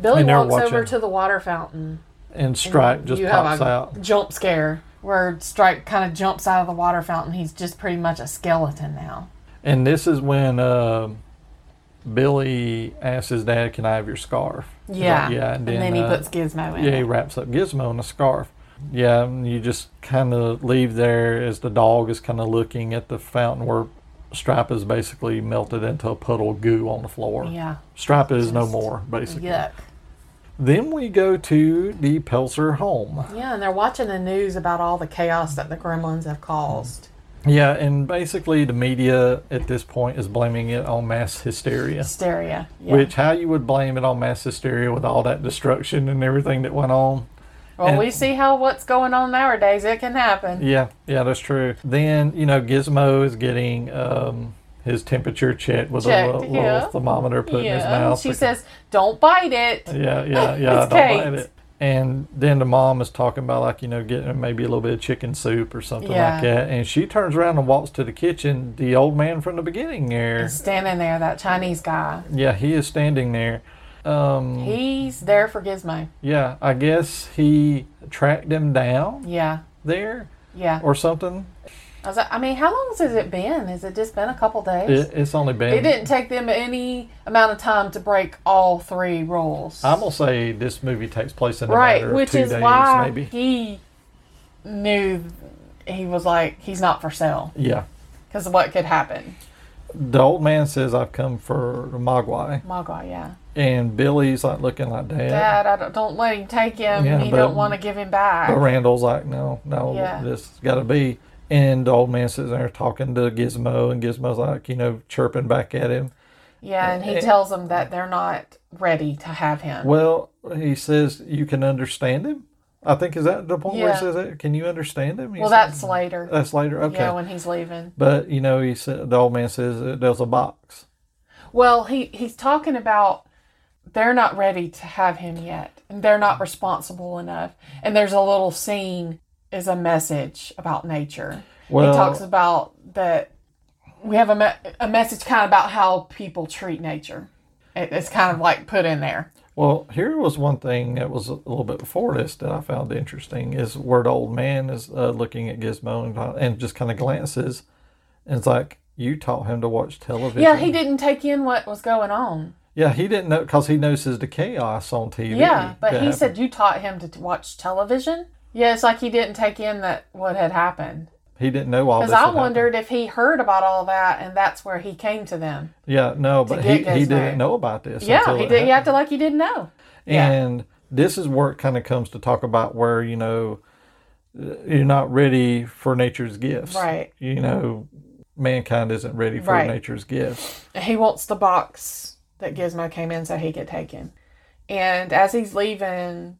S3: Billy
S4: And they're
S3: walks over
S4: watching.
S3: to the water fountain.
S4: and Stripe just
S3: you have
S4: pops
S3: a
S4: out.
S3: Jump scare where Stripe kind of jumps out of the water fountain. He's just pretty much a skeleton now.
S4: And this is when um Billy asks his dad, "Can I have your scarf?" He's like,
S3: Yeah.
S4: yeah, and then,
S3: he
S4: uh,
S3: puts Gizmo in.
S4: yeah, he
S3: it.
S4: wraps up Gizmo in a scarf. Yeah, and you just kind of leave there as the dog is kind of looking at the fountain where Stripe is basically melted into a puddle of goo on the floor.
S3: Yeah.
S4: Stripe is no more, basically.
S3: Yuck.
S4: Then we go to the Pelzer home.
S3: Yeah, and they're watching the news about all the chaos that the gremlins have caused.
S4: Yeah, and basically the media at this point is blaming it on mass hysteria.
S3: Hysteria. Yeah.
S4: Which, how you would blame it on mass hysteria with all that destruction and everything that went on,
S3: well,
S4: and-
S3: we see how what's going on nowadays. It can happen.
S4: Yeah, yeah, that's true. Then you know, Gizmo is getting um, his temperature checked with a
S3: Checked,
S4: little,
S3: yeah.
S4: little thermometer put in his
S3: Yeah.
S4: mouth.
S3: She
S4: to-
S3: says, "Don't bite it."
S4: "Yeah, yeah, yeah." I
S3: It's
S4: don't mind
S3: Kate.
S4: it. And then the mom is talking about like you know getting maybe a little bit of chicken soup or something
S3: Yeah.
S4: like that, and she turns around and walks to the kitchen. The old man from the beginning there,
S3: Standing there, that Chinese guy.
S4: yeah, he is standing there. Um,
S3: He's there for Gizmo.
S4: yeah, I guess he tracked him down
S3: Yeah.
S4: there
S3: Yeah.
S4: or something.
S3: I was like, I mean, how long has it been? Has it just been a couple days?
S4: It, it's only been
S3: It, didn't take them any amount of time to break all three rules.
S4: I'm gonna say this movie takes place in a
S3: right,
S4: Uh, matter of
S3: which
S4: two
S3: is
S4: days,
S3: why
S4: maybe.
S3: he knew he was like, he's not for sale
S4: Yeah.
S3: because what could happen?
S4: The old man says, "I've come for the Mogwai,"
S3: Mogwai, yeah.
S4: and Billy's like looking like that.
S3: Dad, I don't, don't let him take him.
S4: Yeah,
S3: you
S4: but-
S3: don't want to give him back.
S4: But Randall's like, "No, no,
S3: Yeah.
S4: this has got to be." And the old man sits there talking to Gizmo, and Gizmo's like, you know, chirping back at him.
S3: Yeah, and he
S4: It-
S3: tells them that they're not ready to have him.
S4: Well, he says, "You can understand him." I think is that the point where
S3: Yeah.
S4: he says that? Can you understand him? He
S3: Well,
S4: said-
S3: that's later.
S4: that's later. Okay.
S3: Yeah, when he's leaving.
S4: but you know, he said the old man says uh, there's a box.
S3: Well, he he's talking about they're not ready to have him yet, and they're not responsible enough. And there's a little scene is a message about nature.
S4: Well-
S3: he talks about that we have a me- a message kind of about how people treat nature. It, it's kind of like put in there.
S4: Well, here was one thing that was a little bit before this that I found interesting is where the old man is uh, looking at Gizmo and, uh, and just kind of glances, and it's like you taught him to watch television.
S3: Yeah, he didn't take in what was going on.
S4: Yeah, he didn't know because he notices the chaos on TV.
S3: yeah, but
S4: that
S3: he
S4: happened.
S3: said you taught him to t- watch television. Yeah, it's like he didn't take in that what had happened.
S4: he didn't know all this.
S3: Because I
S4: had happened.
S3: wondered if he heard about all that, and that's where he came to them.
S4: Yeah, no, but he,
S3: get
S4: he
S3: Gizmo.
S4: didn't know about this.
S3: yeah,
S4: until
S3: he
S4: it
S3: did. He
S4: happened.
S3: acted like he didn't know. Yeah.
S4: And this is where it kind of comes to talk about where, you know, uh, you're not ready for nature's gifts.
S3: Right.
S4: You know, mankind isn't ready for
S3: Right.
S4: nature's gifts.
S3: He wants the box that Gizmo came in so he could take him. And as he's leaving,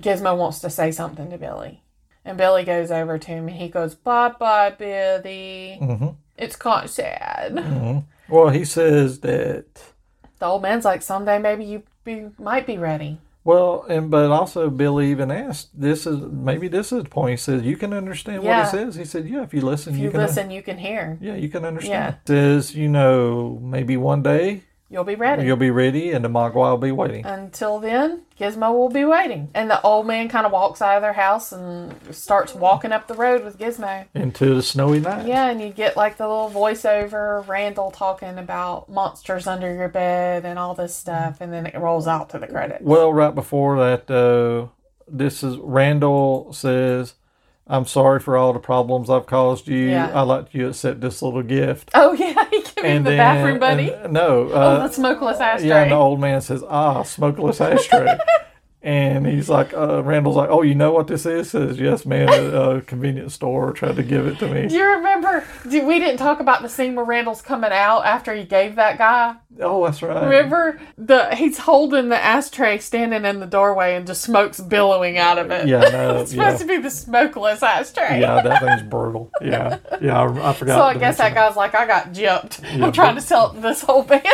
S3: Gizmo wants to say something to Billy. And Billy goes over to him and he goes, Bye bye, Billy.
S4: hmm
S3: It's kind of sad.
S4: hmm Well, he says that,
S3: The old man's like, Someday maybe you be, might be ready.
S4: well, and but also Billy even asked, this is maybe this is the point. He says, you can understand what
S3: Yeah.
S4: he says. He said, yeah, if you listen,
S3: If you
S4: can
S3: listen, you can hear.
S4: Yeah, you can understand. Says, you know, maybe one day
S3: You'll be ready.
S4: you'll be ready and the Mogwai will be
S3: Uh,
S4: waiting.
S3: Until then, Gizmo will be waiting. And the old man kind of walks out of their house and starts walking up the road with Gizmo.
S4: Into the snowy night.
S3: Yeah, and you get like the little voiceover, Randall talking about monsters under your bed and all this stuff, and then it rolls out to the credits.
S4: Well, right before that, though, this is Randall says, "I'm sorry for all the problems I've caused you.
S3: Yeah.
S4: I'd like you to accept this little gift."
S3: Oh yeah, he gave him the bathroom buddy.
S4: and- no,
S3: oh,
S4: uh,
S3: the smokeless ashtray.
S4: yeah, and the old man says, "Ah, smokeless ashtray." And he's like, uh, Randall's like, oh, you know what this is? Says, yes, man, a, a convenience store tried to give it to
S3: Do
S4: me.
S3: you remember? Do, we didn't talk about the scene where Randall's coming out after he gave that guy.
S4: Oh, that's right.
S3: Remember the he's holding the ashtray, standing in the doorway, and just smoke's billowing out of it.
S4: Yeah, no,
S3: it's supposed
S4: yeah.
S3: to be the smokeless ashtray.
S4: Yeah, that thing's brutal. Yeah, yeah, I, I forgot.
S3: So I
S4: to
S3: guess that
S4: mention
S3: guy's like, I got gypped.
S4: Yeah,
S3: I'm trying to sell it to this whole band.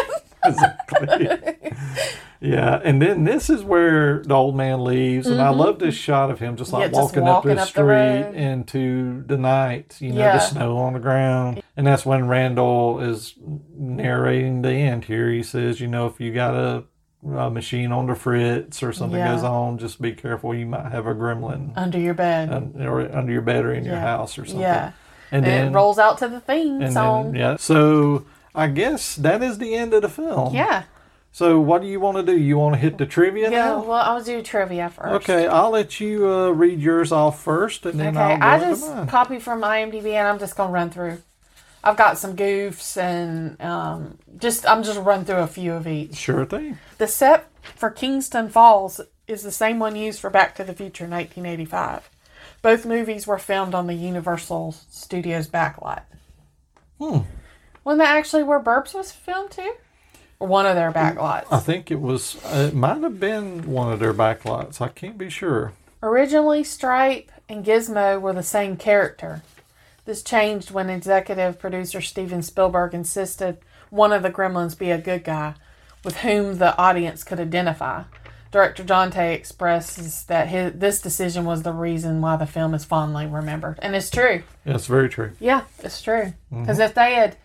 S4: Exactly. yeah, and then this is where the old man leaves, and I love this shot of him just like
S3: Mm-hmm. Yeah, just
S4: walking,
S3: walking
S4: up the
S3: up the
S4: street
S3: road.
S4: into the night, you know,
S3: Yeah.
S4: the snow on the ground, and that's when Randall is narrating the end. Here he says, you know, if you got a, a machine on the fritz or something
S3: Yeah.
S4: goes on, just be careful. You might have a gremlin
S3: Under your bed.
S4: un- or under your bed or in your
S3: Yeah.
S4: house or something.
S3: yeah.
S4: and
S3: And,
S4: then
S3: it rolls out to the theme
S4: and
S3: song.
S4: then, yeah. So I guess that is the end of the film.
S3: yeah.
S4: So what do you want to do? You want to hit the trivia
S3: Yeah,
S4: now?
S3: well, I'll do trivia first.
S4: Okay, I'll let you uh, read yours off first, and then
S3: Okay,
S4: I'll go
S3: I
S4: into
S3: just
S4: mine.
S3: copy from IMDb and I'm just gonna run through. I've got some goofs and um, just I'm just run through a few of each.
S4: sure thing.
S3: The set for Kingston Falls is the same one used for Back to the Future 1985. Both movies were filmed on the Universal Studios backlot.
S4: Hmm.
S3: Wasn't that actually where Burbs was filmed too? One of their backlots.
S4: I think it was. uh, It might have been one of their backlots. I can't be sure.
S3: Originally, Stripe and Gizmo were the same character. This changed when executive producer Steven Spielberg insisted one of the gremlins be a good guy with whom the audience could identify. Director John Tay expresses that his, this decision was the reason why the film is fondly remembered. And it's true.
S4: That's very true.
S3: Yeah, it's true.
S4: Mm-hmm.
S3: Because if they had,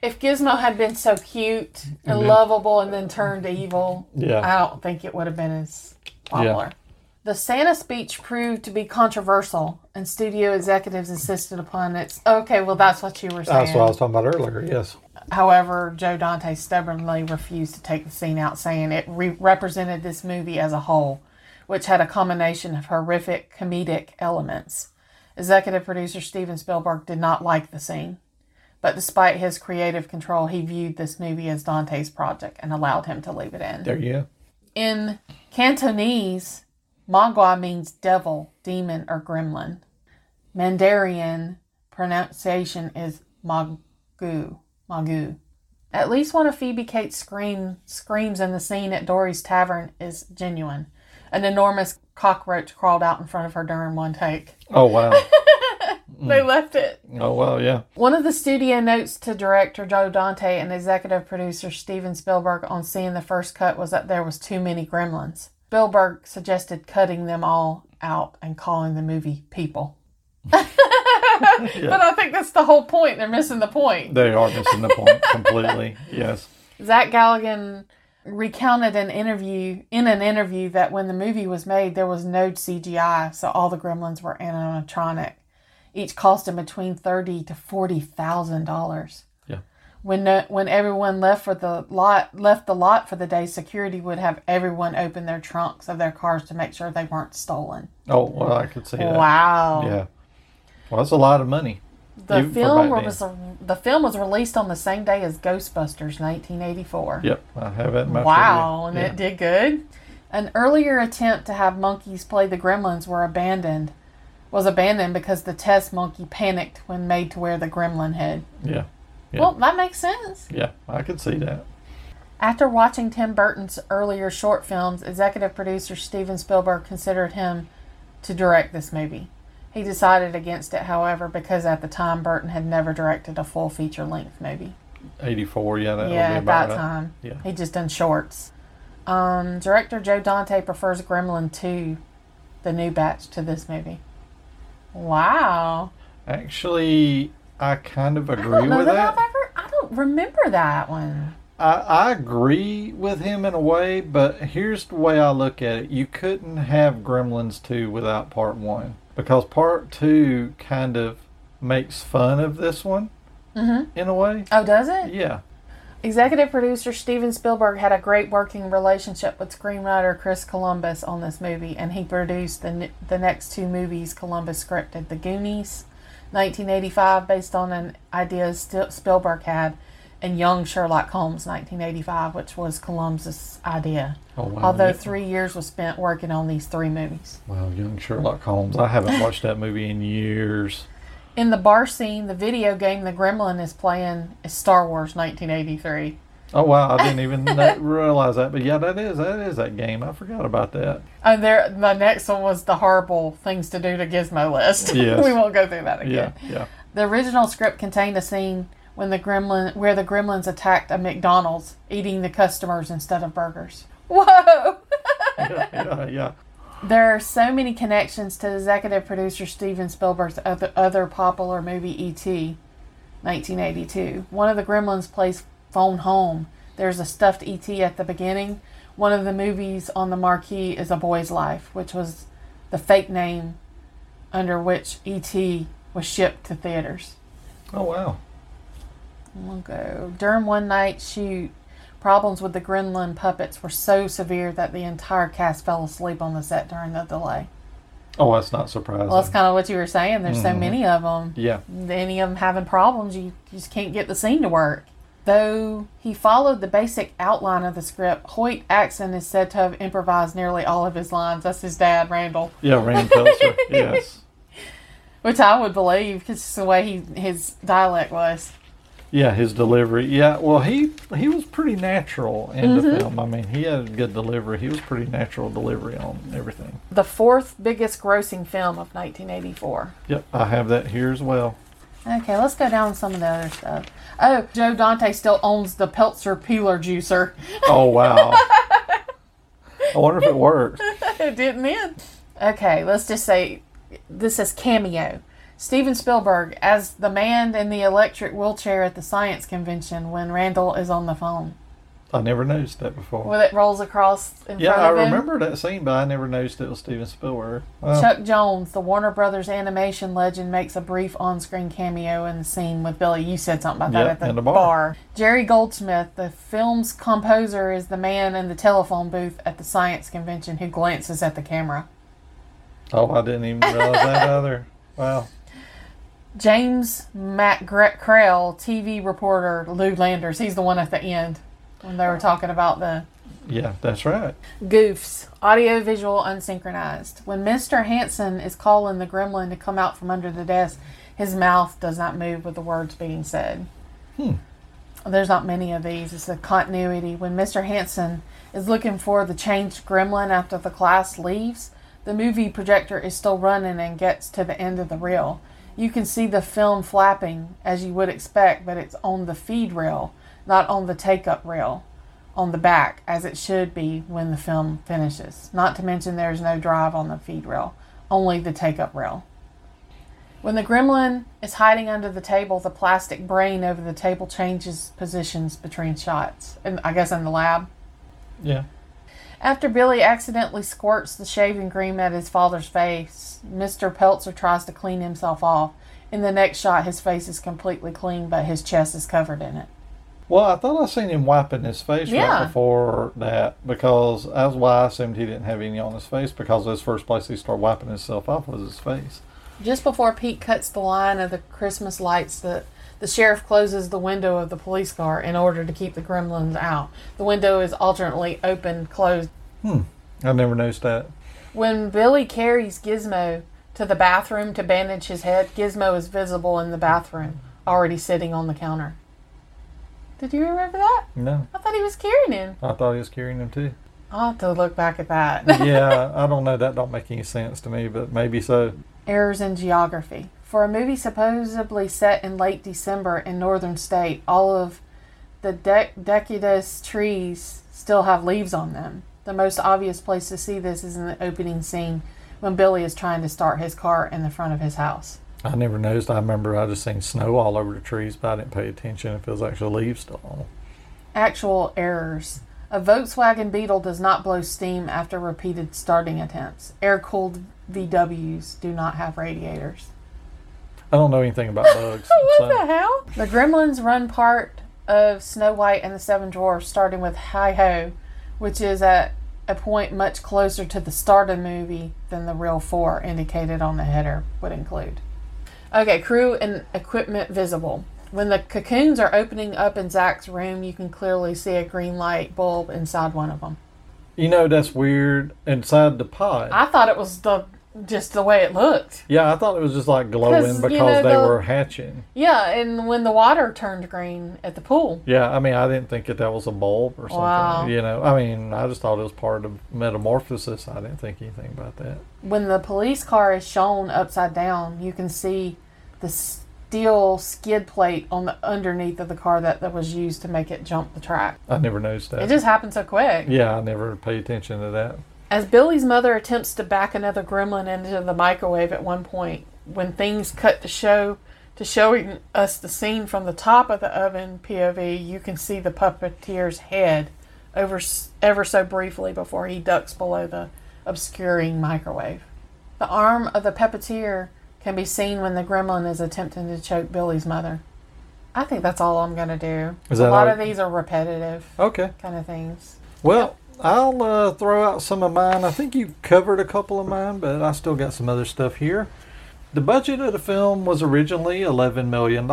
S3: if Gizmo had been so cute and
S4: then-
S3: lovable and then turned evil,
S4: Mm-hmm. Yeah.
S3: I don't think it would have been as popular. The Santa speech proved to be controversial, and studio executives insisted upon its. Okay, well, that's what you were saying.
S4: That's what I was talking about earlier. Yes.
S3: However, Joe Dante stubbornly refused to take the scene out, saying it re- represented this movie as a whole, which had a combination of horrific comedic elements. Executive producer Steven Spielberg did not like the scene, but despite his creative control, he viewed this movie as Dante's project and allowed him to leave it in.
S4: There you go.
S3: In Cantonese, Magua means devil, demon, or gremlin. Mandarin pronunciation is Magu. Magu. At least one of Phoebe Cates' scream, screams in the scene at Dory's Tavern is genuine. An enormous cockroach crawled out in front of her during one take.
S4: Oh wow.
S3: They left it.
S4: oh wow. Yeah.
S3: One of the studio notes to director Joe Dante and executive producer Steven Spielberg on seeing the first cut was that there was too many gremlins. Spielberg suggested cutting them all out and calling the movie People. But I think that's the whole point. They're missing the point.
S4: They are missing the point completely. Yes.
S3: Zach Galligan recounted an interview in an interview that when the movie was made, there was no CGI, so all the gremlins were animatronic. Each costing between thirty to forty thousand dollars.
S4: Yeah.
S3: When no, when everyone left for the lot left the lot for the day, security would have everyone open their trunks of their cars to make sure they weren't stolen.
S4: Oh, well, I could see that.
S3: Wow.
S4: Yeah. Well, that's a lot of money.
S3: The
S4: Even for
S3: film
S4: back
S3: was
S4: then.
S3: the film was released on the same day as Ghostbusters, nineteen eighty four.
S4: Yep, I have it in my
S3: Wow, and
S4: trivia.
S3: it did good. An earlier attempt to have monkeys play the gremlins were abandoned was abandoned because the test monkey panicked when made to wear the gremlin head.
S4: Yeah. yeah. Yeah.
S3: Well, that makes sense.
S4: yeah, I could see that.
S3: After watching Tim Burton's earlier short films, executive producer Steven Spielberg considered him to direct this movie. He decided against it, however, because at the time Burton had never directed a full feature length movie.
S4: 84, yeah, that
S3: yeah,
S4: would
S3: at
S4: be about
S3: that
S4: right.
S3: time.
S4: Yeah.
S3: He just done shorts. Um, director Joe Dante prefers Gremlin 2, the new batch, to this movie. Wow.
S4: Actually, I kind of
S3: I don't
S4: agree
S3: know
S4: with
S3: that,
S4: that.
S3: I've ever, I don't remember that one.
S4: I, I agree with him in a way, but here's the way I look at it. You couldn't have Gremlins 2 without part 1 because part 2 kind of makes fun of this one
S3: Mhm.
S4: in a way.
S3: Oh, does it?
S4: Yeah.
S3: Executive producer Steven Spielberg had a great working relationship with screenwriter Chris Columbus on this movie, and he produced the, n- the next two movies Columbus scripted The Goonies, 1985, based on an idea Stil- Spielberg had, and Young Sherlock Holmes, 1985, which was Columbus's idea.
S4: Oh, wow.
S3: Although
S4: Yeah.
S3: three years was spent working on these three movies.
S4: Wow, young Sherlock Holmes. I haven't watched that movie in years.
S3: In the bar scene, the video game the gremlin is playing is Star Wars 1983.
S4: Oh wow, I didn't even know, realize that. But yeah, that is that is that game. I forgot about that.
S3: And there, the next one was the horrible things to do to Gizmo list.
S4: Yes.
S3: we won't go through that
S4: Yeah,
S3: again.
S4: yeah.
S3: The original script contained a scene when the gremlin, where the gremlins attacked a McDonald's, eating the customers instead of burgers. Whoa!
S4: Yeah, yeah.
S3: There are so many connections to executive producer Steven Spielberg's other, other popular movie E E.T., 1982. One of the gremlins plays phone home. There's a stuffed E.T. at the beginning. One of the movies on the marquee is A Boy's Life, which was the fake name under which E.T. was shipped to theaters.
S4: Oh wow.
S3: We'll go. During one night shoot, problems with the gremlin puppets were so severe that the entire cast fell asleep on the set during the delay.
S4: Oh, that's not surprising.
S3: Well, that's kind of what you were saying. There's so
S4: Mhm.
S3: many of them.
S4: yeah.
S3: Any of them having problems, you you just can't get the scene to work. Though he followed the basic outline of the script, Hoyt Axon is said to have improvised nearly all of his lines. That's his dad, Randall,
S4: Yeah, Rand Pelzer. yes.
S3: which I would believe because it's the way he his dialect was.
S4: Yeah, his delivery. Yeah, well, he he was pretty natural in the
S3: Mhm.
S4: film. I mean, he had a good delivery. He was pretty natural delivery on everything.
S3: The fourth biggest grossing film of 1984.
S4: Yep, I have that here as well.
S3: Okay, let's go down some of the other stuff. Oh, Joe Dante still owns the Peltzer Peeler Juicer.
S4: Oh wow. I wonder if it works.
S3: it didn't end. Okay, let's just say this is cameo. Steven Spielberg as the man in the electric wheelchair at the science convention when Randall is on the phone.
S4: I never noticed that before.
S3: Well, it rolls across in
S4: yeah,
S3: front
S4: I
S3: of him.
S4: remember that scene, but I never noticed it was Steven Spielberg. Well,
S3: Chuck Jones, the Warner Brothers animation legend, makes a brief on screen cameo in the scene with Billy. You said something about
S4: Yeah,
S3: that at the,
S4: in the bar.
S3: bar. Jerry Goldsmith, the film's composer, is the man in the telephone booth at the science convention who glances at the camera.
S4: Oh, I didn't even realize that either. Wow.
S3: James Matt Crell, TV reporter Lou Landers, he's the one at the end when they were talking about the
S4: Yeah, that's right.
S3: goofs, audio visual unsynchronized. When Mr. Hanson is calling the gremlin to come out from under the desk, his mouth does not move with the words being said.
S4: Hmm.
S3: There's not many of these. It's a continuity. When Mr. Hanson is looking for the changed gremlin after the class leaves, the movie projector is still running and gets to the end of the reel. You can see the film flapping as you would expect, but it's on the feed reel, not on the take up reel on the back as it should be when the film finishes. Not to mention there's no drive on the feed rail, only the take up rail. When the gremlin is hiding under the table, the plastic brain over the table changes positions between shots. And I guess in the lab.
S4: Yeah.
S3: After Billy accidentally squirts the shaving cream at his father's face, Mr. Peltzer tries to clean himself off. In the next shot, his face is completely clean, but his chest is covered in it.
S4: Well, I thought I seen him wiping his face
S3: Yeah.
S4: right before that because that's why I assumed he didn't have any on his face because that's the first place he started wiping himself off was his face.
S3: Just before Pete cuts the line of the Christmas lights, the, the sheriff closes the window of the police car in order to keep the gremlins out. The window is alternately open, closed.
S4: Hmm. I never noticed that.
S3: When Billy carries Gizmo to the bathroom to bandage his head, Gizmo is visible in the bathroom, already sitting on the counter. Did you remember that?
S4: No.
S3: I thought he was carrying him.
S4: I thought he was carrying him too.
S3: I'll have to look back at that.
S4: yeah, I don't know. That don't make any sense to me, but maybe so.
S3: Errors in geography. For a movie supposedly set in late December in northern state, all of the dec- decutus trees still have leaves on them. The most obvious place to see this is in the opening scene when Billy is trying to start his car in the front of his house.
S4: I never noticed. I remember I just seen snow all over the trees, but I didn't pay attention if it was actually leaves still on.
S3: Actual errors. A Volkswagen Beetle does not blow steam after repeated starting attempts. Air cooled VWs do not have radiators.
S4: I don't know anything about bugs.
S3: what
S4: so-
S3: the hell? The Gremlins run part of Snow White and the Seven Dwarfs, starting with Hi Ho, which is at a point much closer to the start of the movie than the real four indicated on the header would include. Okay, crew and equipment visible. When the cocoons are opening up in Zach's room, you can clearly see a green light bulb inside one of them.
S4: You know that's weird. Inside the pod.
S3: I thought it was the just the way it looked.
S4: yeah, I thought it was just like
S3: Because,
S4: glowing
S3: you know,
S4: because they
S3: the-
S4: were hatching.
S3: Yeah, and when the water turned green at the pool.
S4: Yeah, I mean, I didn't think that that was a bulb or something.
S3: Wow.
S4: You know, I mean, I just thought it was part of metamorphosis. I didn't think anything about that.
S3: When the police car is shown upside down, you can see the steel skid plate on the underneath of the car that, that was used to make it jump the track.
S4: I never noticed that.
S3: It just happened so quick.
S4: yeah, I never paid attention to that.
S3: As Billy's mother attempts to back another gremlin into the microwave at one point, when things cut to show to showing us the scene from the top of the oven POV, you can see the puppeteer's head over s- ever so briefly before he ducks below the obscuring microwave. The arm of the puppeteer can be seen when the gremlin is attempting to choke Billy's mother. I think that's all I'm gonna do.
S4: Is
S3: a
S4: that
S3: lot
S4: all-
S3: of these are repetitive
S4: Okay.
S3: kind of things.
S4: Well, I'll uh, throw out some of mine. I think you covered a couple of mine, but I still got some other stuff here. The budget of the film was originally $11 million,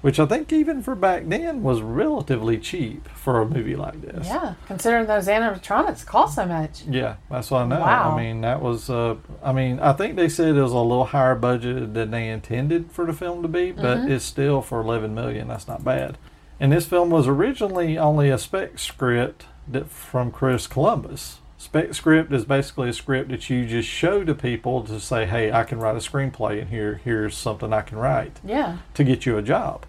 S4: which I think even for back then was relatively cheap for a movie like this.
S3: Yeah, considering those animatronics cost so much.
S4: Yeah, that's what I know.
S3: Wow.
S4: I mean, that was, uh, I mean, I think they said it was a little higher budget than they intended for the film to be, but
S3: Mhm.
S4: it's still for 11 million. That's not bad. And this film was originally only a spec script that from Chris Columbus. Spec script is basically a script that you just show to people to say, "Hey, I can write a screenplay, and here, here's something I can write."
S3: Yeah.
S4: to get you a job.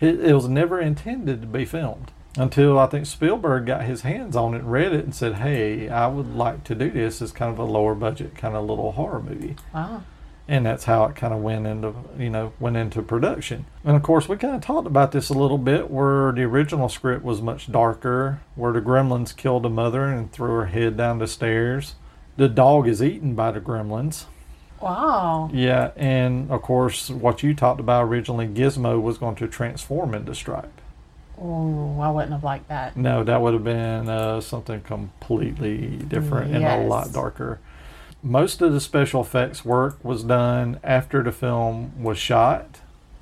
S4: It, it was never intended to be filmed until I think Spielberg got his hands on it, read it, and said, "Hey, I would like to do this as kind of a lower budget, kind of little horror movie."
S3: Wow.
S4: And that's how it kind of went into you know went into production. And of course, we kind of talked about this a little bit, where the original script was much darker, where the gremlins killed the mother and threw her head down the stairs. The dog is eaten by the gremlins.
S3: Wow.
S4: Yeah, and of course, what you talked about originally, Gizmo was going to transform into Stripe.
S3: Ooh, I wouldn't have liked that.
S4: No, that would have been uh, something completely different and a lot
S3: Yes.
S4: darker. Most of the special effects work was done after the film was shot.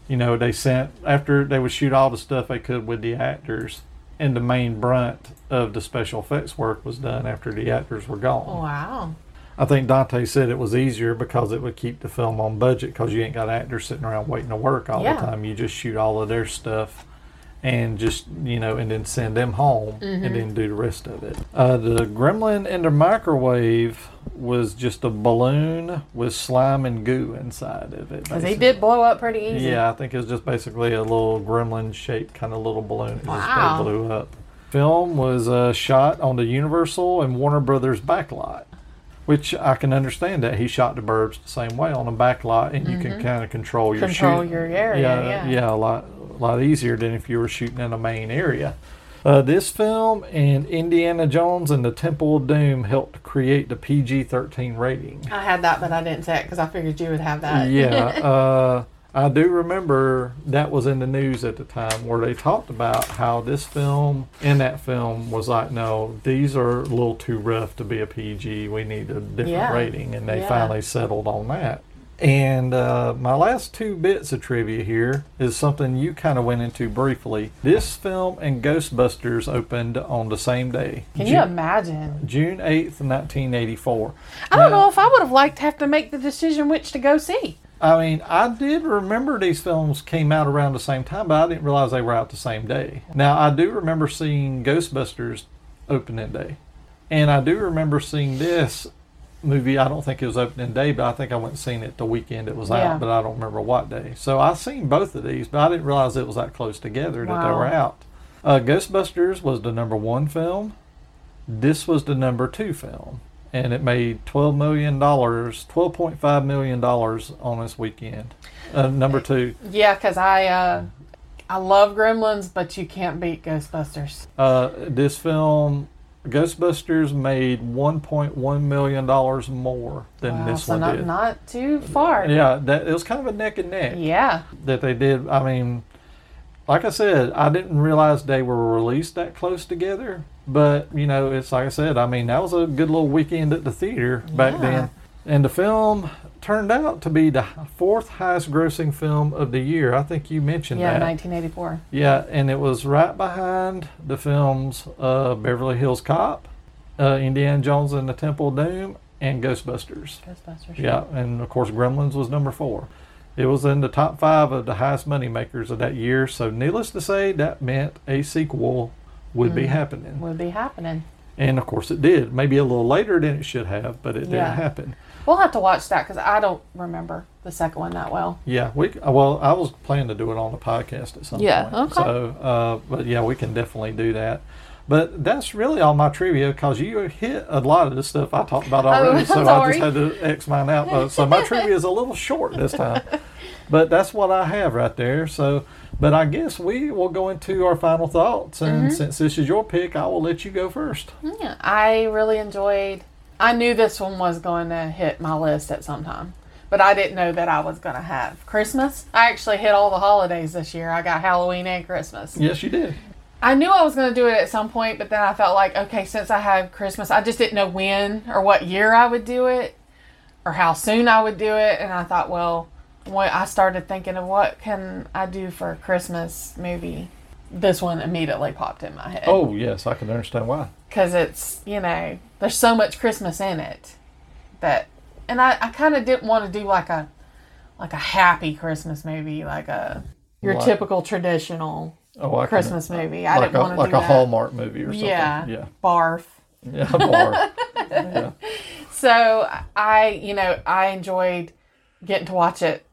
S4: You know, they sent after they would shoot all the stuff they could with the actors, and the main brunt of the special effects work was done after the actors were gone.
S3: Wow.
S4: I think Dante said it was easier because it would keep the film on budget because you ain't got actors sitting around waiting to work all
S3: Yeah.
S4: the time. You just shoot all of their stuff and just, you know, and then send them home
S3: Mhm.
S4: and then do the rest of it. Uh, the gremlin in the microwave was just a balloon with slime and goo inside of it.
S3: Because he
S4: basically.
S3: did blow up pretty easy.
S4: Yeah, I think it was just basically a little gremlin shaped kind of little balloon. It
S3: Wow.
S4: just blew up. Film was uh, shot on the Universal and Warner Brothers backlot, which I can understand that he shot the Burbs the same way on a backlot, and you can
S3: Mhm.
S4: kind of control your
S3: Control
S4: shoot-
S3: your area, yeah.
S4: yeah, a lot, a lot easier than if you were shooting in a main area. Uh, this film and Indiana Jones and the Temple of Doom helped create the PG 13 rating.
S3: I had that, but I didn't say it because I figured you would have that.
S4: Yeah, uh, I do remember that was in the news at the time where they talked about how this film and that film was like, no, these are a little too rough to be a PG. We need a different
S3: Yeah.
S4: rating. And they
S3: Yeah.
S4: finally settled on that. And uh, my last two bits of trivia here is something you kind of went into briefly. This film and Ghostbusters opened on the same day.
S3: Can
S4: Ju-
S3: you imagine?
S4: June 8th, 1984.
S3: I don't know if I would have liked to have to make the decision which to go see.
S4: I mean, I did remember these films came out around the same time, but I didn't realize they were out the same day. Now, I do remember seeing Ghostbusters opening day. And I do remember seeing this movie. I don't think it was opening day, but I think I went and seen it the weekend it was
S3: Yeah.
S4: out, but I don't remember what day. So I seen both of these, but I didn't realize it was that close together that they
S3: Wow.
S4: were out. Uh, Ghostbusters was the number one film. This was the number two film, and it made twelve million dollars, twelve point five million dollars on this weekend. Uh, number two,
S3: Yeah, because I uh, I love Gremlins, but you can't beat Ghostbusters.
S4: uh, this film, Ghostbusters, made one point one million dollars more than
S3: Wow,
S4: this
S3: Uh, so
S4: one
S3: not
S4: did.
S3: not too far.
S4: yeah, that it was kind of a neck and neck.
S3: Yeah.
S4: that they did. I mean, like I said, I didn't realize they were released that close together. But you know, it's like I said. I mean, that was a good little weekend at the theater back then. And the film turned out to be the fourth highest-grossing film of the year. I think you mentioned
S3: Yeah,
S4: that.
S3: 1984.
S4: Yeah, and it was right behind the films uh, Beverly Hills Cop, uh, Indiana Jones and the Temple of Doom, and Ghostbusters.
S3: Ghostbusters.
S4: Yeah, and of course, Gremlins was number four. It was in the top five of the highest money makers of that year. So, needless to say, that meant a sequel would be happening.
S3: Would be happening.
S4: And of course, it did. Maybe a little later than it should have, but it did
S3: Yeah.
S4: happen.
S3: We'll have to watch that because I don't remember the second one that well.
S4: Yeah, we uh, well, I was planning to do it on the podcast at some
S3: Yeah,
S4: point.
S3: okay.
S4: So, uh, but yeah, we can definitely do that. But that's really all my trivia because you hit a lot of the stuff I talked about already, so
S3: Oh, sorry.
S4: I just had to X mine out. Uh, So my trivia is a little short this time, but that's what I have right there. So, but I guess we will go into our final thoughts, and
S3: Mm-hmm.
S4: since this is your pick, I will let you go first.
S3: Yeah, I really enjoyed. I knew this one was going to hit my list at some time, but I didn't know that I was going to have Christmas. I actually hit all the holidays this year. I got Halloween and Christmas.
S4: Yes, you did.
S3: I knew I was going to do it at some point, but then I felt like, okay, since I have Christmas, I just didn't know when or what year I would do it or how soon I would do it. And I thought, well, what I started thinking of what can I do for a Christmas movie? This one immediately popped in my head
S4: Oh yes, I can understand why.
S3: because it's you know there's so much christmas in it that and i, I kind of didn't want to do like a like a happy christmas movie like a your
S4: Like-
S3: typical traditional
S4: Oh, I can-
S3: christmas movie i
S4: like
S3: didn't
S4: a
S3: want to
S4: like
S3: do
S4: a
S3: that.
S4: Hallmark movie or something.
S3: yeah
S4: yeah,
S3: barf
S4: yeah, bar.
S3: so i you know i enjoyed getting to watch it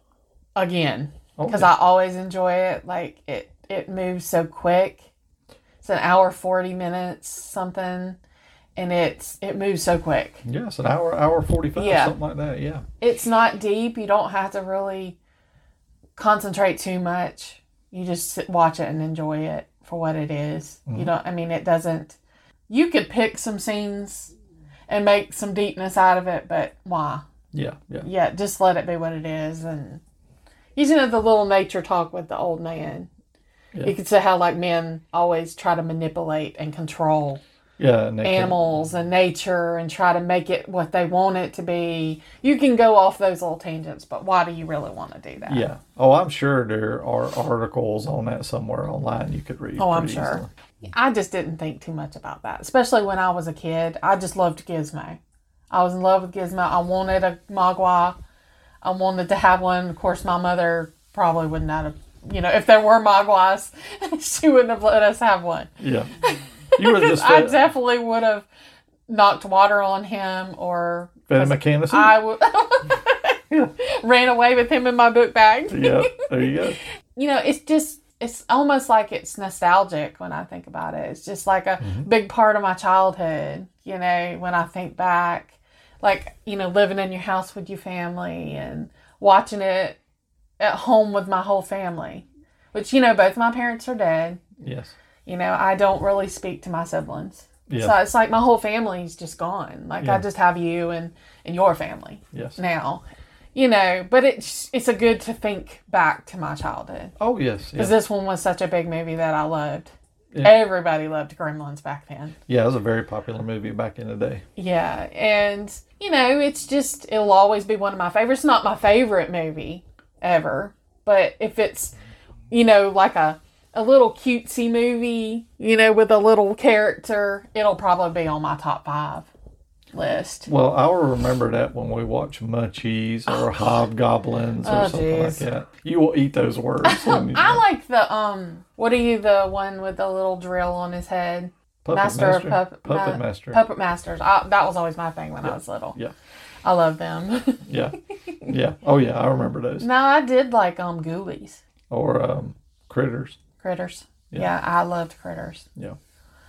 S3: again
S4: Oh,
S3: because i always enjoy it like it it moves so quick it's an hour 40 minutes something and it's it moves so quick
S4: Yes, an hour, hour forty-five,
S3: Yeah.
S4: something like that. Yeah,
S3: it's not deep. You don't have to really concentrate too much. You just sit, watch it and enjoy it for what it is. You don't. I mean, it doesn't. You could pick some scenes and make some deepness out of it, but why?
S4: yeah, yeah.
S3: Yeah, just let it be what it is. And you just know the little nature talk with the old man. You can see how like men always try to manipulate and control
S4: Yeah, and they can-
S3: animals and nature and try to make it what they want it to be. You can go off those little tangents, but why do you really want to do that?
S4: Yeah. Oh, I'm sure there are articles on that somewhere online you could read.
S3: Oh, I'm
S4: pretty
S3: sure. I just didn't think too much about that, especially when I was a kid. I just loved Gizmo. I was in love with Gizmo. I wanted a Mogwai. I wanted to have one. Of course, my mother probably would not have, you know, if there were Mogwais, she wouldn't have let us have one.
S4: easily. Yeah. You would just
S3: I
S4: fed,
S3: definitely would have knocked water on him or
S4: fed him a can of soup.
S3: I w- ran away with him in my book bag.
S4: yeah, there you go.
S3: You know, it's just it's almost like it's nostalgic when I think about it. It's just like a
S4: Mm-hmm.
S3: big part of my childhood. You know, when I think back, like you know, living in your house with your family and watching it at home with my whole family, which you know, both my parents are dead.
S4: Yes.
S3: You know, I don't really speak to my siblings.
S4: Yeah.
S3: So it's like my whole family's just gone. Like
S4: Yeah.
S3: I just have you and, and your family
S4: Yes.
S3: now. You know, but it's it's a good to think back to my childhood.
S4: Oh yes, yeah.
S3: Because this one was such a big movie that I loved.
S4: Yeah.
S3: Everybody loved Gremlins back then.
S4: yeah, it was a very popular movie back in the day.
S3: Yeah, and you know, it's just it'll always be one of my favorites. It's not my favorite movie ever, but if it's you know like a a little cutesy movie, you know, with a little character, it'll probably be on my top five list.
S4: Well, I'll remember that when we watch Munchies or Hobgoblins or
S3: Oh,
S4: something like
S3: jeez.
S4: that. You will eat those words. When you,
S3: I like the um. What are you? The one with the little drill on his head.
S4: Puppet
S3: of
S4: Master.
S3: Pupp-
S4: Puppet
S3: Ma-
S4: Master.
S3: Puppet masters. I, that was always my thing when I was little.
S4: yeah,
S3: I love them.
S4: yeah, yeah. Oh yeah, I remember those.
S3: no, I did like um Ghoulies,
S4: Or um, Critters.
S3: Critters.
S4: Yeah.
S3: yeah, I loved Critters.
S4: Yeah,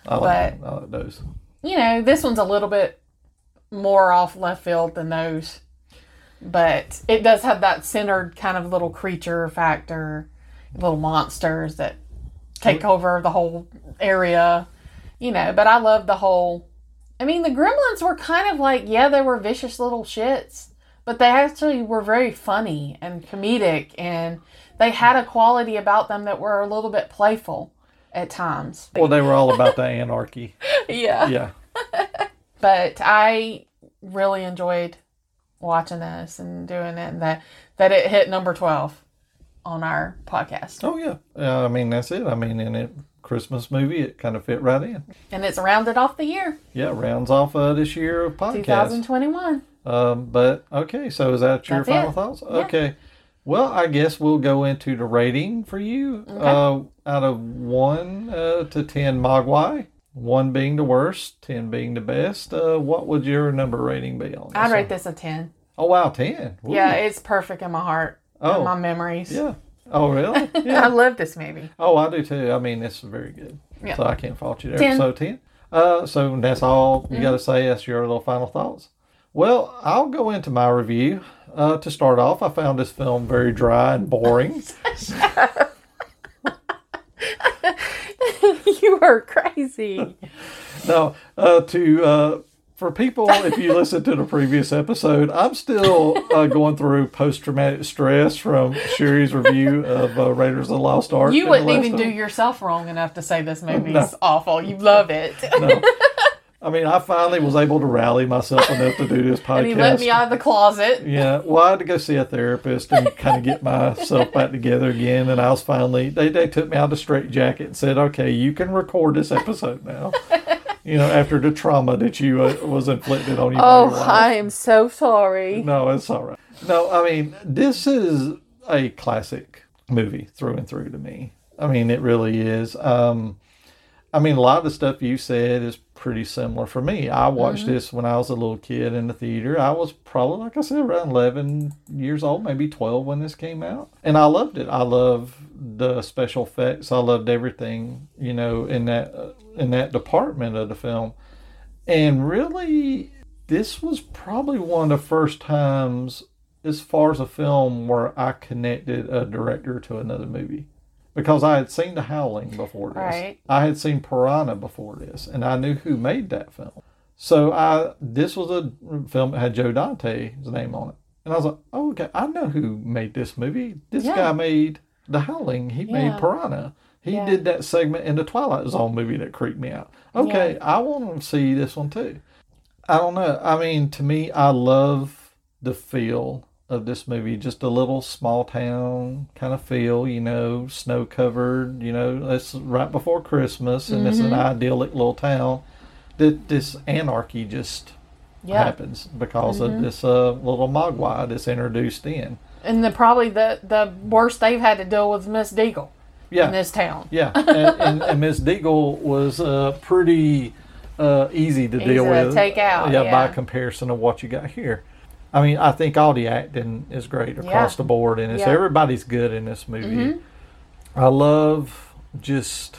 S4: I
S3: But-
S4: like, them. I like those.
S3: you know, this one's a little bit more off left field than those, but it does have that centered kind of little creature factor, little monsters that take over the whole area, you know. But I love the whole. I mean, the gremlins were kind of like, yeah, they were vicious little shits, but they actually were very funny and comedic, and they had a quality about them that were a little bit playful at times.
S4: Well, they were all about the anarchy.
S3: yeah
S4: Yeah,
S3: but I really enjoyed watching this and doing it, and that that it hit number twelve on our podcast,
S4: Oh yeah, uh, I mean that's it. I mean, in it Christmas movie, it kind of fit right in.
S3: and it's rounded off the year
S4: Yeah, rounds off uh, this year of
S3: two
S4: podcast.
S3: thousand twenty one.
S4: Um, but okay, so is that your
S3: That's
S4: final
S3: it.
S4: thoughts?
S3: Yeah.
S4: Okay, well I guess we'll go into the rating for you. Uh, out of one uh, to ten Mogwai, one being the worst, ten being the best. Uh, what would your number rating be on?
S3: I'd
S4: this
S3: rate
S4: one?
S3: this a ten.
S4: Oh wow, ten. Woo.
S3: Yeah, it's perfect in my heart.
S4: Oh.
S3: and my memories.
S4: yeah. Oh really? Yeah.
S3: I love this movie.
S4: Oh, I do too. I mean, it's very good.
S3: Yeah.
S4: So I can't fault you there.
S3: 10.
S4: So 10. Uh, so that's all
S3: Mm-hmm.
S4: you got to say. That's your little final thoughts. Well, I'll go into my review. Uh, to start off, I found this film very dry and boring.
S3: you are crazy.
S4: now, uh, to uh, for people, if you listened to the previous episode, I'm still uh, going through post traumatic stress from Sherry's review of uh, Raiders of the Lost Ark.
S3: You
S4: in the
S3: wouldn't
S4: last
S3: even do
S4: time.
S3: yourself wrong enough to say this movie's awful. You love it.
S4: No. I mean, I finally was able to rally myself enough to do this podcast.
S3: and he let me out of the closet.
S4: Yeah, well, I had to go see a therapist and kind of get myself back together again. And I was finally they they took me out of the straitjacket and said, "Okay, you can record this episode now." you know, after the trauma that you uh, was inflicted on you. by
S3: Oh,
S4: your wife.
S3: am so sorry.
S4: Oh, No, it's all right. No, I mean, this is a classic movie through and through to me. I mean, it really is. Um, I mean, a lot of the stuff you said is pretty similar for me. I watched this when I was a little kid in the theater. I was probably, like I said, around 11 years old, maybe 12 when this came out. And I loved it. I loved the special effects. I loved everything, you know, in that uh, in that department of the film. And really, this was probably one of the first times, as far as a film, where I connected a director to another movie. Because I had seen The Howling before this.
S3: Right.
S4: I had seen Piranha before this, and I knew who made that film. So I this was a film that had Joe Dante's name on it. And I was like, oh, okay, I know who made this movie. This
S3: Yeah.
S4: guy made The Howling. He
S3: Yeah.
S4: made Piranha. He
S3: Yeah.
S4: did that segment in the Twilight Zone movie that creeped me out. Okay, I want to see this one too. I don't know. I mean, to me, I love the feel of this movie. Just a little small town kind of feel, you know, snow covered, you know, it's right before Christmas and it's an
S3: Mm-hmm.
S4: idyllic little town that this anarchy just
S3: Yeah. Mm-hmm.
S4: happens because of this uh, little mogwai that's introduced in.
S3: and the probably the the worst they've had to deal with is Miss Deagle
S4: Yeah.
S3: in this town.
S4: Yeah, and, and, and Miss Deagle was uh, pretty uh, easy to deal
S3: to
S4: with.
S3: take out,
S4: Yeah,
S3: yeah.
S4: by comparison of what you got here. I mean, I think all the acting is great across
S3: Yeah.
S4: the board, and it's
S3: Yeah. Mm-hmm.
S4: everybody's good in this movie. I love just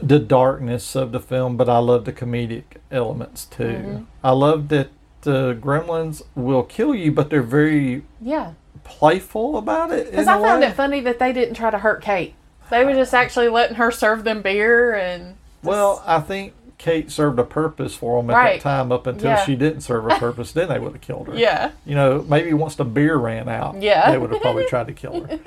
S4: the darkness of the film, but I love the comedic elements too.
S3: Mm-hmm.
S4: I love that the gremlins will kill you, but they're very
S3: Yeah,
S4: playful about it.
S3: because
S4: in
S3: I
S4: a
S3: found
S4: way.
S3: it funny that they didn't try to hurt Kate. They were just actually letting her serve them beer and
S4: Well, I think Kate served a purpose for them at
S3: Right.
S4: that time. Up until
S3: Yeah.
S4: she didn't serve a purpose, then they would have killed her.
S3: Yeah.
S4: You know, maybe once the beer ran out,
S3: Yeah.
S4: they would have probably tried to kill her.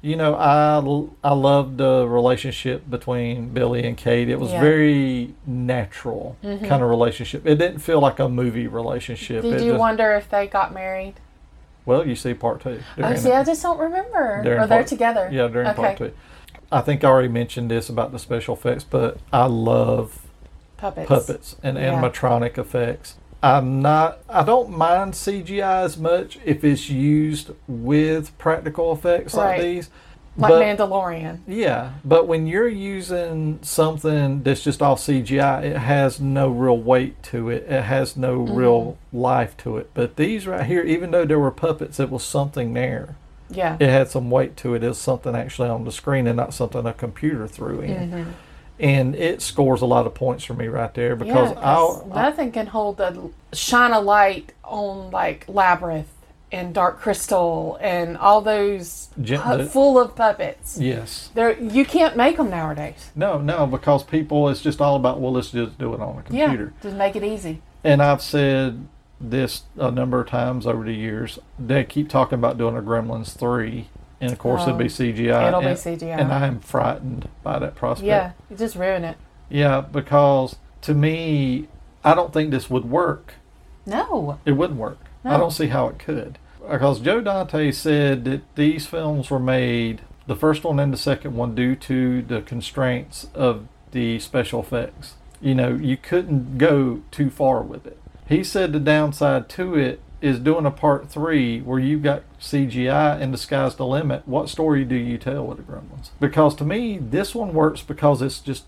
S4: You know, I l- I loved the relationship between Billy and Kate. It was
S3: Yeah.
S4: very natural
S3: Mhm.
S4: kind of relationship. It didn't feel like a movie relationship.
S3: Did
S4: it
S3: you
S4: just-
S3: wonder if they got married?
S4: Well, you see part two.
S3: Oh,
S4: during
S3: see,
S4: it.
S3: I just don't remember.
S4: During
S3: or they're
S4: part-
S3: together.
S4: Yeah, during part two. I think I already mentioned this about the special effects, but I love
S3: Puppets.
S4: puppets and
S3: Yeah.
S4: animatronic effects. I'm not. I don't mind CGI as much if it's used with practical effects like
S3: Right.
S4: these.
S3: Like
S4: but-
S3: Mandalorian.
S4: Yeah, but when you're using something that's just all CGI, it has no real weight to it. It has no
S3: Mm-hmm.
S4: real life to it. But these right here, even though there were puppets, it was something there.
S3: Yeah.
S4: It had some weight to it. It was something actually on the screen and not something a computer threw in.
S3: Mhm.
S4: And it scores a lot of points for me right there because
S3: yeah, 'cause
S4: I'll,
S3: nothing can hold the shine a light on like Labyrinth and Dark Crystal and all those
S4: Gen-
S3: pu- full of puppets.
S4: Yes.
S3: There, you can't make them nowadays.
S4: No, no, because people, it's just all about, well, let's just do it on a computer.
S3: Yeah, just make it easy.
S4: And I've said this a number of times over the years. They keep talking about doing a Gremlins 3, and of course, it'd
S3: Oh,
S4: be CGI.
S3: it'll be
S4: and-
S3: CGI.
S4: And I am frightened by that prospect.
S3: Yeah, you just ruin it.
S4: Yeah, because to me, I don't think this would work.
S3: No,
S4: It wouldn't work. I
S3: No.
S4: don't see how it could. Because Joe Dante said that these films were made, the first one and the second one, due to the constraints of the special effects. You know, you couldn't go too far with it. He said the downside to it is doing a part three where you've got CGI and the sky's the limit. What story do you tell with the Gremlins? Because to me, this one works because it's just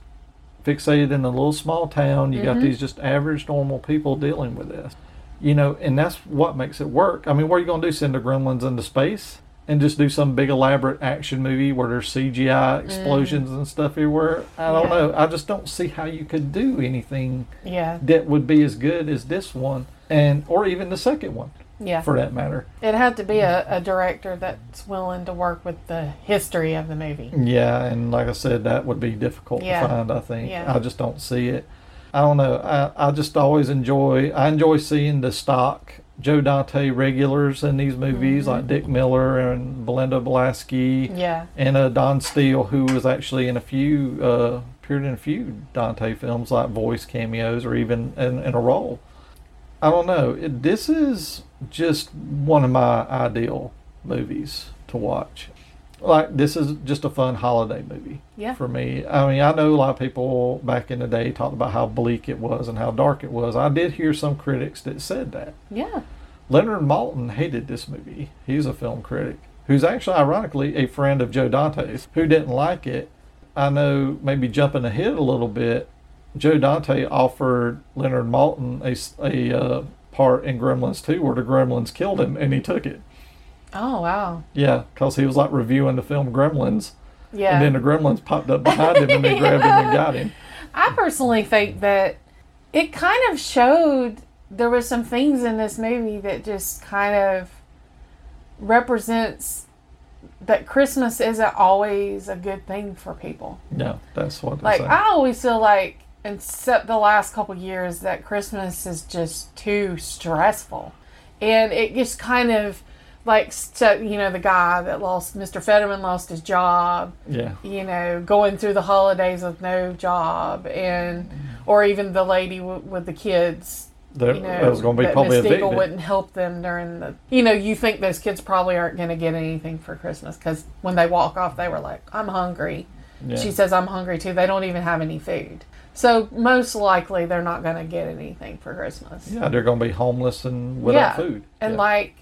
S4: fixated in a little small town. You got
S11: Mhm.
S4: these just average, normal people dealing with this. You know, and that's what makes it work. I mean, what are you going to do? Send the gremlins into space and just do some big, elaborate action movie where there's CGI
S3: Mm.
S4: explosions and stuff everywhere? I don't
S11: Yeah.
S4: know. I just don't see how you could do anything
S3: Yeah.
S4: that would be as good as this one and or even the second one
S3: Yeah.
S4: for that matter.
S3: It had to be a, a director that's willing to work with the history of the movie.
S4: Yeah, and like I said, that would be difficult
S3: Yeah.
S4: to find. I think
S3: Yeah.
S4: I just don't see it. I don't know. I, I just always enjoy. I enjoy seeing the stock Joe Dante regulars in these movies, like Dick Miller and Belinda Blasky.
S3: Mm-hmm. Yeah.
S4: and uh, Don Steele, who was actually in a few uh, appeared in a few Dante films, like voice cameos or even in, in a role. I don't know. It, this is just one of my ideal movies to watch. Like this is just a fun holiday movie
S11: Yeah.
S4: for me. I mean, I know a lot of people back in the day talked about how bleak it was and how dark it was. I did hear some critics that said that.
S3: Yeah.
S4: Leonard Maltin hated this movie. He's a film critic who's actually, ironically, a friend of Joe Dante's who didn't like it. I know, maybe jumping ahead a little bit, Joe Dante offered Leonard Maltin a, s- a, uh, part in Gremlins 2 where the Gremlins killed him and he took it.
S3: Oh wow.
S4: Yeah, because he was like reviewing the film Gremlins.
S3: Yeah.
S4: And then the Gremlins popped up behind him and they grabbed him and got him.
S3: I personally think that it kind of showed there were some things in this movie that just kind of represents that Christmas isn't always a good thing for people.
S4: No, that's what
S3: Like
S4: they
S3: I always feel like except the last couple years that Christmas is just too stressful. And it just kind of like stu you know the guy that lost Mr. Fetterman lost his job
S4: Yeah.
S3: you know, going through the holidays with no job, and or even the lady w- with the kids.
S4: That-
S3: you know,
S4: that was gonna be
S3: that
S4: probably
S3: Miss Deagle
S4: evicted.
S3: wouldn't help them during the. You know, you think those kids probably aren't going to get anything for Christmas because when they walk off, they were like, "I'm hungry."
S11: Yeah.
S3: She says, "I'm hungry too." They don't even have any food, so most likely they're not going to get anything for Christmas.
S4: Yeah, they're going to be homeless and without
S3: Yeah.
S4: food.
S3: And
S4: Yeah.
S3: like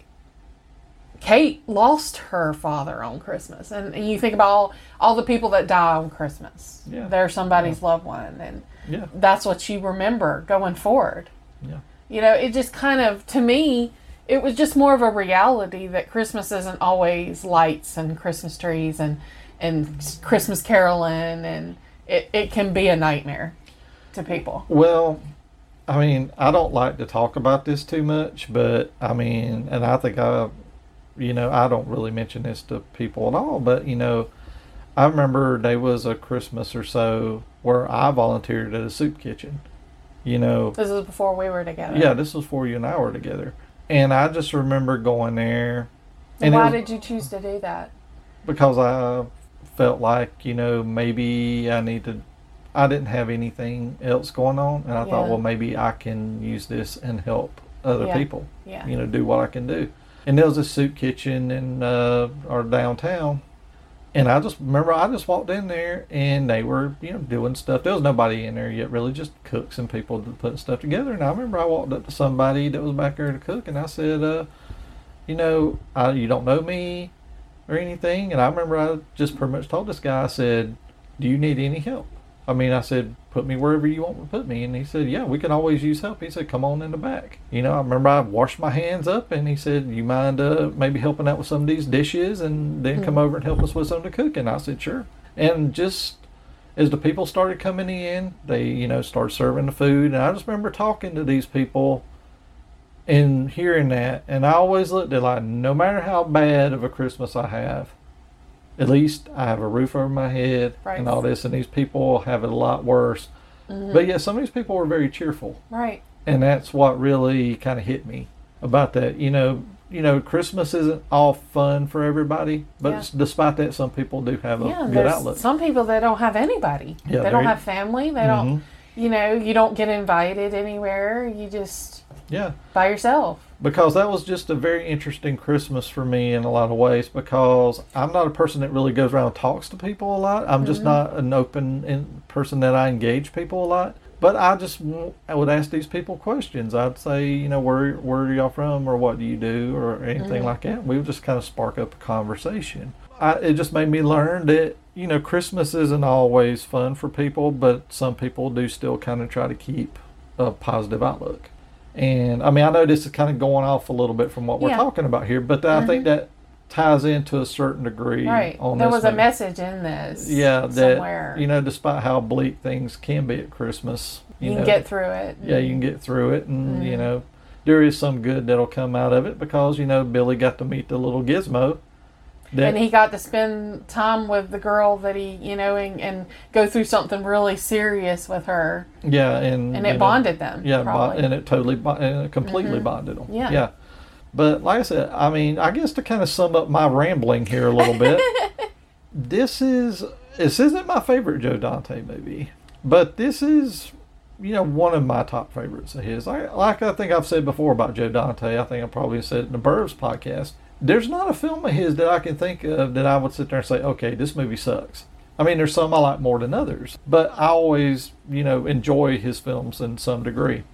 S3: Kate lost her father on Christmas. And, and you think about all, all the people that die on Christmas.
S11: Yeah.
S3: They're somebody's loved one and
S11: Yeah.
S3: that's what you remember going forward.
S4: Yeah.
S3: You know, it just kind of to me it was just more of a reality that Christmas isn't always lights and Christmas trees and and Christmas caroling and it, it can be a nightmare to people.
S4: Well, I mean, I don't like to talk about this too much, but I mean, and I think I, you know, I don't really mention this to people at all, but you know, I remember there was a Christmas or so where I volunteered at a soup kitchen. You know,
S3: This was before we were together.
S4: yeah, this was before you and I were together, and I just remember going there, and it
S3: Why
S4: was
S3: did you choose to do that?
S4: because I uh, felt like you know maybe I need to. I didn't have anything else going on, and I thought,
S3: Yeah.
S4: well, maybe I can use this and help other
S3: Yeah.
S4: people.
S3: Yeah.
S4: You know, do what I can do. And there was a soup kitchen in uh, our downtown, and I just remember I just walked in there and they were you know doing stuff. There was nobody in there yet, really, just cooks and people that put stuff together. And I remember I walked up to somebody that was back there to cook, and I said, uh, you know, I, you don't know me or anything. And I remember I just pretty much told this guy, I said, Do you need any help? I mean, I said, Put me wherever you want to put me. And he said, Yeah, we can always use help. He said, Come on in the back. You know, I remember I washed my hands up and he said, You mind uh, maybe helping out with some of these dishes and then come over and help us with some of the cooking? I said, Sure. And just as the people started coming in, they, you know, started serving the food. And I just remember talking to these people and hearing that, and I always looked at like, no matter how bad of a Christmas I have, at least I have a roof over my head
S3: Right. Mm-hmm.
S4: and all this, and these people have it a lot worse. But yeah, some of these people were very cheerful,
S3: Right.
S4: and that's what really kind of hit me about that. You know, you know, Christmas isn't all fun for everybody, but
S3: Yeah.
S4: s- despite that, some people do have a
S3: Yeah,
S4: good
S3: there's
S4: outlet.
S3: some people that don't have anybody.
S4: Yeah, Mm-hmm.
S3: they don't
S4: there-
S3: have family. They don't, you know, you don't get invited anywhere. You just
S4: yeah.
S3: by yourself.
S4: because that was just a very interesting Christmas for me in a lot of ways because I'm not a person that really goes around and talks to people a lot. I'm just not an open in person that I engage people a lot. But I just w- I would ask these people questions. I'd say, you know, where where are y'all from, or what do you do, or anything like that. We would just kind of spark up a conversation. I, it just made me learn that you know Christmas isn't always fun for people, but some people do still kind of try to keep a positive outlook. And I mean, I know this is kind of going off a little bit from what we're
S3: Yeah. Mm-hmm.
S4: talking about here, but I think that ties into a certain degree.
S3: Right.
S4: On
S3: There
S4: this
S3: was a
S4: note.
S3: message in this.
S4: Yeah, that
S3: somewhere.
S4: you know, despite how bleak things can be at Christmas,
S3: You
S4: you,
S3: can
S4: know,
S3: get through it. Mm-hmm.
S4: yeah, you can get through it, and you know, there is some good that'll come out of it because you know Billy got to meet the little Gizmo. That,
S3: and he got to spend time with the girl that he, you know, and, and go through something really serious with her,
S4: yeah, and
S3: and
S4: you
S3: it
S4: know,
S3: bonded them.
S4: Yeah, bo-
S3: probably.
S4: and it totally bo- and it completely bonded them.
S3: Yeah.
S4: yeah. But like I said, I mean, I guess to kind of sum up my rambling here a little bit, this is this isn't my favorite Joe Dante movie, but this is you know one of my top favorites of his. I, like I think I've said before about Joe Dante, I think I probably said it in the Burbs podcast. There's not a film of his that I can think of that I would sit there and say, okay, this movie sucks. I mean, there's some I like more than others, but I always you know enjoy his films in some degree.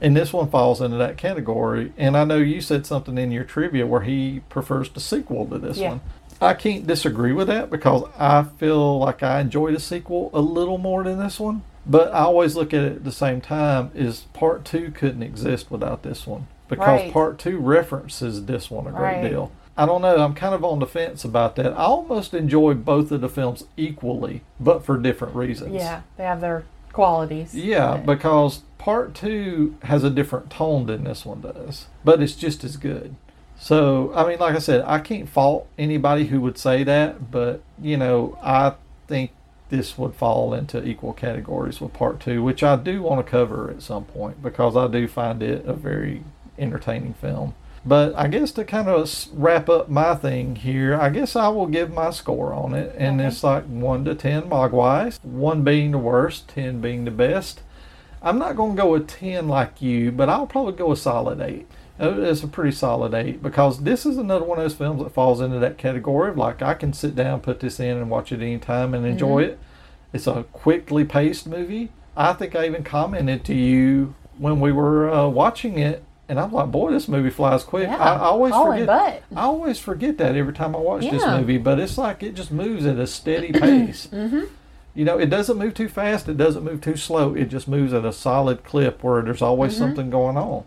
S4: And this one falls into that category. And I know you said something in your trivia where he prefers the sequel to this
S3: Yeah.
S4: one. I can't disagree with that because I feel like I enjoy the sequel a little more than this one. But I always look at it at the same time is part two couldn't exist without this one because
S3: Right.
S4: part two references this one a great
S3: Right.
S4: deal. I don't know. I'm kind of on the fence about that. I almost enjoy both of the films equally, but for different reasons.
S3: yeah, they have their qualities.
S4: Yeah, because part two has a different tone than this one does, but it's just as good. So, I mean, like I said, I can't fault anybody who would say that, but, you know, I think this would fall into equal categories with part two, which I do want to cover at some point because I do find it a very entertaining film. But I guess to kind of s- wrap up my thing here, I guess I will give my score on it. And it's like 1 to 10 Mogwais, 1 being the worst, 10 being the best. I'm not going to go with 10 like you, but I'll probably go a solid 8. Uh, It's a pretty solid 8 because this is another one of those films that falls into that category of like I can sit down, put this in, and watch it anytime and enjoy
S3: Mm-hmm.
S4: it. It's a quickly paced movie. I think I even commented to you when we were uh, watching it, and I'm like, boy, this movie flies quick. I, I always
S3: all in
S4: forget.
S3: butt.
S4: I always forget that every time I watch this
S3: Yeah.
S4: movie, but it's like it just moves at a steady pace.
S3: Mm-hmm.
S4: You know, it doesn't move too fast, it doesn't move too slow, it just moves at a solid clip where there's always
S3: Mm-hmm.
S4: something going on.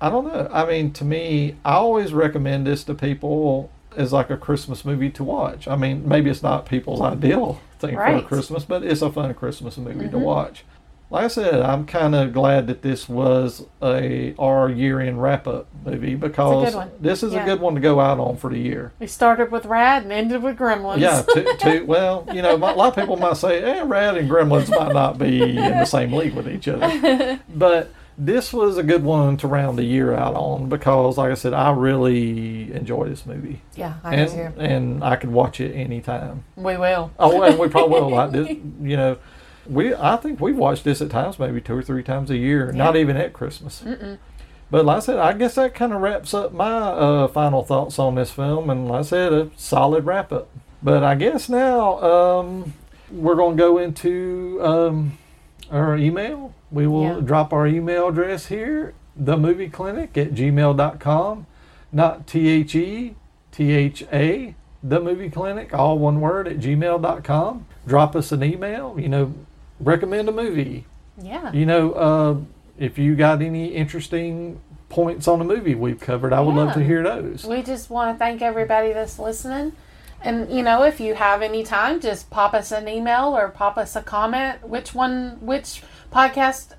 S4: I don't know. I mean, to me, I always recommend this to people as like a Christmas movie to watch. I mean, maybe it's not people's ideal thing for a
S3: Right. Mm-hmm.
S4: Christmas, but it's a fun Christmas movie to watch. Like I said, I'm kind of glad that this was a our year-end wrap-up movie because
S3: one.
S4: this is
S3: Yeah.
S4: a good one to go out on for the year.
S3: We started with Rad and ended with Gremlins.
S4: Yeah, two, two, well, you know, a lot of people might say, eh, Rad and Gremlins might not be in the same league with each other. But this was a good one to round the year out on because, like I said, I really enjoy this movie.
S3: Yeah, I do
S4: and,
S3: too.
S4: and I could watch it anytime.
S3: We will.
S4: Oh, and we probably will. Like this, you know, we I think we've watched this at times, maybe two or three times a year, not even at Christmas.
S3: Mm-mm.
S4: But like I said, I guess that kind of wraps up my uh, final thoughts on this film, and like I said, a solid wrap up. But I guess now um, we're going to go into um, our email. We will
S3: Yeah.
S4: drop our email address here, themovieclinic at gmail.com, not T H E T H A, the movie clinic, all one word at gmail.com. Drop us an email, you know, recommend a movie,
S3: Yeah.
S4: you know, uh, if you got any interesting points on the movie we've covered, I would love to
S3: Yeah.
S4: hear those.
S3: We just want to thank everybody that's listening. And, you know, if you have any time, just pop us an email or pop us a comment. Which one, which podcast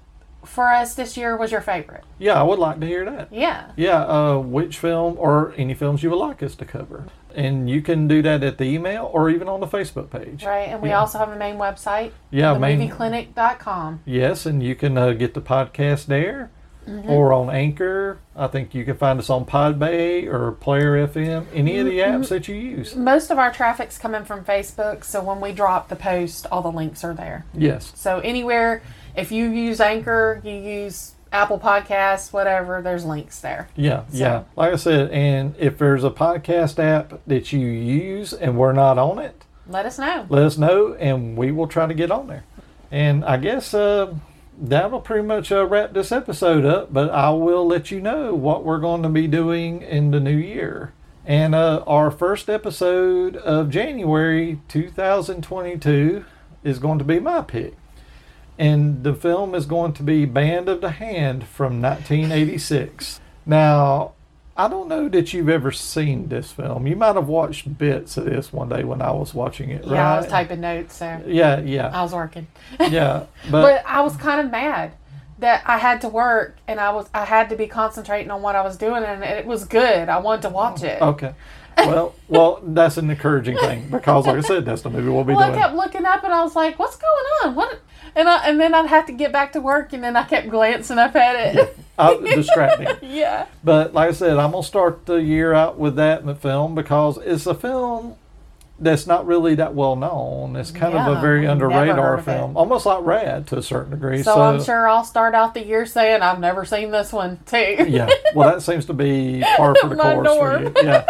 S3: for us this year was your favorite?
S4: Yeah, I would like to hear that.
S3: Yeah.
S4: Yeah, uh, which film or any films you would like us to cover. And you can do that at the email or even on the Facebook page.
S3: Right. And we
S4: Yeah.
S3: also have a main website.
S4: Yeah, main-
S3: themovieclinic.com.
S4: Yes, and you can uh, get the podcast there
S3: Mhm.
S4: or on Anchor. I think you can find us on Podbay or Player FM, any of the
S3: Mm-hmm.
S4: apps that you use.
S3: Most of our traffic's coming from Facebook, so when we drop the post, all the links are there.
S4: Yes.
S3: So anywhere, if you use Anchor, you use Apple Podcasts, whatever, there's links there.
S4: Yeah, yeah. Like I said, and if there's a podcast app that you use and we're not on it,
S3: Let us know.
S4: let us know and we will try to get on there. And I guess uh, that'll pretty much uh, wrap this episode up, but I will let you know what we're going to be doing in the new year. And uh, our first episode of January 2022 is going to be my pick. And the film is going to be Band of the Hand from 1986. Now, I don't know that you've ever seen this film. You might have watched bits of this one day when I was watching it, right?
S3: Yeah, I was typing notes, so
S4: Yeah, yeah,
S3: I was working.
S4: yeah.
S3: But,
S4: But,
S3: I was kind of mad that I had to work and I was I had to be concentrating on what I was doing and it was good. I wanted to watch it.
S4: okay. Well, well, that's an encouraging thing because, like I said, that's the movie we'll be
S3: Well, I
S4: doing.
S3: kept looking up and I was like, "What's going on?" What? And I, and then I'd have to get back to work and then I kept glancing up at it.
S4: I, Uh, distract me.
S3: Yeah.
S4: But like I said, I'm gonna start the year out with that m- film because it's a film that's not really that well known. It's kind of
S3: Yeah,
S4: a very
S3: I've
S4: under
S3: never heard
S4: radar
S3: of it.
S4: film, almost like Rad to a certain degree.
S3: So, I'm sure I'll start out the year saying I've never seen this one too.
S4: yeah. Well, that seems to be par for the
S3: My
S4: course
S3: norm.
S4: for you. Yeah.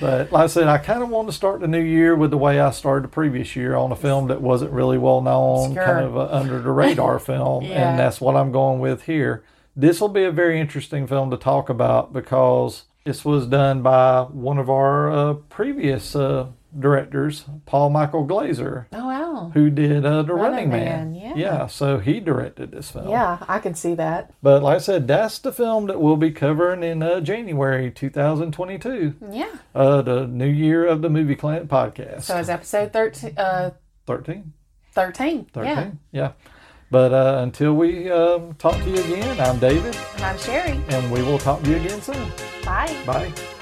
S4: But like I said, I kind of want to start the new year with the way I started the previous year on a film that wasn't really well known,
S3: Sure.
S4: kind of a under the radar film,
S3: Yeah.
S4: and that's what I'm going with here. This will be a very interesting film to talk about because this was done by one of our uh, previous uh, directors, Paul Michael Glazer,
S3: Oh wow.
S4: who did uh, The
S3: Running
S4: Running, Man.
S3: Man, yeah.
S4: so he directed this film.
S3: Yeah, I can see that.
S4: But like I said, that's the film that we'll be covering in uh, January 2022,
S3: Yeah.
S4: uh, the new year of the Movie Clinic podcast.
S3: So it's episode 13, uh,
S4: 13,
S3: 13.
S4: 13,
S3: Yeah.
S4: yeah. But uh, until we um, talk to you again, I'm David,
S3: And I'm Sherry.
S4: and we will talk to you again soon.
S3: Bye.
S4: Bye.